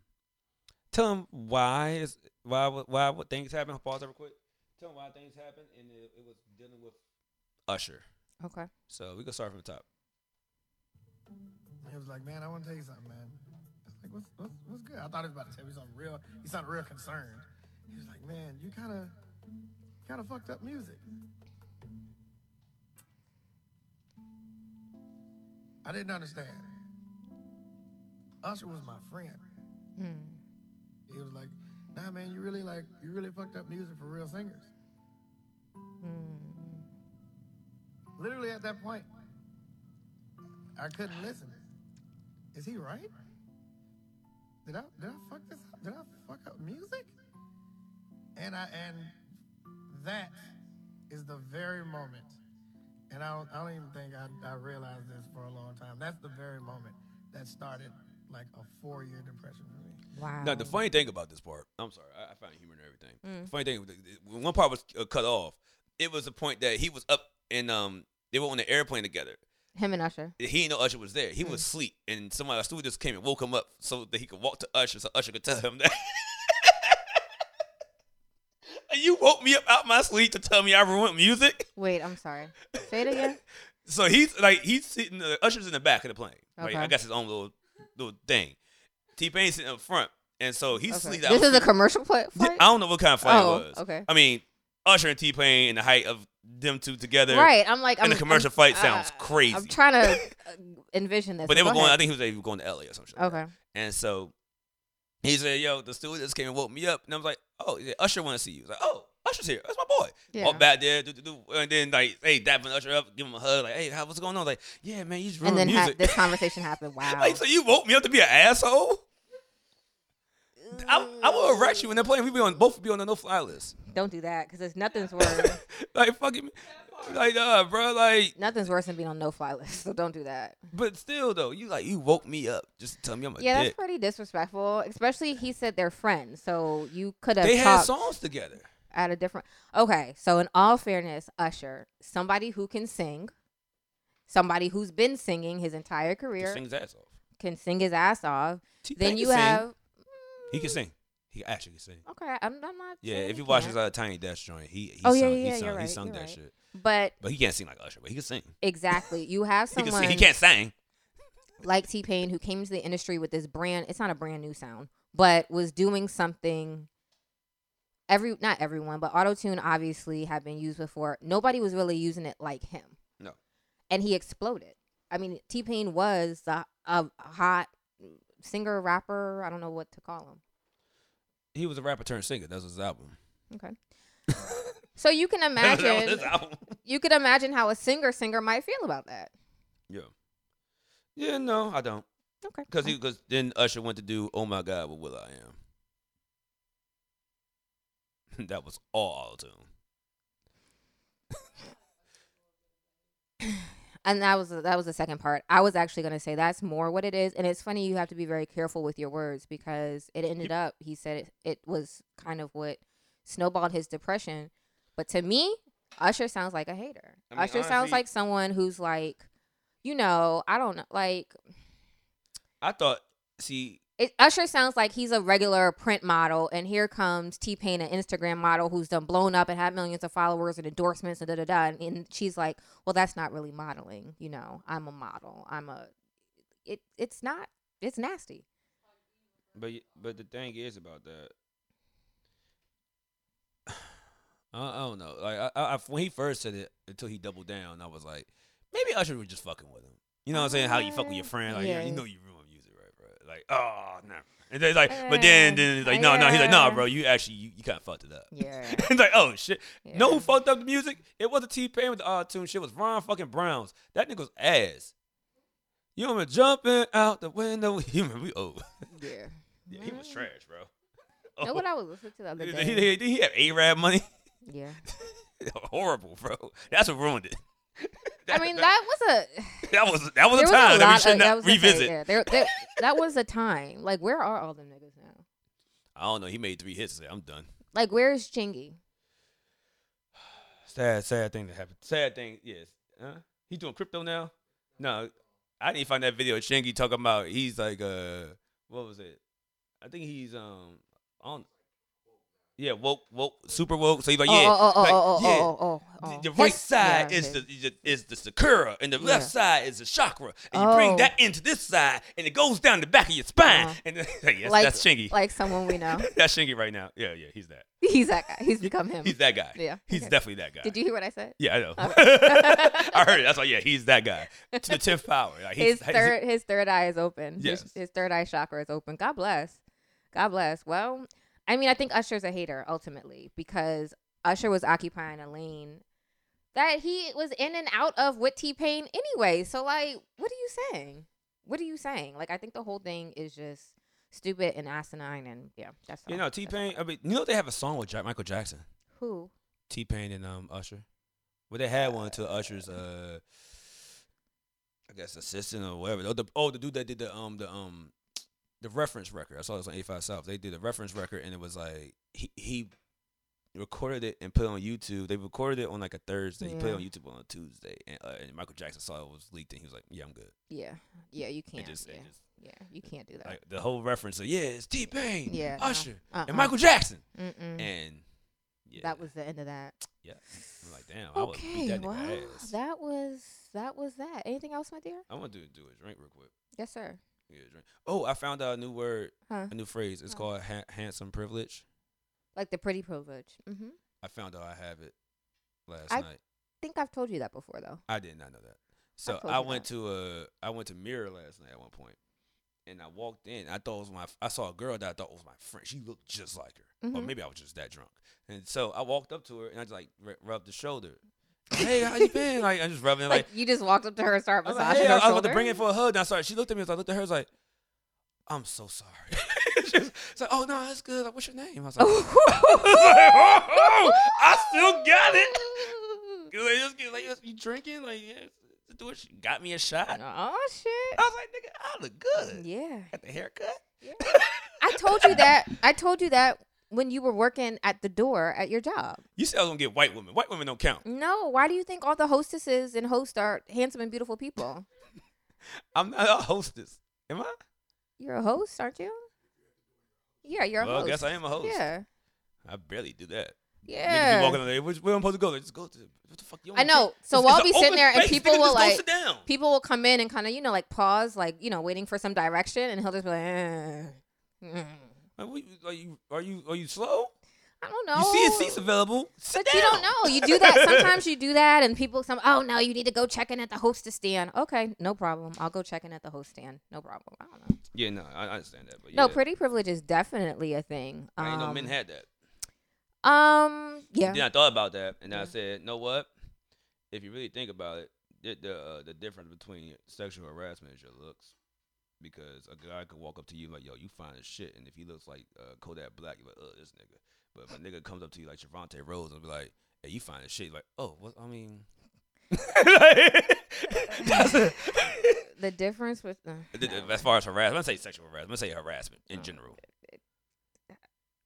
Speaker 1: tell him why is why wa- why what things happen. Pause ever quick. Tell him why things happen, and it, it was dealing with Usher.
Speaker 2: okay,
Speaker 1: So we can start from the top.
Speaker 6: He was like, man, I want to tell you something, man. I was like, what's, what's, what's good? I thought he was about to tell me something real. He sounded real concerned. He was like, man, you kind of, kind of fucked up music. I didn't understand. Usher was my friend.
Speaker 2: Hmm.
Speaker 6: He was like, nah, man, you really like, you really fucked up music for real singers.
Speaker 2: Hmm.
Speaker 6: Literally at that point, I couldn't listen. Is he right? Did I did I fuck this up? Did I fuck up music? And I and that is the very moment. And I don't, I don't even think I, I realized this for a long time. That's the very moment that started like a four year depression for me.
Speaker 2: wow. Mm.
Speaker 1: Now the funny thing about this part, I'm sorry, I, I found humor in everything. Funny thing, th- th- when one part was uh, cut off, it was a point that he was up and um they were on the airplane together.
Speaker 2: Him and Usher.
Speaker 1: He didn't know Usher was there. He
Speaker 2: Mm.
Speaker 1: was asleep, and somebody a steward just came and woke him up so that he could walk to Usher, so Usher could tell him that. [LAUGHS] you woke me up out my sleep to tell me I ruined music.
Speaker 2: Wait, I'm sorry. Say it again.
Speaker 1: [LAUGHS] So he's like he's sitting. Uh, Usher's in the back of the plane. Like,
Speaker 2: Okay.
Speaker 1: I guess his own little little thing. T Pain's sitting up front, and so he's
Speaker 2: Okay.
Speaker 1: asleep. I
Speaker 2: This
Speaker 1: was
Speaker 2: is a commercial pla- flight.
Speaker 1: I don't know what kind of flight
Speaker 2: Oh,
Speaker 1: it was.
Speaker 2: okay.
Speaker 1: I mean, Usher and T Pain and the height of them two together.
Speaker 2: right. I'm like,
Speaker 1: And
Speaker 2: I'm,
Speaker 1: the commercial
Speaker 2: Uh, I'm-
Speaker 1: flight sounds crazy.
Speaker 2: I'm trying to uh,
Speaker 1: [LAUGHS]
Speaker 2: envision this.
Speaker 1: But they
Speaker 2: Go
Speaker 1: were going. I
Speaker 2: ahead.
Speaker 1: think he was, they were going to LA or something.
Speaker 2: okay.
Speaker 1: And so he said, "Yo, the stewardess came and woke me up." And I was like, "Oh, yeah, Usher want to see you." I was like, "Oh, Usher's here. That's my boy."
Speaker 2: Yeah.
Speaker 1: Walk back there, do, do, do, and then like, hey, dapping Usher up, give him a hug, like, "Hey, how what's going on?" Like, "Yeah, man, you just
Speaker 2: And
Speaker 1: ruined
Speaker 2: then ha-
Speaker 1: music."
Speaker 2: this conversation happened. Wow.
Speaker 1: [LAUGHS] like, so you woke me up to be an asshole? I, I
Speaker 2: Mm.
Speaker 1: will arrest you in the plane. We be on both be on the no fly list. [LAUGHS]
Speaker 2: Don't do that because it's nothing's worse.
Speaker 1: Like fucking, like uh, bro, like.
Speaker 2: nothing's worse than being on no fly list. So don't do that.
Speaker 1: But still though, you like you woke me up just to tell me I'm a
Speaker 2: Yeah,
Speaker 1: dick.
Speaker 2: that's pretty disrespectful. Especially he said they're friends, so you could have
Speaker 1: They had
Speaker 2: talked
Speaker 1: songs together.
Speaker 2: at a different. Okay, so in all fairness, Usher, somebody who can sing, somebody who's been singing his entire
Speaker 1: He
Speaker 2: career,
Speaker 1: sings ass off.
Speaker 2: can sing his ass off.
Speaker 1: T-Pain
Speaker 2: Then
Speaker 1: can
Speaker 2: you
Speaker 1: sing.
Speaker 2: have
Speaker 1: he can sing. He actually can sing.
Speaker 2: okay. I'm, I'm not.
Speaker 1: Yeah,
Speaker 2: saying
Speaker 1: if
Speaker 2: he
Speaker 1: you watch
Speaker 2: can't,
Speaker 1: his uh, Tiny Desk joint, he he
Speaker 2: Oh,
Speaker 1: sung,
Speaker 2: yeah, yeah,
Speaker 1: he
Speaker 2: yeah,
Speaker 1: sung,
Speaker 2: you're
Speaker 1: he
Speaker 2: right,
Speaker 1: sung
Speaker 2: you're
Speaker 1: that
Speaker 2: right.
Speaker 1: shit.
Speaker 2: but
Speaker 1: But he can't sing like Usher, but he can sing.
Speaker 2: exactly, you
Speaker 1: [LAUGHS]
Speaker 2: have
Speaker 1: He can
Speaker 2: someone
Speaker 1: sing. He can't sing.
Speaker 2: like T Pain who came to the industry with this brand. It's not a brand new sound, but was doing something. Every not everyone, but auto tune obviously had been used before. Nobody was really using it like him.
Speaker 1: No.
Speaker 2: and he exploded. I mean, T Pain was a, a hot singer rapper. I don't know what to call him.
Speaker 1: He was a rapper turned singer. That's his album. [LAUGHS]
Speaker 2: Okay. so you can
Speaker 1: That was his
Speaker 2: imagine
Speaker 1: album.
Speaker 2: you could imagine how a singer singer might feel about that.
Speaker 1: Yeah. Yeah, no, I don't.
Speaker 2: Okay.
Speaker 1: Cause he, cause then Usher went to do "Oh My God" with Will I Am. [LAUGHS] that was all auto tune.
Speaker 2: and that was that was the second part. I was actually going to say that's more what it is, and it's funny you have to be very careful with your words because it ended up he said it, it was kind of what snowballed his depression, but to me, Usher sounds like a hater.
Speaker 1: I mean,
Speaker 2: Usher sounds
Speaker 1: honestly-
Speaker 2: like someone who's like, you know, I don't know, like
Speaker 1: I thought, see,
Speaker 2: it, Usher sounds like he's a regular print model, and here comes T Pain, an Instagram model who's done blown up and had millions of followers and endorsements and da da da. And, and she's like, "Well, that's not really modeling, you know. I'm a model. I'm a. It it's not. It's nasty.
Speaker 1: But y- but the thing is about that, [SIGHS] I, I don't know. Like I, I, I- when he first said it, until he doubled down, I was like, maybe Usher was just fucking with him. You know what I'm saying? How you fuck with your friend? Like yeah, you
Speaker 2: Yeah.
Speaker 1: know you ruin music, right, bro? Like oh no. And then it's like, but then then it's like no no. He's like no,
Speaker 2: Yeah.
Speaker 1: bro. You actually you, you kind of fucked it up.
Speaker 2: [LAUGHS] Yeah.
Speaker 1: [LAUGHS] it's like oh shit.
Speaker 2: yeah.
Speaker 1: No, who fucked up the music? It wasn't T Pain with the auto tune shit. It was Ron fucking Browns. That nigga's ass. You remember jumping out the window? [LAUGHS] You remember we old.
Speaker 2: Yeah.
Speaker 1: Yeah, he was trash, bro. [LAUGHS]
Speaker 2: Mm. Know what I was listening to the other
Speaker 1: Did he,
Speaker 2: day?
Speaker 1: did he have Arab money? [LAUGHS]
Speaker 2: Yeah.
Speaker 1: Horrible, bro. That's what ruined it.
Speaker 2: [LAUGHS]
Speaker 1: [LAUGHS]
Speaker 2: I mean, that was a.
Speaker 1: That was that was a
Speaker 2: there
Speaker 1: time that we
Speaker 2: lot
Speaker 1: should
Speaker 2: of-
Speaker 1: not
Speaker 2: was a phase,
Speaker 1: revisit.
Speaker 2: yeah. There, there, that was a time. Like, where are all them niggas now?
Speaker 1: I don't know. He made three hits. and said, I'm done.
Speaker 2: Like, where is Chingy?
Speaker 1: Sad, sad thing that happened. Sad thing, yes. Huh? He doing crypto now? No, I didn't find that video. of Shingy talking about he's like uh, what was it? I think he's um on. Yeah, woke, woke, super woke. So he's like,
Speaker 2: oh,
Speaker 1: yeah,
Speaker 2: oh, oh,
Speaker 1: like,
Speaker 2: oh, oh,
Speaker 1: yeah.
Speaker 2: oh, oh, oh,
Speaker 1: The- The
Speaker 2: His-
Speaker 1: right side
Speaker 2: yeah,
Speaker 1: is the is
Speaker 2: his.
Speaker 1: the- is the sakura, and the left
Speaker 2: Yeah.
Speaker 1: side is the chakra. And you bring
Speaker 2: Oh.
Speaker 1: that into this side, and it goes down the back of your spine.
Speaker 2: Uh-huh.
Speaker 1: And [LAUGHS] then, yes,
Speaker 2: Like-
Speaker 1: that's [LAUGHS] Shingy.
Speaker 2: like someone we know.
Speaker 1: that's Shingy right now. Yeah, yeah, he's that.
Speaker 2: He's that guy. He's become him.
Speaker 1: He's that guy.
Speaker 2: Yeah,
Speaker 1: He's
Speaker 2: okay.
Speaker 1: definitely that guy.
Speaker 2: Did you hear what I said?
Speaker 1: Yeah, I know. [LAUGHS]
Speaker 2: Okay.
Speaker 1: I heard it. That's why. Yeah, he's that guy to the
Speaker 2: [LAUGHS]
Speaker 1: tenth power. Like, he's,
Speaker 2: his third his third eye is open.
Speaker 1: Yes.
Speaker 2: His, his third eye chakra is open. God bless. God bless. Well, I mean, I think Usher's a hater ultimately because Usher was occupying a lane that he was in and out of with T Pain anyway. So like, what are you saying? What are you saying? Like, I think the whole thing is just stupid and asinine, and yeah, that's
Speaker 1: You
Speaker 2: all.
Speaker 1: know, uh,
Speaker 2: That's all.
Speaker 1: T Pain. I mean, you know they have a song with Jack, Michael Jackson,
Speaker 2: Who?
Speaker 1: T Pain and um Usher. Well, they had one to Usher's. Uh, I guess assistant or whatever. Oh, the, oh, the dude that did the um the um the reference record. I saw this on A Five South. They did a reference record, and it was like he he recorded it and put it on YouTube. They recorded it on like a Thursday. He put it
Speaker 2: Yeah.
Speaker 1: on YouTube on a Tuesday, and, uh, and Michael Jackson saw it was leaked, and he was like, "Yeah, I'm good."
Speaker 2: Yeah, yeah, you
Speaker 1: It
Speaker 2: can't.
Speaker 1: just,
Speaker 2: yeah.
Speaker 1: it just
Speaker 2: yeah, you can't do that.
Speaker 1: like the whole reference of yeah, it's T Pain,
Speaker 2: Yeah, no.
Speaker 1: Usher,
Speaker 2: Uh-uh.
Speaker 1: and Michael Jackson,
Speaker 2: Mm-mm.
Speaker 1: and yeah,
Speaker 2: That was the end of that.
Speaker 1: yeah. I'm like, damn, I would beat
Speaker 2: Okay,
Speaker 1: that
Speaker 2: well,
Speaker 1: nigga ass.
Speaker 2: that was that was that. Anything else, my dear?
Speaker 1: I want to do, do a drink real quick.
Speaker 2: Yes, sir.
Speaker 1: Yeah, drink. Oh, I found out a new word,
Speaker 2: Huh?
Speaker 1: a new phrase. It's
Speaker 2: Huh.
Speaker 1: called ha- handsome privilege.
Speaker 2: Like the pretty privilege. Mm-hmm. I
Speaker 1: I found out I have it last
Speaker 2: I-
Speaker 1: night.
Speaker 2: think I've told you that before, though.
Speaker 1: I did not know that. So
Speaker 2: told
Speaker 1: I,
Speaker 2: you
Speaker 1: went
Speaker 2: that.
Speaker 1: to a I went to Mirror last night at one point, and I walked in. I thought it was my I saw a girl that I thought was my friend. She looked just like her, or
Speaker 2: Mhm.
Speaker 1: maybe I was just that drunk. And so I walked up to her and I just like r- rubbed the shoulder. hey, how you been? Like I just rubbing
Speaker 2: Like,
Speaker 1: like,
Speaker 2: you just walked up to her and started
Speaker 1: I was
Speaker 2: massaging
Speaker 1: like, hey,
Speaker 2: her
Speaker 1: I, I was about to
Speaker 2: shoulder?
Speaker 1: bring it for a hug. And I started. She looked at me. As I looked at her, I was like, I'm so sorry. [LAUGHS] She's like, oh no, that's good. Like, what's your name? [LAUGHS] I was like,
Speaker 2: Oh. [LAUGHS]
Speaker 1: "Oh, I still got it.
Speaker 2: [LAUGHS]
Speaker 1: Cause they just get like, you drinking? Like, yeah, the dude she got me a shot.
Speaker 2: oh shit.
Speaker 1: I was like, nigga, I look good.
Speaker 2: Yeah.
Speaker 1: Got the haircut.
Speaker 2: I told you that. I told you that when you were working at the door at your job.
Speaker 1: You said I was gonna get white women. White women don't count.
Speaker 2: No, why do you think all the hostesses and hosts are handsome and beautiful people?
Speaker 1: I'm not a hostess. Am I?
Speaker 2: You're a host, aren't you? Yeah, you're a
Speaker 1: well,
Speaker 2: host.
Speaker 1: I guess I am a host.
Speaker 2: Yeah.
Speaker 1: I barely do that. Niggas
Speaker 2: Yeah.
Speaker 1: be walking on there. Where, where am I supposed to go? They just go to. What the fuck? You
Speaker 2: I
Speaker 1: don't
Speaker 2: know.
Speaker 1: care.
Speaker 2: So
Speaker 1: It's-
Speaker 2: we'll
Speaker 1: it's
Speaker 2: be
Speaker 1: an
Speaker 2: sitting
Speaker 1: open
Speaker 2: there and
Speaker 1: space.
Speaker 2: people
Speaker 1: Nigga,
Speaker 2: will,
Speaker 1: just
Speaker 2: like-
Speaker 1: Go sit down.
Speaker 2: people will come in and kind of you know like pause like you know waiting for some direction and he'll just be like "Eh, mm."
Speaker 1: Like, what you- are you are you are you slow?
Speaker 2: i don't know
Speaker 1: You see a seat's [LAUGHS] available. Sit
Speaker 2: but you
Speaker 1: down.
Speaker 2: don't know you do that sometimes you do that and people some oh no you need to go check in at the hostess stand okay no problem i'll go check in at the host stand no problem i don't know
Speaker 1: Yeah, no, I I understand that. But
Speaker 2: no
Speaker 1: yeah.
Speaker 2: pretty privilege is definitely a thing
Speaker 1: I didn't know
Speaker 2: um,
Speaker 1: men had that.
Speaker 2: um yeah
Speaker 1: Then I thought about that, and I
Speaker 2: Yeah.
Speaker 1: said, "Know what? If you really think about it, the the, uh, the difference between sexual harassment is your looks, because a guy could walk up to you like, yo, you fine as shit,' and if he looks like uh, Kodak Black, you're like, oh, this nigga. But if a nigga comes up to you like Javante Rose and be like, hey, you fine as shit, like, oh, what? I mean, [LAUGHS] That's a-
Speaker 2: the difference with uh,
Speaker 1: Th- th-
Speaker 2: no.
Speaker 1: as far as harassment, let's say sexual harassment, let's say harassment in
Speaker 2: Oh.
Speaker 1: general.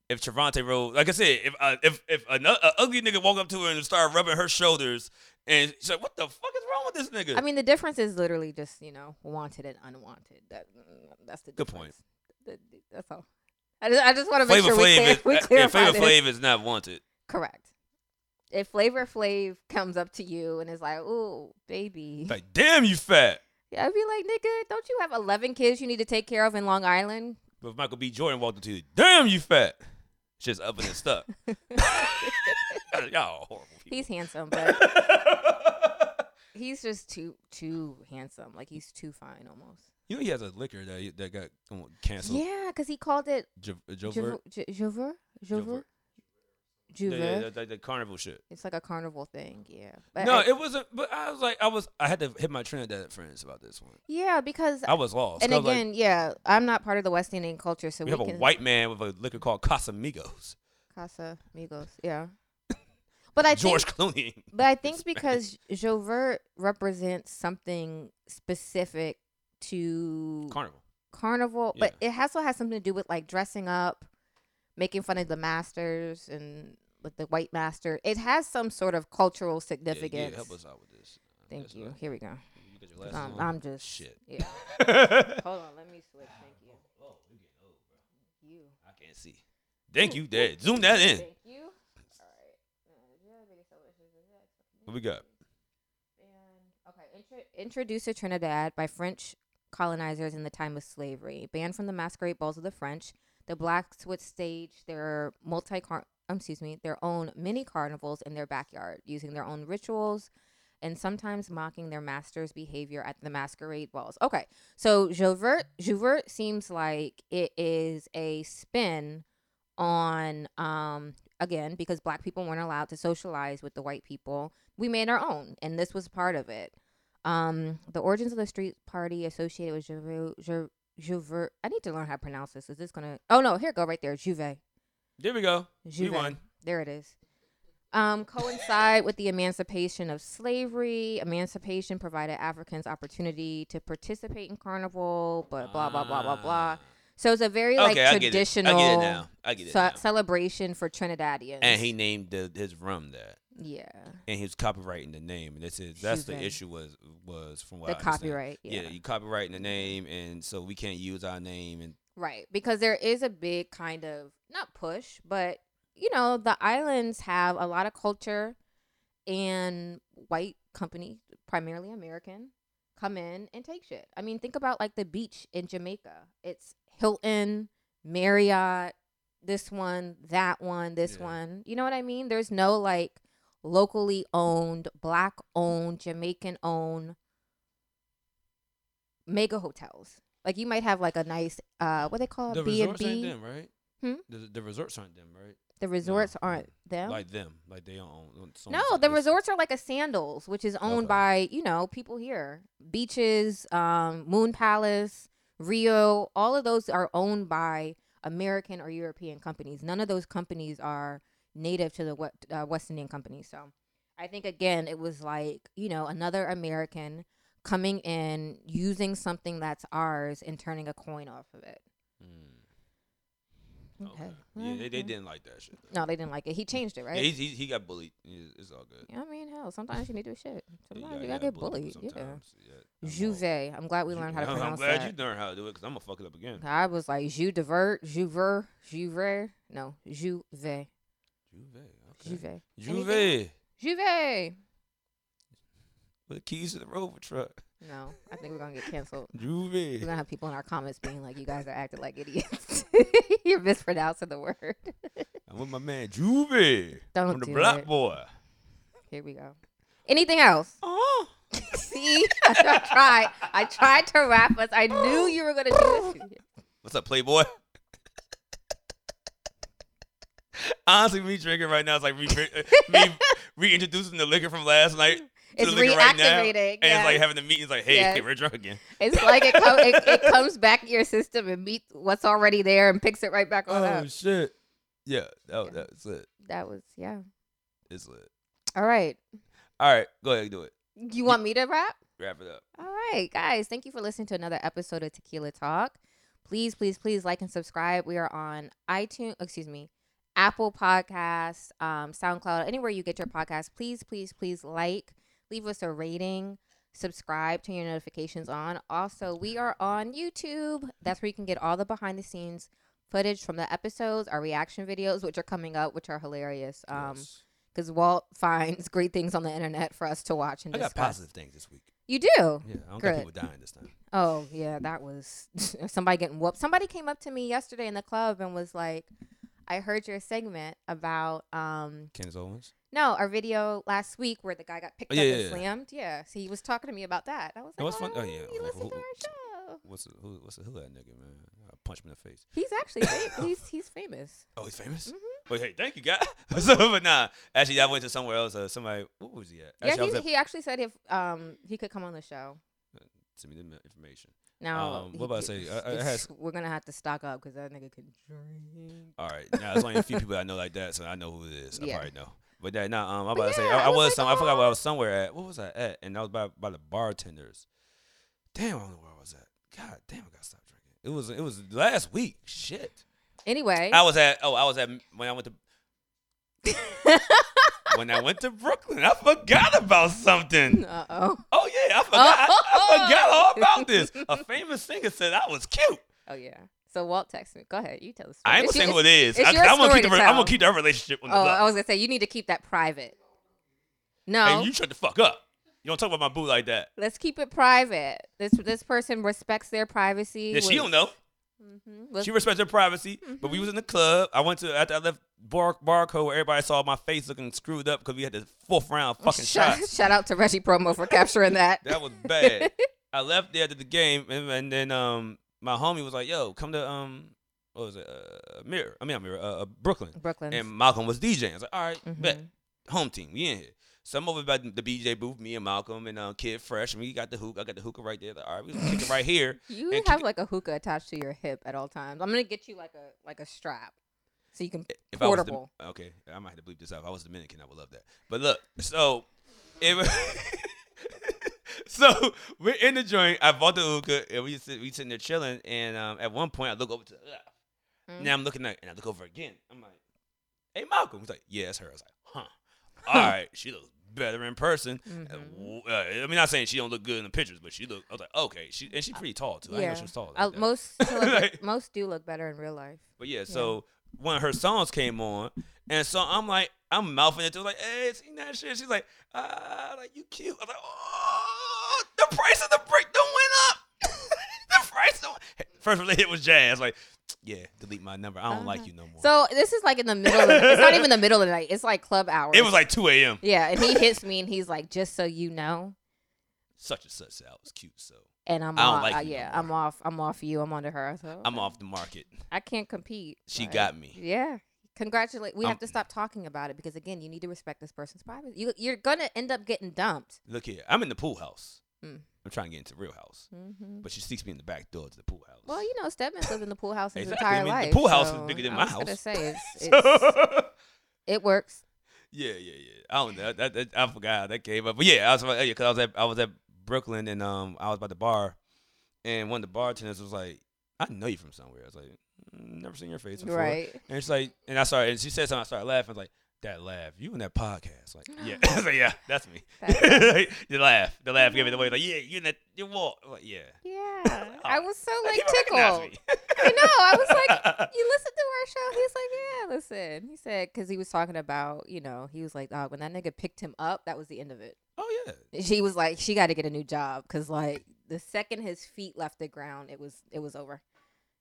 Speaker 1: If Trevante Rose, like I said, if uh, if if an uh, a ugly nigga walk up to her and start rubbing her shoulders, and she's like, "What the fuck is wrong with this nigga?"
Speaker 2: I mean, the difference is literally just you know wanted and unwanted. That that's the
Speaker 1: Good
Speaker 2: difference.
Speaker 1: point.
Speaker 2: Th- th- that's all. I just, I just want to make
Speaker 1: Flavor
Speaker 2: sure we
Speaker 1: Flav
Speaker 2: clear,
Speaker 1: is
Speaker 2: we
Speaker 1: uh,
Speaker 2: clear
Speaker 1: yeah,
Speaker 2: about
Speaker 1: Flavor
Speaker 2: this.
Speaker 1: Flav is not wanted.
Speaker 2: Correct. If Flavor Flav comes up to you and is like, "Ooh, baby,"
Speaker 1: Like, damn, you fat.
Speaker 2: [LAUGHS] yeah, I'd be like, "Nigga, don't you have eleven kids you need to take care of in Long Island?"
Speaker 1: But if Michael B. Jordan walked up to you, damn, you fat. Just up and it's
Speaker 2: [LAUGHS]
Speaker 1: stuck. [LAUGHS] Y'all are horrible.
Speaker 2: He's handsome, but
Speaker 1: [LAUGHS] People.
Speaker 2: he's just too too handsome. Like he's too fine almost.
Speaker 1: you know he has a liquor that that got um, canceled.
Speaker 2: Yeah, because he called it
Speaker 1: Jo- Jovert?
Speaker 2: Jover Jover
Speaker 1: Jovert.
Speaker 2: Jover
Speaker 1: Yeah, yeah, that- that- that carnival shit.
Speaker 2: It's like a carnival thing. Yeah. But
Speaker 1: no,
Speaker 2: I-
Speaker 1: it wasn't. But I was like, I was, I had to hit my Trinidad friends about this one.
Speaker 2: yeah, because
Speaker 1: I was lost.
Speaker 2: and
Speaker 1: 'cause I was like,
Speaker 2: again, yeah, I'm not part of the West Indian culture, so
Speaker 1: we
Speaker 2: we,
Speaker 1: have a
Speaker 2: can
Speaker 1: white man with a liquor called Casamigos.
Speaker 2: Casa Migos, yeah. [LAUGHS] But I
Speaker 1: George
Speaker 2: think,
Speaker 1: Clooney.
Speaker 2: but I think
Speaker 1: Spanish.
Speaker 2: because Jovert represents something specific to
Speaker 1: Carnival.
Speaker 2: carnival, but it also has something to do with like dressing up, making fun of the masters, and with the white master. It has some sort of cultural
Speaker 1: Yeah,
Speaker 2: significance.
Speaker 1: yeah, help us out with this.
Speaker 2: Thank
Speaker 1: That's
Speaker 2: you.
Speaker 1: right.
Speaker 2: Here we go.
Speaker 1: You got your glasses
Speaker 2: Um,
Speaker 1: on? [LAUGHS]
Speaker 2: I'm just
Speaker 1: Shit.
Speaker 2: Yeah.
Speaker 1: oh,
Speaker 2: Hold on, let me switch. Thank you.
Speaker 1: you getting old, bro.
Speaker 2: You.
Speaker 1: I can't see. Thank you, Dad. Zoom that in.
Speaker 2: Thank you. All right. Uh, do you have any solo issues with that?
Speaker 1: What we got?
Speaker 2: And- Okay. Intro- Introduced to Trinidad by French colonizers in the time of slavery. Banned from the masquerade balls of the French, the blacks would stage their multi excuse me, their own mini carnivals in their backyard, using their own rituals and sometimes mocking their master's behavior at the masquerade balls. Okay. So Jouvert Jouvert seems like it is a spin on um again because black people weren't allowed to socialize with the white people we made our own and this was part of it um the origins of the street party associated with Jouvert, Jou- Jouvert I need to learn how to pronounce this is this gonna oh no here it go right there Juve
Speaker 1: There we go.
Speaker 2: Juve.
Speaker 1: You won.
Speaker 2: There it is. Um, coincide with the emancipation of slavery. Emancipation provided Africans opportunity to participate in carnival, but blah blah blah blah blah. So it's a very like
Speaker 1: Ah. okay, I get it. I
Speaker 2: traditional
Speaker 1: get it now. I get it.
Speaker 2: ce-
Speaker 1: now.
Speaker 2: celebration for Trinidadians.
Speaker 1: And he named the, his rum that,
Speaker 2: yeah,
Speaker 1: and he was copyrighting the name. And this is that's the
Speaker 2: Juve.
Speaker 1: issue was was from what
Speaker 2: the
Speaker 1: I understand.
Speaker 2: copyright.
Speaker 1: Yeah.
Speaker 2: yeah,
Speaker 1: you copyrighting the name, and so we can't use our name. And
Speaker 2: Right, because there is a big kind of not push, but you know, the islands have a lot of culture and white companies, primarily American, come in and take shit. I mean, think about like the beach in Jamaica. It's Hilton, Marriott, this one, that one, this
Speaker 1: Yeah.
Speaker 2: one. You know what I mean? There's no like locally owned, black owned, Jamaican owned mega hotels. Like you might have like a nice uh what they call
Speaker 1: the
Speaker 2: it B and
Speaker 1: resorts ain't
Speaker 2: B.
Speaker 1: them, right?
Speaker 2: Hmm?
Speaker 1: The, the resorts aren't them, right?
Speaker 2: The resorts
Speaker 1: no.
Speaker 2: aren't them.
Speaker 1: Like them, like they own.
Speaker 2: no, the resorts are like a sandals, which is owned
Speaker 1: Okay.
Speaker 2: by you know people here. Beaches, um, Moon Palace, Rio, all of those are owned by American or European companies. None of those companies are native to the what uh, West Indian companies. So, I think again, it was like you know another American coming in using something that's ours and turning a coin off of it.
Speaker 1: Mm, Okay. Yeah, they, they didn't like that shit. though.
Speaker 2: No, they didn't like it. He changed it, right?
Speaker 1: Yeah, he's, he's, he got bullied. Yeah, It's all good.
Speaker 2: Yeah, I mean, hell, sometimes you need to do shit.
Speaker 1: Yeah,
Speaker 2: Sometimes you gotta get bullied. Yeah.
Speaker 1: sometimes. Yeah, I'm all-
Speaker 2: Juve. I'm glad we learned how to
Speaker 1: [LAUGHS] I'm, I'm
Speaker 2: pronounce
Speaker 1: glad
Speaker 2: that.
Speaker 1: you learned how to do it because I'm gonna fuck it up again.
Speaker 2: I was like Ju divert, Juver, Juver. No, Juve,
Speaker 1: Juve. Okay.
Speaker 2: Juve, Anything-
Speaker 1: Juve.
Speaker 2: Juve.
Speaker 1: With the keys to the rover truck.
Speaker 2: No, I think we're gonna get canceled. We're
Speaker 1: Juve.
Speaker 2: gonna have people in our comments being like, "You guys are acting like idiots. [LAUGHS] You're mispronouncing the word."
Speaker 1: I'm with my man Juve.
Speaker 2: Don't
Speaker 1: I'm the
Speaker 2: do
Speaker 1: block
Speaker 2: it.
Speaker 1: boy.
Speaker 2: Here we go. Anything else? [LAUGHS]
Speaker 1: Oh.
Speaker 2: See, I tried. I tried to wrap us. I knew you were
Speaker 1: [LAUGHS]
Speaker 2: gonna do this.
Speaker 1: What's up, Playboy? [LAUGHS] Honestly, me drinking right now is like re- me
Speaker 2: [LAUGHS]
Speaker 1: [LAUGHS] reintroducing the liquor from last night to
Speaker 2: It's
Speaker 1: the liquor right now, and
Speaker 2: reactivating,
Speaker 1: it's like
Speaker 2: yes.
Speaker 1: having the meeting. It's like, hey,
Speaker 2: Yes.
Speaker 1: [LAUGHS] we're drunk again.
Speaker 2: It's like it, co-
Speaker 1: [LAUGHS]
Speaker 2: it, it comes back in your system and meets what's already there and picks it right back
Speaker 1: Oh,
Speaker 2: on up.
Speaker 1: shit! Yeah, that,
Speaker 2: Yeah.
Speaker 1: that's it.
Speaker 2: That was yeah.
Speaker 1: It's lit.
Speaker 2: All right.
Speaker 1: All right, go ahead, do it.
Speaker 2: You want me to wrap?
Speaker 1: Wrap it up.
Speaker 2: All right, guys. Thank you for listening to another episode of Tequila Talk. Please, please, please like and subscribe. We are on iTunes, excuse me, Apple Podcasts, um, SoundCloud, anywhere you get your podcast. Please, please, please like, leave us a rating, subscribe, turn your notifications on. Also, we are on YouTube. That's where you can get all the behind the scenes footage from the episodes, our reaction videos, which are coming up, which are hilarious. Um,
Speaker 1: Yes.
Speaker 2: because Walt [LAUGHS] finds great things on the internet for us to watch and
Speaker 1: I
Speaker 2: discuss.
Speaker 1: got positive things this week.
Speaker 2: You do?
Speaker 1: Yeah, I don't
Speaker 2: Good.
Speaker 1: got people dying this time.
Speaker 2: Oh yeah, that was [LAUGHS] somebody getting whooped. Somebody came up to me yesterday in the club and was like, "I heard your segment about um
Speaker 1: Candace Owens.
Speaker 2: no our video last week where the guy got picked
Speaker 1: Oh, yeah,
Speaker 2: up and
Speaker 1: yeah, yeah.
Speaker 2: slammed." Yeah, so he was talking to me about that. I was
Speaker 1: Oh,
Speaker 2: like,
Speaker 1: it's fun- oh, yeah.
Speaker 2: you listen to our
Speaker 1: Who- [LAUGHS]
Speaker 2: show."
Speaker 1: What's the, who? What's the, who that nigga man? I punch him in the face.
Speaker 2: He's actually fam- he's he's famous.
Speaker 1: Oh, he's famous.
Speaker 2: Mhm.
Speaker 1: Wait, hey, thank you, guy. [LAUGHS] so, but nah, actually, I went to somewhere else. Uh, somebody, what was he at? Actually, I was
Speaker 2: yeah,
Speaker 1: at,
Speaker 2: he, he actually said if um he could come on the show.
Speaker 1: send me the information.
Speaker 2: Now,
Speaker 1: Um, what
Speaker 2: he
Speaker 1: about I
Speaker 2: did-
Speaker 1: say? I- I
Speaker 2: it's-
Speaker 1: had-
Speaker 2: [LAUGHS] we're gonna have to stock up because that nigga can drink.
Speaker 1: All right, now there's only a few people I know like that, so I know who it is. I
Speaker 2: Yeah.
Speaker 1: probably know. But that, nah, um, I'm
Speaker 2: But
Speaker 1: about to say,
Speaker 2: yeah,
Speaker 1: I,
Speaker 2: I
Speaker 1: I
Speaker 2: was
Speaker 1: was,
Speaker 2: like,
Speaker 1: some, I forgot where
Speaker 2: "Aw."
Speaker 1: I was somewhere at. What was I at? And I was by by the bartenders. Damn, I don't know where I was at. God damn, I gotta stop drinking. It was it was last week. Shit.
Speaker 2: Anyway, [LAUGHS]
Speaker 1: I was at oh I was at when I went to [LAUGHS] when I went to Brooklyn, I forgot about something.
Speaker 2: Uh oh.
Speaker 1: Oh yeah, I forgot. I, I
Speaker 2: [LAUGHS]
Speaker 1: forgot all about this. A famous singer said I was cute.
Speaker 2: Oh yeah. So Walt texted me. Go ahead, you tell the story.
Speaker 1: I ain't
Speaker 2: It's
Speaker 1: gonna say
Speaker 2: [LAUGHS] your-
Speaker 1: who it is.
Speaker 2: it's
Speaker 1: I,
Speaker 2: your
Speaker 1: am gonna
Speaker 2: story
Speaker 1: keep
Speaker 2: to
Speaker 1: the. re- I'm
Speaker 2: tell.
Speaker 1: gonna keep that relationship on the
Speaker 2: Oh,
Speaker 1: low.
Speaker 2: I was gonna say you need to keep that private. oh, No,
Speaker 1: And you shut the fuck up. You don't talk about my boo like that.
Speaker 2: let's keep it private. This this person respects their privacy.
Speaker 1: Yeah, she don't know.
Speaker 2: Mm-hmm.
Speaker 1: She respects her privacy. But we was in the club. I went to after I left bar barcode where everybody saw my face looking screwed up because we had the fourth
Speaker 2: [LAUGHS]
Speaker 1: round fucking
Speaker 2: shout,
Speaker 1: shots.
Speaker 2: shout out to Reggie Promo
Speaker 1: [LAUGHS]
Speaker 2: for capturing that.
Speaker 1: That was
Speaker 2: [LAUGHS]
Speaker 1: bad. I left there to the game, and, and then um my homie was like, "Yo, come to um what was it? Uh, Mirror. I mean, not Mirror. Uh, uh, Brooklyn."
Speaker 2: Brooklyn.
Speaker 1: And Malcolm was DJing. I was like, "All right, bet
Speaker 2: Mhm.
Speaker 1: home team, we in here." So I'm over by the BJ booth, me and Malcolm and uh, Kid Fresh, and we got the hook. I got the hookah right there. Like, all right, we gonna kick it right here.
Speaker 2: You
Speaker 1: and
Speaker 2: have
Speaker 1: keep-
Speaker 2: like a hookah attached to your hip at all times. I'm gonna get you like a like a strap, so you can.
Speaker 1: if
Speaker 2: Portable.
Speaker 1: I was the, okay, I might have to bleep this out. If I was Dominican, I would love that. But look, so it, [LAUGHS] so we're in the joint. I bought the hookah, and we sit, we sitting there chilling. And um, at one point, I look over to the left.
Speaker 2: Mm.
Speaker 1: Now I'm looking at, and I look over again. I'm like, "Hey, Malcolm." He's like, "Yeah, it's her." I was like, "Huh." All right, she looks better in person. Uh,
Speaker 2: Mhm.
Speaker 1: w- Uh, I mean, not saying she don't look good in the pictures, but she looked. I was like, "Okay," she and she's pretty tall too. I didn't know she was tall. like
Speaker 2: Uh,
Speaker 1: that. [LAUGHS]
Speaker 2: most celebra-
Speaker 1: Like-
Speaker 2: most do look better in real life.
Speaker 1: But yeah, so when her songs came on, and so I'm like, I'm mouthing it to her, like, hey, sing that shit. She's like, ah, like you cute. I was like, oh, the price of the brick done went up. [LAUGHS] the price. Done... First [LAUGHS] one they hit was jazz. Like, yeah, delete my number. I don't like you no more.
Speaker 2: Uh-huh. So this is like in the middle. Of, it's not even the middle of the night. It's like club hours.
Speaker 1: it was like 2 a.m.
Speaker 2: yeah, and he hits me and he's like, just so you know,
Speaker 1: Such and such. I was cute, so
Speaker 2: and I'm
Speaker 1: I don't
Speaker 2: off.
Speaker 1: like
Speaker 2: uh,
Speaker 1: you no
Speaker 2: yeah,
Speaker 1: more.
Speaker 2: I'm off. I'm off you. I'm onto her. So
Speaker 1: I'm off the market.
Speaker 2: I can't compete.
Speaker 1: She
Speaker 2: but-
Speaker 1: got me.
Speaker 2: Yeah. Congratulate. We
Speaker 1: I'm-
Speaker 2: have to stop talking about it because again, you need to respect this person's privacy. You, you're gonna end up getting dumped.
Speaker 1: Look here, I'm in the pool house.
Speaker 2: Mm.
Speaker 1: I'm trying to get into Real House,
Speaker 2: hmm
Speaker 1: but she seeks me in the back door to the pool house. [LAUGHS]
Speaker 2: Well, you know, Stedman's lived in the pool house his
Speaker 1: Exactly. I
Speaker 2: entire
Speaker 1: mean, the
Speaker 2: life.
Speaker 1: pool house is
Speaker 2: so
Speaker 1: bigger than
Speaker 2: I
Speaker 1: my
Speaker 2: was Gonna
Speaker 1: house.
Speaker 2: say
Speaker 1: [LAUGHS]
Speaker 2: it's, it's,
Speaker 1: So-
Speaker 2: it works.
Speaker 1: Yeah, yeah, yeah. I don't know. That- that- that- I forgot how that came up. But yeah, I was about, yeah, cause I was at I was at Brooklyn and um I was by the bar, and one of the bartenders was like, "I know you from somewhere." I was like, "Mm, "Never seen your face before."
Speaker 2: Right.
Speaker 1: And it's like, and I started, and she said something. I started laughing. I was like, "That laugh, you in that podcast?" Like, yeah, [LAUGHS] I was like, yeah, that's me. [LAUGHS] the laugh, the laugh gave it away. Like, yeah, you in that you walk. I'm like, yeah.
Speaker 2: Yeah. I was
Speaker 1: [LAUGHS]
Speaker 2: so like
Speaker 1: people recognize
Speaker 2: tickled.
Speaker 1: me.
Speaker 2: I know. I was like, you listen to our show. He's like, yeah, listen. He said because he was talking about, you know, he was like, dog, when that nigga picked him up, that was the end of it.
Speaker 1: [LAUGHS] "Oh yeah."
Speaker 2: She was like, she got to get a new job because like the second his feet left the ground, it was it was over.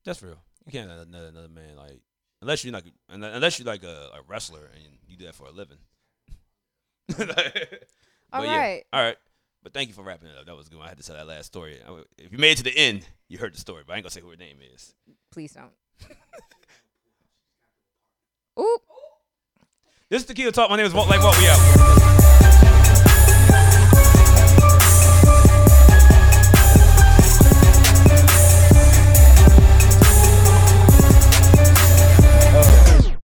Speaker 1: That's real. You can't let another, another man like unless you're like unle- unless you're like a, a wrestler and you do that for a living. [LAUGHS]
Speaker 2: All
Speaker 1: But yeah,
Speaker 2: right.
Speaker 1: all right. But thank you for wrapping it up. That was good. I had to tell that last story. I- If you made it to the end, you heard the story, but I ain't gonna say who her name is.
Speaker 2: Please don't. [LAUGHS] Oop.
Speaker 1: This is Tequila Talk. My name is Walt Like Walt. We out.